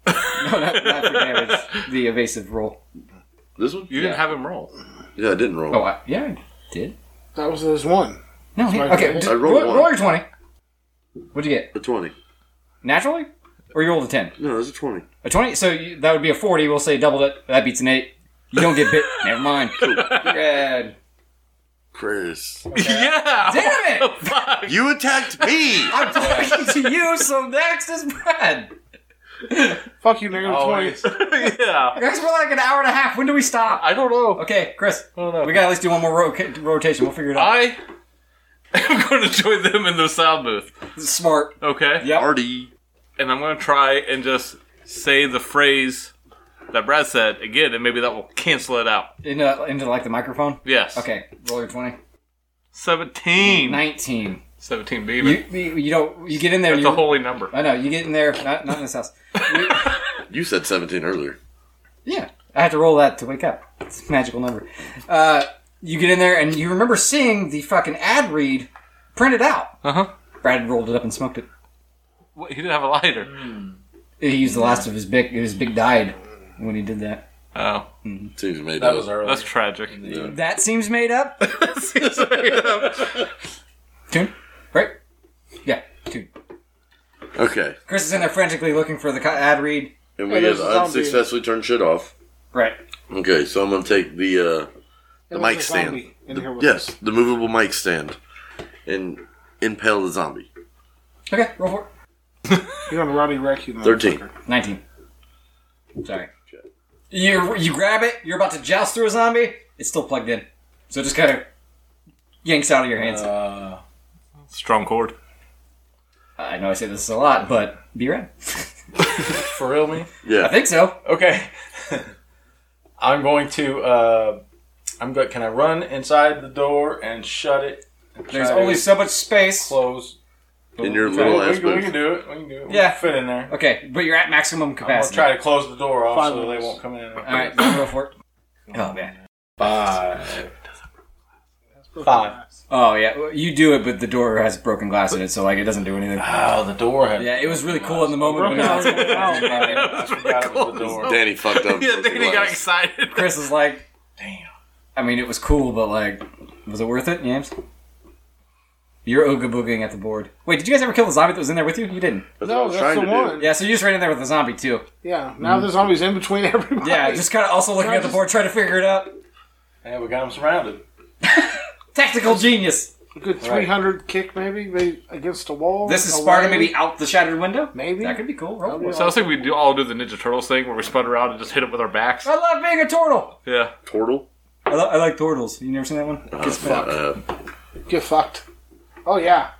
Speaker 1: no, not, not for damage. The evasive roll.
Speaker 2: This one?
Speaker 5: You didn't have him roll.
Speaker 2: Yeah, I didn't roll.
Speaker 1: Oh, I, yeah, I did.
Speaker 7: That was his one.
Speaker 1: No, he, okay. d-
Speaker 2: I rolled
Speaker 1: roll,
Speaker 2: one.
Speaker 1: roll your 20. What'd you get?
Speaker 2: A 20.
Speaker 1: Naturally? Or you rolled a 10?
Speaker 2: No, it was a 20.
Speaker 1: A 20? So you, that would be a 40. We'll say double it. That beats an 8. You don't get bit. Never mind. Red.
Speaker 2: Chris.
Speaker 5: Yeah.
Speaker 1: Damn
Speaker 5: Oh,
Speaker 1: it!
Speaker 2: You attacked me!
Speaker 1: I'm talking to you, so next is Brad.
Speaker 7: Fuck you, negative twenty.
Speaker 5: yeah.
Speaker 1: Next, we're like an hour and a half. When do we stop?
Speaker 5: I don't know.
Speaker 1: Okay, Chris. We gotta at least do one more roca- rotation. We'll figure it out.
Speaker 5: I am going to join them in the sound booth.
Speaker 1: Smart.
Speaker 5: Okay.
Speaker 1: Yep.
Speaker 2: Artie.
Speaker 5: And I'm going to try and just say the phrase that Brad said again, and maybe that will cancel it out.
Speaker 1: Into, uh, into like the microphone?
Speaker 5: Yes.
Speaker 1: Okay, roll your 20.
Speaker 5: 17.
Speaker 1: 19.
Speaker 5: 17 baby.
Speaker 1: You, you, you don't, you get in there.
Speaker 5: That's
Speaker 1: you,
Speaker 5: a holy number.
Speaker 1: I know, you get in there. Not, not in this house.
Speaker 2: You said 17 earlier.
Speaker 1: Yeah, I had to roll that to wake up. It's a magical number. Uh, you get in there and you remember seeing the fucking ad read printed out.
Speaker 5: Uh huh.
Speaker 1: Brad had rolled it up and smoked it.
Speaker 5: What, he didn't have a lighter.
Speaker 1: Hmm. He used the last of his big. His big died when he did that. Mm-hmm.
Speaker 5: Oh.
Speaker 2: Seems made
Speaker 6: That
Speaker 2: up.
Speaker 6: was early.
Speaker 5: That's tragic.
Speaker 1: That seems made up. Tune, right? Yeah, tune.
Speaker 2: Okay.
Speaker 1: Chris is in there frantically looking for the co- ad read.
Speaker 2: And
Speaker 7: Hey,
Speaker 2: we
Speaker 7: there's
Speaker 2: have
Speaker 7: a zombie.
Speaker 2: unsuccessfully turned shit off.
Speaker 1: Right.
Speaker 2: Okay, so I'm going to take the, uh,
Speaker 7: There
Speaker 2: the
Speaker 7: was
Speaker 2: mic
Speaker 7: a
Speaker 2: stand.
Speaker 7: zombie in
Speaker 2: The-
Speaker 7: here with
Speaker 2: yes, the movable mic stand. And impale the zombie.
Speaker 1: Okay, roll for it.
Speaker 7: You're gonna Roddy wreck you.
Speaker 2: 13.
Speaker 7: motherfucker.
Speaker 1: Nineteen. Sorry. You you grab it. You're about to joust through a zombie. It's still plugged in, so it just kind of yanks out of your hands.
Speaker 6: Uh,
Speaker 5: Strong cord.
Speaker 1: I know I say this a lot, but be ready.
Speaker 6: For real, me?
Speaker 1: I think so.
Speaker 6: Okay. I'm going to. Uh, I'm going. Can I run inside the door and shut it? and
Speaker 1: There's
Speaker 6: try to
Speaker 1: only so much space.
Speaker 6: Close.
Speaker 2: In your
Speaker 6: We-
Speaker 2: little
Speaker 6: we,
Speaker 2: ass
Speaker 6: we, we
Speaker 2: booth.
Speaker 6: can do it. We can do it. We
Speaker 1: Yeah.
Speaker 6: can fit in there.
Speaker 1: Okay, but you're at maximum
Speaker 6: I'm gonna
Speaker 1: capacity.
Speaker 6: try to close the door off
Speaker 1: Five
Speaker 6: so they
Speaker 1: minutes.
Speaker 6: won't come in. All
Speaker 1: right, go for it. Oh man.
Speaker 6: Five. Five.
Speaker 1: Oh yeah, well, you do it, but the door has broken glass in it, so like it doesn't do anything.
Speaker 6: Oh, the door had.
Speaker 1: Yeah, it was really cool in the moment.
Speaker 6: Broken
Speaker 1: when
Speaker 6: glass.
Speaker 1: Oh, I
Speaker 6: forgot it was the door.
Speaker 2: Danny fucked up.
Speaker 5: Yeah, Danny got excited.
Speaker 1: Chris is like, "Damn." I mean, it was cool, but like, was it worth it, Yams? You're ooga booging at the board. Wait, did you guys ever kill the zombie that was in there with you? You didn't.
Speaker 2: That's
Speaker 7: No, that's the one.
Speaker 1: Yeah, so you just ran in there with the zombie too.
Speaker 7: Yeah,
Speaker 1: Mm-hmm.
Speaker 7: now the zombies in between everybody.
Speaker 1: Yeah, just kind of also looking
Speaker 7: Can I
Speaker 1: at the board, trying to figure it out.
Speaker 6: Yeah, we got them surrounded.
Speaker 1: Tactical genius.
Speaker 7: A good
Speaker 6: Right.
Speaker 7: 300 kick, maybe, maybe against a wall.
Speaker 1: This is
Speaker 7: a
Speaker 1: Sparta
Speaker 7: wall.
Speaker 1: maybe out the shattered window.
Speaker 7: Maybe
Speaker 1: that could be cool. Roll
Speaker 5: So I was thinking we do all do the Ninja Turtles thing where we spun around and just hit it with our backs.
Speaker 1: I love being a turtle.
Speaker 5: Yeah.
Speaker 2: Turtle.
Speaker 1: I, li- I like turtles. You never seen that one? Gets spit out.
Speaker 7: Get fucked. Oh, yeah.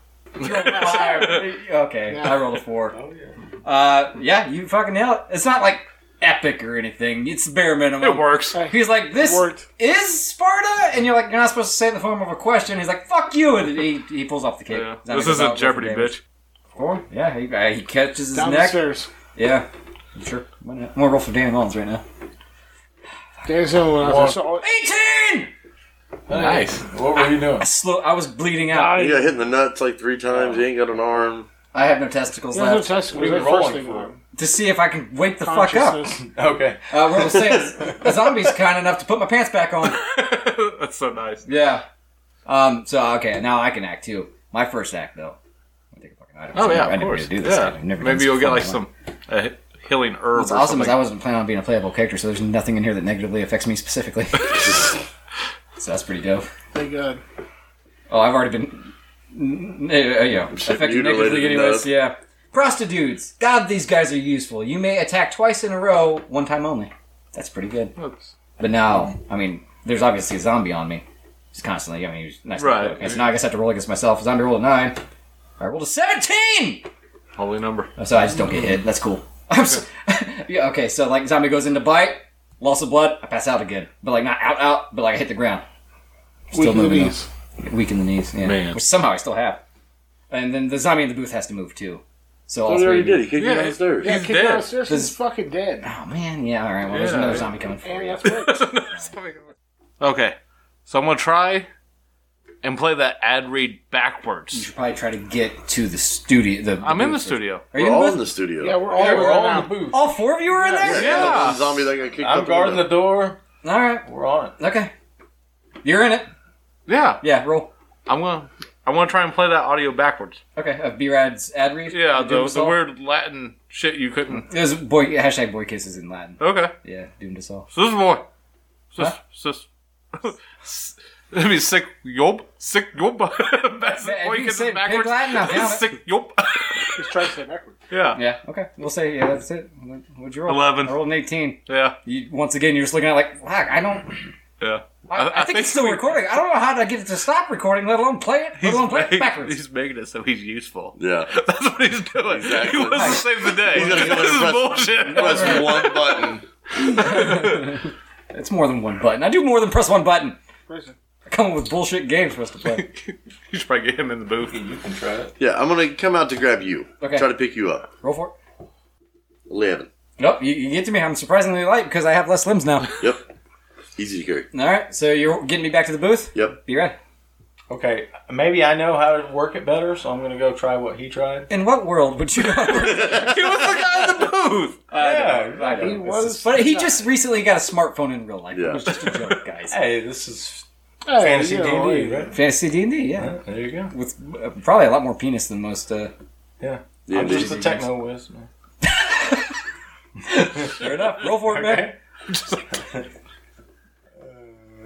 Speaker 1: okay, I rolled a four.
Speaker 6: Oh,
Speaker 1: Uh, yeah, you fucking nail it. It's not like epic or anything. It's bare minimum.
Speaker 5: It works.
Speaker 1: He's like, this is Sparta, and you're like, you're not supposed to say it in the form of a question. He's like, fuck you, and he, he pulls off the cape.
Speaker 5: Yeah.
Speaker 1: Zombie
Speaker 5: This
Speaker 1: goes out
Speaker 5: isn't
Speaker 1: with
Speaker 5: Jeopardy,
Speaker 1: the damage.
Speaker 5: bitch.
Speaker 1: Four? Yeah, he, uh, he catches his
Speaker 7: Down the
Speaker 1: neck.
Speaker 7: stairs.
Speaker 1: Yeah, I'm sure. Why not? I'm gonna roll for Danny Mullins right now.
Speaker 7: There's no one out there. So,
Speaker 1: 18!
Speaker 5: Nice.
Speaker 6: What were you doing?
Speaker 1: I, slow, I was bleeding out.
Speaker 2: He got hit in the nuts like three times. He ain't got an arm.
Speaker 1: I have no testicles
Speaker 7: there's no
Speaker 1: left.
Speaker 7: testicles.
Speaker 6: What are you
Speaker 7: That's the first
Speaker 6: rolling
Speaker 7: thing
Speaker 6: for?
Speaker 1: to see if I can wake the fuck up.
Speaker 7: Consciousness.
Speaker 6: Okay.
Speaker 1: Uh, roll a six. the zombie's kind enough to put my pants back on.
Speaker 5: That's so nice.
Speaker 1: Yeah. Um. So okay, now I can act too. My first act though. I take a fucking item.
Speaker 5: Oh
Speaker 1: I
Speaker 5: yeah,
Speaker 1: never- I
Speaker 5: of
Speaker 1: never
Speaker 5: course.
Speaker 1: Do this.
Speaker 5: Yeah.
Speaker 1: I've never done
Speaker 5: Maybe
Speaker 1: this
Speaker 5: you'll get
Speaker 1: before
Speaker 5: like
Speaker 1: in my life.
Speaker 5: some uh, healing herb.
Speaker 1: What's
Speaker 5: or
Speaker 1: awesome is
Speaker 5: something.
Speaker 1: I wasn't planning on being a playable character, so there's nothing in here that negatively affects me specifically. so that's pretty dope.
Speaker 7: Thank God.
Speaker 1: Oh, I've already been, n- n- uh, you know,
Speaker 2: Shit,
Speaker 1: affected
Speaker 2: mutilated
Speaker 1: negatively
Speaker 2: enough.
Speaker 1: anyways. Yeah. Prostitutes. God, these guys are useful. You may attack twice in a row, one time only. That's pretty good. But now, I mean, there's obviously a zombie on me. He's constantly, I mean, he's nice.
Speaker 5: Right.
Speaker 1: Okay, so now I guess I have to roll against myself. Zombie rolled a 9. I rolled a 17!
Speaker 5: Holy number.
Speaker 1: Oh, so I just don't get hit. That's cool. I'm so, yeah, okay, so like zombie goes into bite, loss of blood, I pass out again. But like not out, out, but like I hit the ground.
Speaker 7: Weak in the
Speaker 1: moving,
Speaker 7: knees.
Speaker 1: though. Weak in the knees, yeah.
Speaker 5: Man.
Speaker 1: Which somehow I still have. And then the zombie in the booth has to move too. So all
Speaker 2: Oh, he
Speaker 1: three
Speaker 2: already
Speaker 1: of you-
Speaker 2: did. He kicked me
Speaker 5: Yeah,
Speaker 2: down the stairs.
Speaker 7: Yeah,
Speaker 5: He's
Speaker 7: kick
Speaker 5: dead.
Speaker 7: downstairs. He's fucking dead.
Speaker 1: Oh man, yeah, alright, well there's
Speaker 5: Yeah.
Speaker 1: another zombie coming for
Speaker 7: And
Speaker 1: you.
Speaker 7: that's worked.
Speaker 5: Okay. So I'm gonna try and play that ad read
Speaker 1: You
Speaker 5: backwards.
Speaker 1: should probably try to get to the studio the,
Speaker 5: I'm in the
Speaker 1: booth.
Speaker 5: studio.
Speaker 1: Are
Speaker 2: We're
Speaker 1: you in the
Speaker 2: all
Speaker 1: booth?
Speaker 2: in the studio.
Speaker 7: Yeah, we're all,
Speaker 6: Yeah, we're
Speaker 7: right
Speaker 6: all
Speaker 7: now.
Speaker 6: in the booth.
Speaker 1: All four of you were in there?
Speaker 2: And the one zombie that got kicked
Speaker 6: I'm
Speaker 2: out
Speaker 6: guarding the door.
Speaker 1: Alright.
Speaker 6: We're on it.
Speaker 1: Okay. You're in it.
Speaker 5: Yeah.
Speaker 1: Yeah, roll.
Speaker 5: I'm gonna I wanna try and play that audio backwards.
Speaker 1: Okay, uh, of B-Rad's ad read.
Speaker 5: Yeah,
Speaker 1: Doom
Speaker 5: the, the
Speaker 1: Assault.
Speaker 5: weird Latin shit you couldn't
Speaker 1: It was boy hashtag boy kisses in Latin.
Speaker 5: Okay.
Speaker 1: Yeah, doomed us all.
Speaker 5: So this is boy. Sis
Speaker 1: Huh?
Speaker 5: sis I mean sick yob sick yob That's
Speaker 1: If
Speaker 5: boy
Speaker 1: you
Speaker 5: gets
Speaker 1: say
Speaker 5: it backwards.
Speaker 1: pig Latin, I'll count it.
Speaker 5: sick yob
Speaker 7: Just try to say backwards.
Speaker 5: Yeah.
Speaker 1: Yeah. Okay. We'll say yeah. That's it. What- What'd you roll?
Speaker 5: 11.
Speaker 1: I rolled an eighteen.
Speaker 5: Yeah.
Speaker 1: You, once again, you're just looking at it like, fuck. I don't.
Speaker 5: Yeah.
Speaker 1: I, I, think, it's still recording. I don't know how to get it to stop recording, let alone play it, let
Speaker 5: He's,
Speaker 1: alone play it
Speaker 5: making-
Speaker 1: backwards.
Speaker 5: he's making it so he's useful.
Speaker 2: Yeah.
Speaker 5: That's what he's doing.
Speaker 2: Exactly.
Speaker 5: He wants to save the day.
Speaker 2: He's gonna go
Speaker 5: this
Speaker 2: to
Speaker 5: is
Speaker 2: press- Press one
Speaker 5: bullshit.
Speaker 2: button.
Speaker 1: It's more than one button. I do more than press one button.
Speaker 7: Prison.
Speaker 1: I come up with bullshit games for us to play.
Speaker 5: You should probably get him in the booth.
Speaker 6: You can try it.
Speaker 2: Yeah, I'm gonna come out to grab you.
Speaker 1: Okay.
Speaker 2: Try to pick you up.
Speaker 1: Roll for it.
Speaker 2: Eleven.
Speaker 1: Nope. You, you get to me. I'm surprisingly light because I have less limbs now.
Speaker 2: Yep. Easy to carry.
Speaker 1: All right. So you're getting me back to the booth.
Speaker 2: Yep.
Speaker 1: Be ready.
Speaker 6: Okay, maybe I know how to work it better, so I'm gonna go try what he tried.
Speaker 1: In what world would you?
Speaker 5: he was the guy in the booth.
Speaker 6: yeah,
Speaker 1: I
Speaker 6: exactly.
Speaker 1: know.
Speaker 7: He
Speaker 1: It's
Speaker 7: was-
Speaker 1: just- but he just recently got a smartphone in real life.
Speaker 2: Yeah.
Speaker 1: It was just a joke, guys.
Speaker 6: Hey, this is
Speaker 7: Hey,
Speaker 6: fantasy
Speaker 7: you
Speaker 6: D&D,
Speaker 7: know, hey.
Speaker 6: right?
Speaker 1: Fantasy D and D, yeah,
Speaker 6: There you go.
Speaker 1: with uh, probably a lot more penis than most. Uh...
Speaker 6: Yeah,
Speaker 2: Yeah,
Speaker 6: I'm just
Speaker 2: dude.
Speaker 6: a techno whiz, man.
Speaker 1: Fair enough. Roll for it,
Speaker 6: Okay. Uh,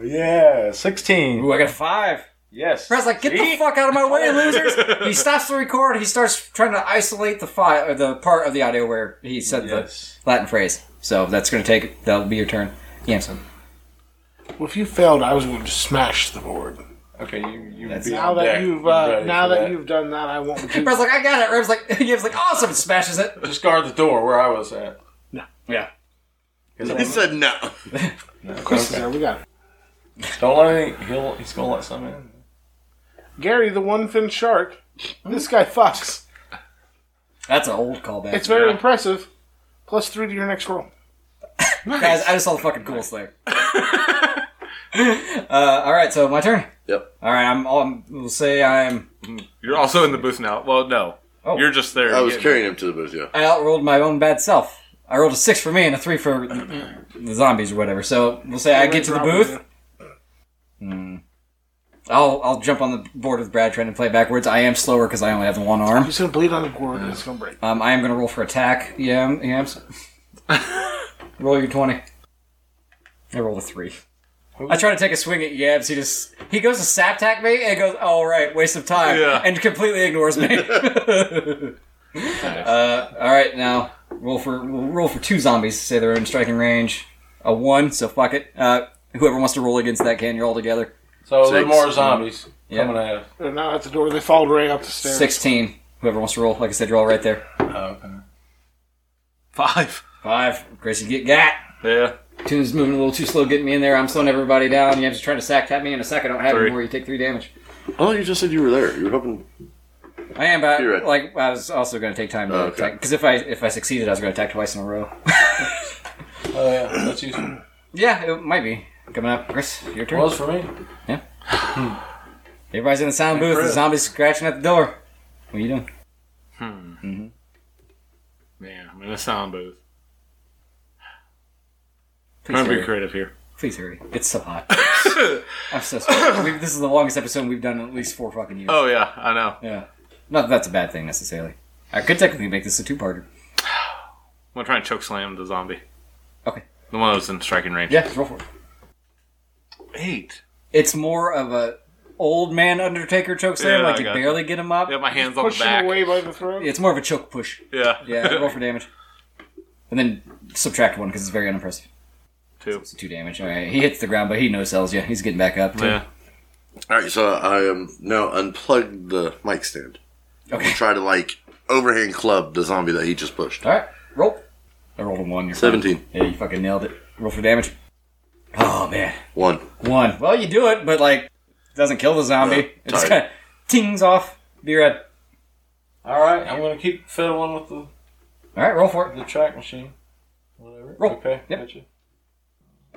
Speaker 6: yeah,
Speaker 1: man.
Speaker 6: 16.
Speaker 1: Ooh, I got a five.
Speaker 6: Yes.
Speaker 1: Brad's like, get the fuck out of my way, losers! he stops the record. He starts trying to isolate the file, or the part of the audio where he said
Speaker 6: Yes.
Speaker 1: the Latin phrase. So that's going to take. That'll be your turn, Yamson.
Speaker 7: Well, if you failed, I was going to smash the board.
Speaker 6: Okay, you you
Speaker 7: That's
Speaker 6: be
Speaker 7: now
Speaker 6: on
Speaker 7: that
Speaker 6: deck.
Speaker 7: you've uh,
Speaker 6: ready
Speaker 7: now
Speaker 6: for
Speaker 7: that, you've done that, I won't.
Speaker 1: Brev's like, I got it. Rev's like, Gibbs like, awesome, smashes it.
Speaker 6: Just guard the door where I was at.
Speaker 7: No.
Speaker 6: Yeah.
Speaker 2: He said no.
Speaker 7: Of course he's there. We got it.
Speaker 6: Don't let any. He'll he's gonna let some in.
Speaker 7: Gary, the one fin shark. This guy fucks.
Speaker 1: That's an old callback.
Speaker 7: It's very impressive. Plus three to your next roll.
Speaker 1: Guys, I just saw the fucking coolest thing. uh, all right, so my turn.
Speaker 2: Yep.
Speaker 1: All right, I'm. I'm um, we'll say Oh. I'm.
Speaker 5: You're also in the booth now. Well, no. You're just there.
Speaker 2: I was
Speaker 5: Yeah.
Speaker 2: carrying him to the booth. Yeah.
Speaker 1: I outrolled my own bad self. I rolled a six for me and a three for the zombies or whatever. So we'll say I get to the booth. Hmm. I'll I'll jump on the board with Brad trying to play backwards. I am slower because I only have the one arm.
Speaker 7: He's gonna bleed on the board and it's gonna break.
Speaker 1: Um, I am going to roll for attack. Yeah, yams. roll your twenty. I rolled a three. I try to take a swing at Yabs. He just he goes to sap tack me and goes, "All right, waste of time,"
Speaker 5: Yeah.
Speaker 1: and completely ignores me. uh, all right, now roll for we'll roll for two zombies. Say they're in striking range. A one, so fuck it. Uh, whoever wants to roll against that can, you're all together.
Speaker 6: So there are more zombies coming at us.
Speaker 7: They're now at the door. They followed Ray up the stairs.
Speaker 1: Sixteen. Whoever wants to roll, like I said, you're all right there.
Speaker 6: Oh, okay.
Speaker 5: Five.
Speaker 1: Five. Gracie get gat.
Speaker 5: Yeah.
Speaker 1: Tune's moving a little too slow, getting me in there. I'm slowing everybody down. Yams is trying to sack tap me in a sack. I don't have
Speaker 2: Three.
Speaker 1: anymore. You take three damage.
Speaker 2: Oh, you just said you were there. You were hoping.
Speaker 1: I am, but
Speaker 2: You're right.
Speaker 1: like I was also going to take time to
Speaker 2: Oh,
Speaker 1: attack.
Speaker 2: okay.
Speaker 1: 'Cause attack because if I if I succeeded, I was going to attack twice in a row.
Speaker 6: Oh yeah, that's useful.
Speaker 1: yeah, it might be coming up. Chris, your turn.
Speaker 6: Was for me. Hmm.
Speaker 1: Yeah. Everybody's in the sound booth. The
Speaker 6: Chris.
Speaker 1: zombies scratching at the door. What are you doing?
Speaker 5: Hmm.
Speaker 1: Mm-hmm.
Speaker 5: Man, I'm in a sound booth.
Speaker 1: Please
Speaker 5: Trying to be
Speaker 1: hurry.
Speaker 5: creative here.
Speaker 1: Please hurry. It's so hot. I'm so sorry. We've- this is the longest episode we've done in at least four fucking years.
Speaker 5: Oh yeah, I know.
Speaker 1: Yeah. Not that that's a bad thing necessarily. I could technically make this a two-parter.
Speaker 5: I'm gonna try and choke slam the zombie.
Speaker 1: Okay.
Speaker 5: The one that was in striking range.
Speaker 1: Yeah, roll for it.
Speaker 5: Eight.
Speaker 1: It's more of a old man Undertaker choke slam,
Speaker 5: Yeah,
Speaker 1: like
Speaker 5: I
Speaker 1: you
Speaker 5: got
Speaker 1: barely get him up.
Speaker 5: Yeah, my hands on the
Speaker 7: Pushing
Speaker 5: back.
Speaker 7: away by the throat.
Speaker 1: It's more of a choke push.
Speaker 5: Yeah.
Speaker 1: Yeah, roll for damage, and then subtract one because it's very unimpressive.
Speaker 5: Two.
Speaker 1: It's two damage. All right, he hits the ground, but he no sells you. He's getting back up. Too.
Speaker 5: Yeah.
Speaker 2: All right, so I am now unplugged the mic stand.
Speaker 1: Okay.
Speaker 2: And try to like overhand club the zombie that he just pushed.
Speaker 1: All right, roll. I rolled a one. You're fine.
Speaker 2: Seventeen.
Speaker 1: Yeah, you fucking nailed it. Roll for damage. Oh man,
Speaker 2: One.
Speaker 1: one. Well, you do it, but like, doesn't kill the zombie.
Speaker 2: Yeah,
Speaker 1: it just
Speaker 2: tired.
Speaker 1: kind of tings off. Be red.
Speaker 6: All right, I'm gonna keep fiddling with the
Speaker 1: All right, roll for it.
Speaker 6: the track machine. Whatever.
Speaker 1: Roll.
Speaker 6: Okay.
Speaker 1: Yep.
Speaker 6: Gotcha.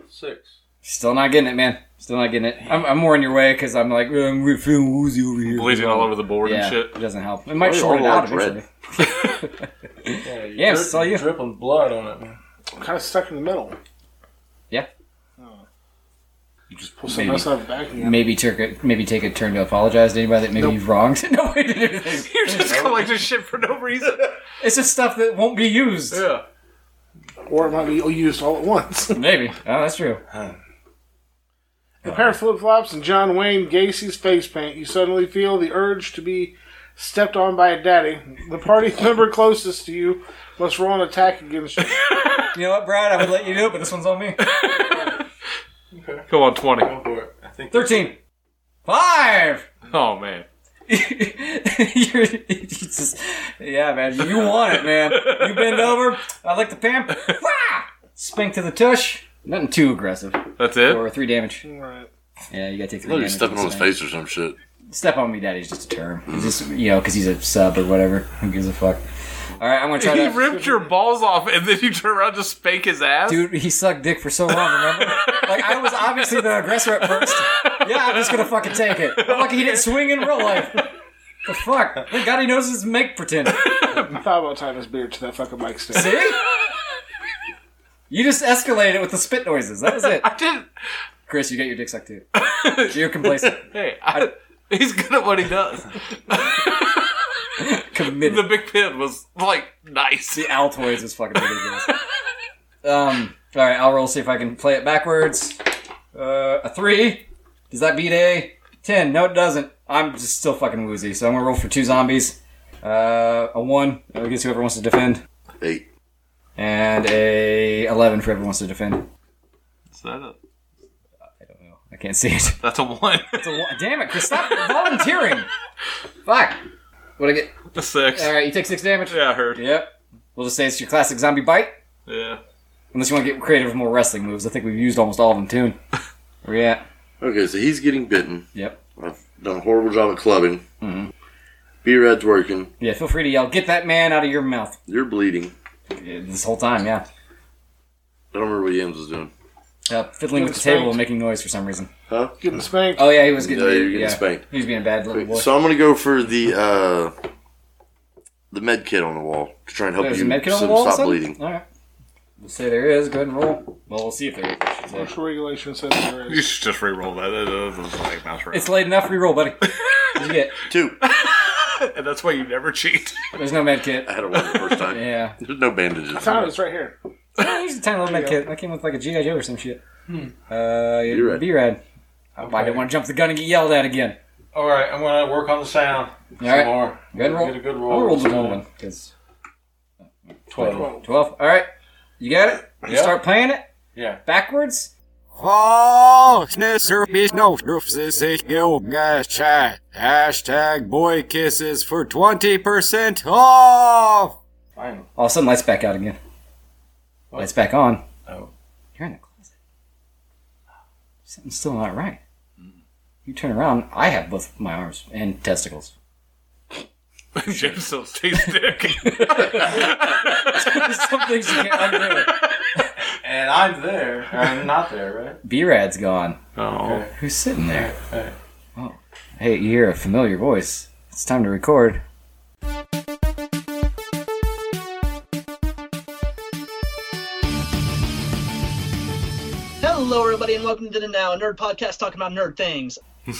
Speaker 6: Six.
Speaker 1: Still not getting it, man. Still not getting it. I'm, I'm more in your way because I'm like I'm re- feeling woozy over here.
Speaker 5: Bleeding all over the board
Speaker 1: yeah,
Speaker 5: and shit.
Speaker 1: It doesn't help. It
Speaker 2: Oh,
Speaker 1: might
Speaker 2: you're
Speaker 1: short it
Speaker 2: all
Speaker 1: out
Speaker 2: like red.
Speaker 1: eventually.
Speaker 6: Yeah, you
Speaker 1: Yes,
Speaker 6: drip-
Speaker 1: all you.
Speaker 6: dripping blood on it, man.
Speaker 7: kind of stuck in the middle.
Speaker 1: Yeah.
Speaker 7: You just pull some
Speaker 1: Maybe.
Speaker 7: mess out of the back again.
Speaker 1: Maybe take a, maybe take a turn to apologize to anybody that maybe
Speaker 7: Nope.
Speaker 1: you've wronged. no way to do this.
Speaker 5: You're just collecting shit for no reason.
Speaker 1: It's just stuff that won't be used.
Speaker 5: yeah.
Speaker 7: Or it might be used all at once.
Speaker 1: Maybe. Oh, that's true.
Speaker 7: A pair of flip flops and John Wayne Gacy's face paint. You suddenly feel the urge to be stepped on by a daddy. The party member closest to you must roll an attack against you.
Speaker 1: You know what, Brad? I would let you do it, but this one's on me.
Speaker 5: Go on twenty.
Speaker 6: Go for it. I think.
Speaker 1: Thirteen. Five.
Speaker 5: Oh man.
Speaker 1: You're, it's just, yeah, man. You want it, man. You bend over. I lick the pimp. Wah! Spank to the tush. Nothing too aggressive.
Speaker 5: That's it?
Speaker 1: Or three damage.
Speaker 7: Right.
Speaker 1: Yeah, you gotta take three
Speaker 2: Look, he's
Speaker 1: damage.
Speaker 2: stepping on his
Speaker 1: Spank.
Speaker 2: face or some shit.
Speaker 1: Step on me, daddy's just a term. He's just you know, because he's a sub or whatever. Who gives a fuck? All right, I'm gonna try
Speaker 5: He
Speaker 1: to.
Speaker 5: ripped your balls off and then you turn around and just spank his ass?
Speaker 1: Dude, he sucked dick for so long. Remember? like I was obviously the aggressor at first. Yeah, I'm just gonna fucking take it. I'm lucky he didn't swing in real life. The fuck? Thank God he knows his make pretend.
Speaker 7: I thought about tying his beard to that fucking mic stand.
Speaker 1: See? You just escalated with the spit noises. That was it.
Speaker 5: I didn't.
Speaker 1: Chris, you got your dick sucked too. You're complacent.
Speaker 5: Hey, I, he's good at what he does.
Speaker 1: Committed.
Speaker 5: the big pin was like nice.
Speaker 1: The Altoids is fucking ridiculous. um, all right, I'll roll see if I can play it backwards. Uh, a three. Does that beat a ten? No, it doesn't. I'm just still fucking woozy, so I'm gonna roll for two zombies. Uh, a one against whoever wants to defend,
Speaker 2: Eight.
Speaker 1: and a eleven for whoever wants to defend.
Speaker 5: Is that it?
Speaker 1: I don't know. I Can't see it.
Speaker 5: That's a one.
Speaker 1: It's a one. Damn it, Chris! Stop volunteering. Fuck. What I get?
Speaker 5: A six.
Speaker 1: All right, you take six damage.
Speaker 5: Yeah, I heard.
Speaker 1: Yep. We'll just say it's your classic zombie bite.
Speaker 5: Yeah.
Speaker 1: Unless you want to get creative with more wrestling moves. I think we've used almost all of them. Tune. Where you at?
Speaker 2: Okay, so he's getting bitten.
Speaker 1: Yep.
Speaker 2: I've done a horrible job of clubbing. Mm-hmm. B Red's working.
Speaker 1: Yeah. Feel free to yell. Get that man out of your mouth.
Speaker 2: You're bleeding.
Speaker 1: This whole time, yeah.
Speaker 2: I don't remember what Yams was doing.
Speaker 1: Uh, fiddling with the table and making noise for some reason.
Speaker 2: Huh?
Speaker 7: Getting spanked.
Speaker 1: Oh yeah, he was getting.
Speaker 2: Yeah, you're getting
Speaker 1: yeah.
Speaker 2: spanked.
Speaker 1: He was being a bad little boy.
Speaker 2: So I'm gonna go for the uh, the med kit on the wall to try and help
Speaker 1: There's
Speaker 2: you
Speaker 1: a med kit on the
Speaker 2: s-
Speaker 1: wall.
Speaker 2: stop
Speaker 1: son?
Speaker 2: bleeding.
Speaker 1: All right. We'll say there is. Go ahead and roll. Well, we'll see if there is. I should say.
Speaker 7: Martial regulation says there
Speaker 5: You
Speaker 7: is.
Speaker 5: should just re-roll that. That that doesn't like mouse roll.
Speaker 1: It's late enough. Reroll, buddy. What'd you get?
Speaker 2: Two.
Speaker 5: and that's why you never cheat.
Speaker 1: There's no med kit.
Speaker 2: I had a one the first time.
Speaker 1: Yeah.
Speaker 2: There's no bandages.
Speaker 7: I found it. It's right here.
Speaker 1: Yeah, He's a tiny little med kit. That came with like a GI Joe or some shit.
Speaker 6: Hmm.
Speaker 1: Uh,
Speaker 2: B-Rad.
Speaker 1: B-Rad. Oh, I didn't want to jump the gun and get yelled at again.
Speaker 6: All right, I'm gonna work on the sound.
Speaker 1: All right.
Speaker 6: Some more.
Speaker 1: Go ahead and roll.
Speaker 6: Get a good
Speaker 1: I'll
Speaker 6: roll.
Speaker 1: roll the normal one. 'cause-
Speaker 6: Twelve.
Speaker 1: 12. All right. You got it? You
Speaker 6: Yeah.
Speaker 1: start playing it?
Speaker 6: Yeah.
Speaker 1: Backwards?
Speaker 11: Oh, snitzer is no roofs is a guild guys chat. Hashtag boy kisses for 20% off.
Speaker 6: Fine.
Speaker 1: All of a sudden, lights back out again. Lights back on.
Speaker 6: Oh.
Speaker 1: You're in the closet. Something's still not right. You turn around. I have both my arms and testicles.
Speaker 5: James still stays dick.
Speaker 1: Some things you can't undo.
Speaker 6: And I'm there. Or I'm not there, right?
Speaker 1: B-Rad's gone.
Speaker 5: Oh.
Speaker 1: Who's sitting there?
Speaker 6: All right.
Speaker 1: Hey, you hear a familiar voice. It's time to record.
Speaker 12: Hello, everybody, and welcome to the Now a Nerd Podcast talking about nerd things.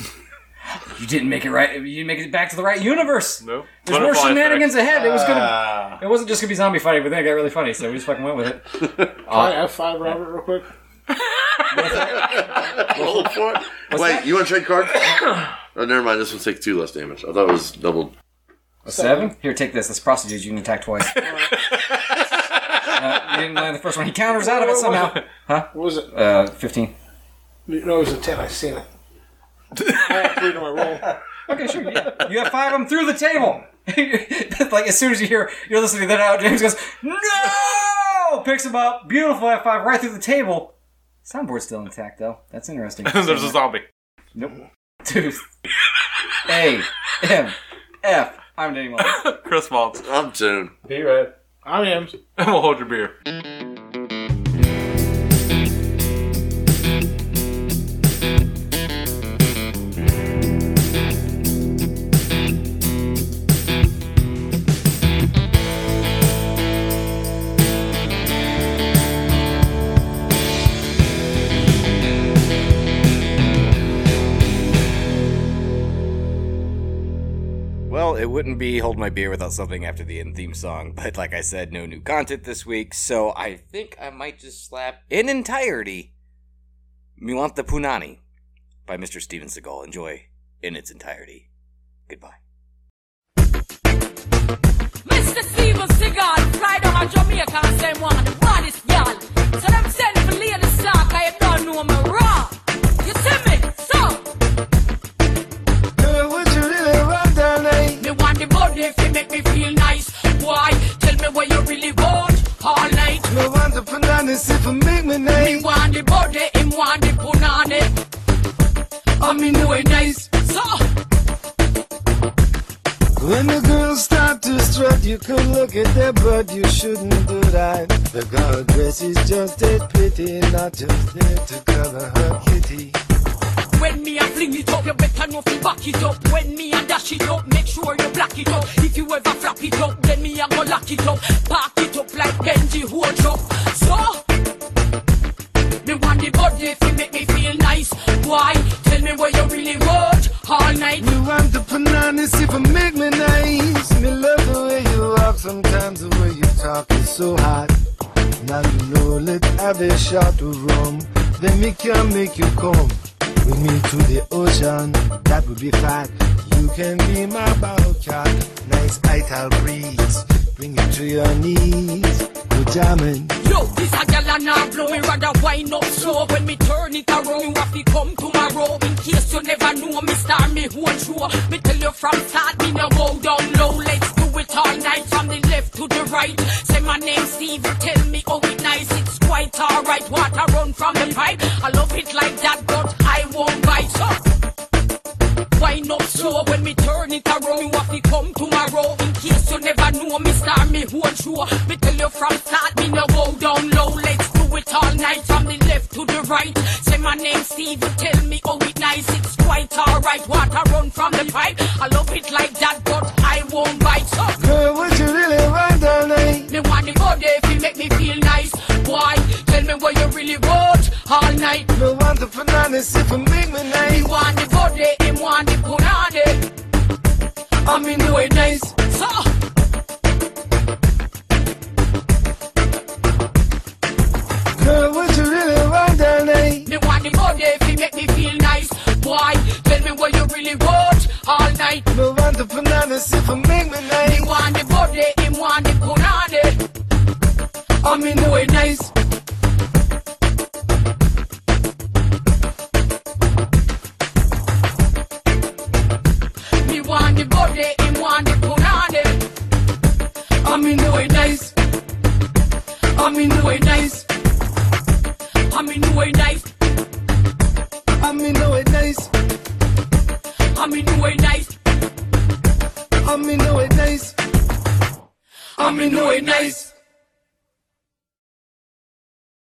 Speaker 1: You didn't make it right. You didn't make it back to the right universe.
Speaker 5: Nope.
Speaker 1: There's more
Speaker 5: Butterfly
Speaker 1: shenanigans
Speaker 5: effect.
Speaker 1: ahead. It was
Speaker 7: Ah.
Speaker 1: gonna. It wasn't just gonna be zombie fighting, but then it got really funny, so we just fucking went with it. Uh,
Speaker 7: Can I F five Robert real quick?
Speaker 2: Roll for it. Wait, you want to trade cards? oh, never mind. This one takes two less damage. I thought it was doubled.
Speaker 1: A seven? Here, take this. This prostitute you can attack twice. uh, you didn't land the first one. He counters out of it somehow. Huh?
Speaker 7: What was it?
Speaker 1: Uh, fifteen.
Speaker 7: No, it was a ten. I seen it. I have three to my roll.
Speaker 1: Okay, sure. Yeah, you have five of them through the table. like as soon as you hear you're listening to that out, James goes no, picks him up, beautiful F five right through the table. Soundboard's still intact though. That's interesting.
Speaker 5: There's a zombie.
Speaker 1: Nope. Two. A. M. F. I'm Danny Mullins.
Speaker 5: Chris Maltz.
Speaker 2: I'm tuned.
Speaker 6: Be right.
Speaker 7: I'm Yams.
Speaker 5: And we'll hold your beer.
Speaker 13: Well, it wouldn't be Hold My Beer without something after the end theme song, but like I said, no new content this week, so I think I might just slap in entirety Muanta Punani by Mr. Steven Seagal. Enjoy in its entirety. Goodbye.
Speaker 8: Mr. Steven Seagal, pride of my Jamaica, same one, what is y'all? So them send for Lady Stark, I don't know me raw. You see me? So,
Speaker 14: Girl, would you really run down there?
Speaker 8: me want the body if you make me feel nice. Why? Tell me what you really want all night.
Speaker 14: No one's a banana, sit for me, me
Speaker 8: Me want the body, him want the punani. I mean, no, it nice. So,
Speaker 14: When the girls start to strut, you could look at them, but you shouldn't do that. The girl dress is just a pity, not just there to cover her kitty.
Speaker 8: When me a fling it up, you better know fi back it up. When me a dash it up, make sure you block it up. If you ever flap it up, then me a go lock it up. Park it up like Benji hold up. So, me want the body if you make me feel nice. Why? Tell me where you really want all night.
Speaker 14: You want the bananas if you make me nice. Me love the way you walk, sometimes the way you talk is so hot. Now you know, let have a shot of rum. Then me can make you come with me to the ocean. That would be fat. You can be my bow cat. Nice ital breeze. Bring you to your knees. You
Speaker 9: we're jamming.
Speaker 8: Yo, this a gal and I blow me rather wind up slow When me turn it around, you have to come tomorrow In case you never know, me star me whole show Me tell you from start, me no go down low Let's do it all night from the left to the right Say my name Steve, tell me how it nice It's quite alright, water run from the pipe I love it like that, but I won't bite So Wine up slow when me turn it around. You have to come tomorrow in case you never know me star me whole show. Me tell you from start me no go down low. Let's do it all night from the left to the right. Say my name Steve, tell me how it nice. It's quite alright. Water run from the pipe. I love it like that, but I won't bite. So
Speaker 9: Girl, what you really want darling?
Speaker 8: me want the body if you make me feel nice. Why? Tell me what you really want all night.
Speaker 9: Me want the bananas if you make me nice.
Speaker 8: Me want the body, him want the punani. I mean the way nice. So.
Speaker 9: Girl, what you really want darling?
Speaker 8: Me want the body if you make me feel nice. Why? Tell me what you really want all night.
Speaker 9: Me want the bananas if you make me nice.
Speaker 8: Me want the body, him want the punani. I mean the way nice. Me want the body, him want the punani. I mean the way nice. Oh, I mean the way nice. I mean the way nice.
Speaker 9: I mean the way nice.
Speaker 8: I mean the way nice.
Speaker 9: I mean the way nice.
Speaker 8: I mean the way nice.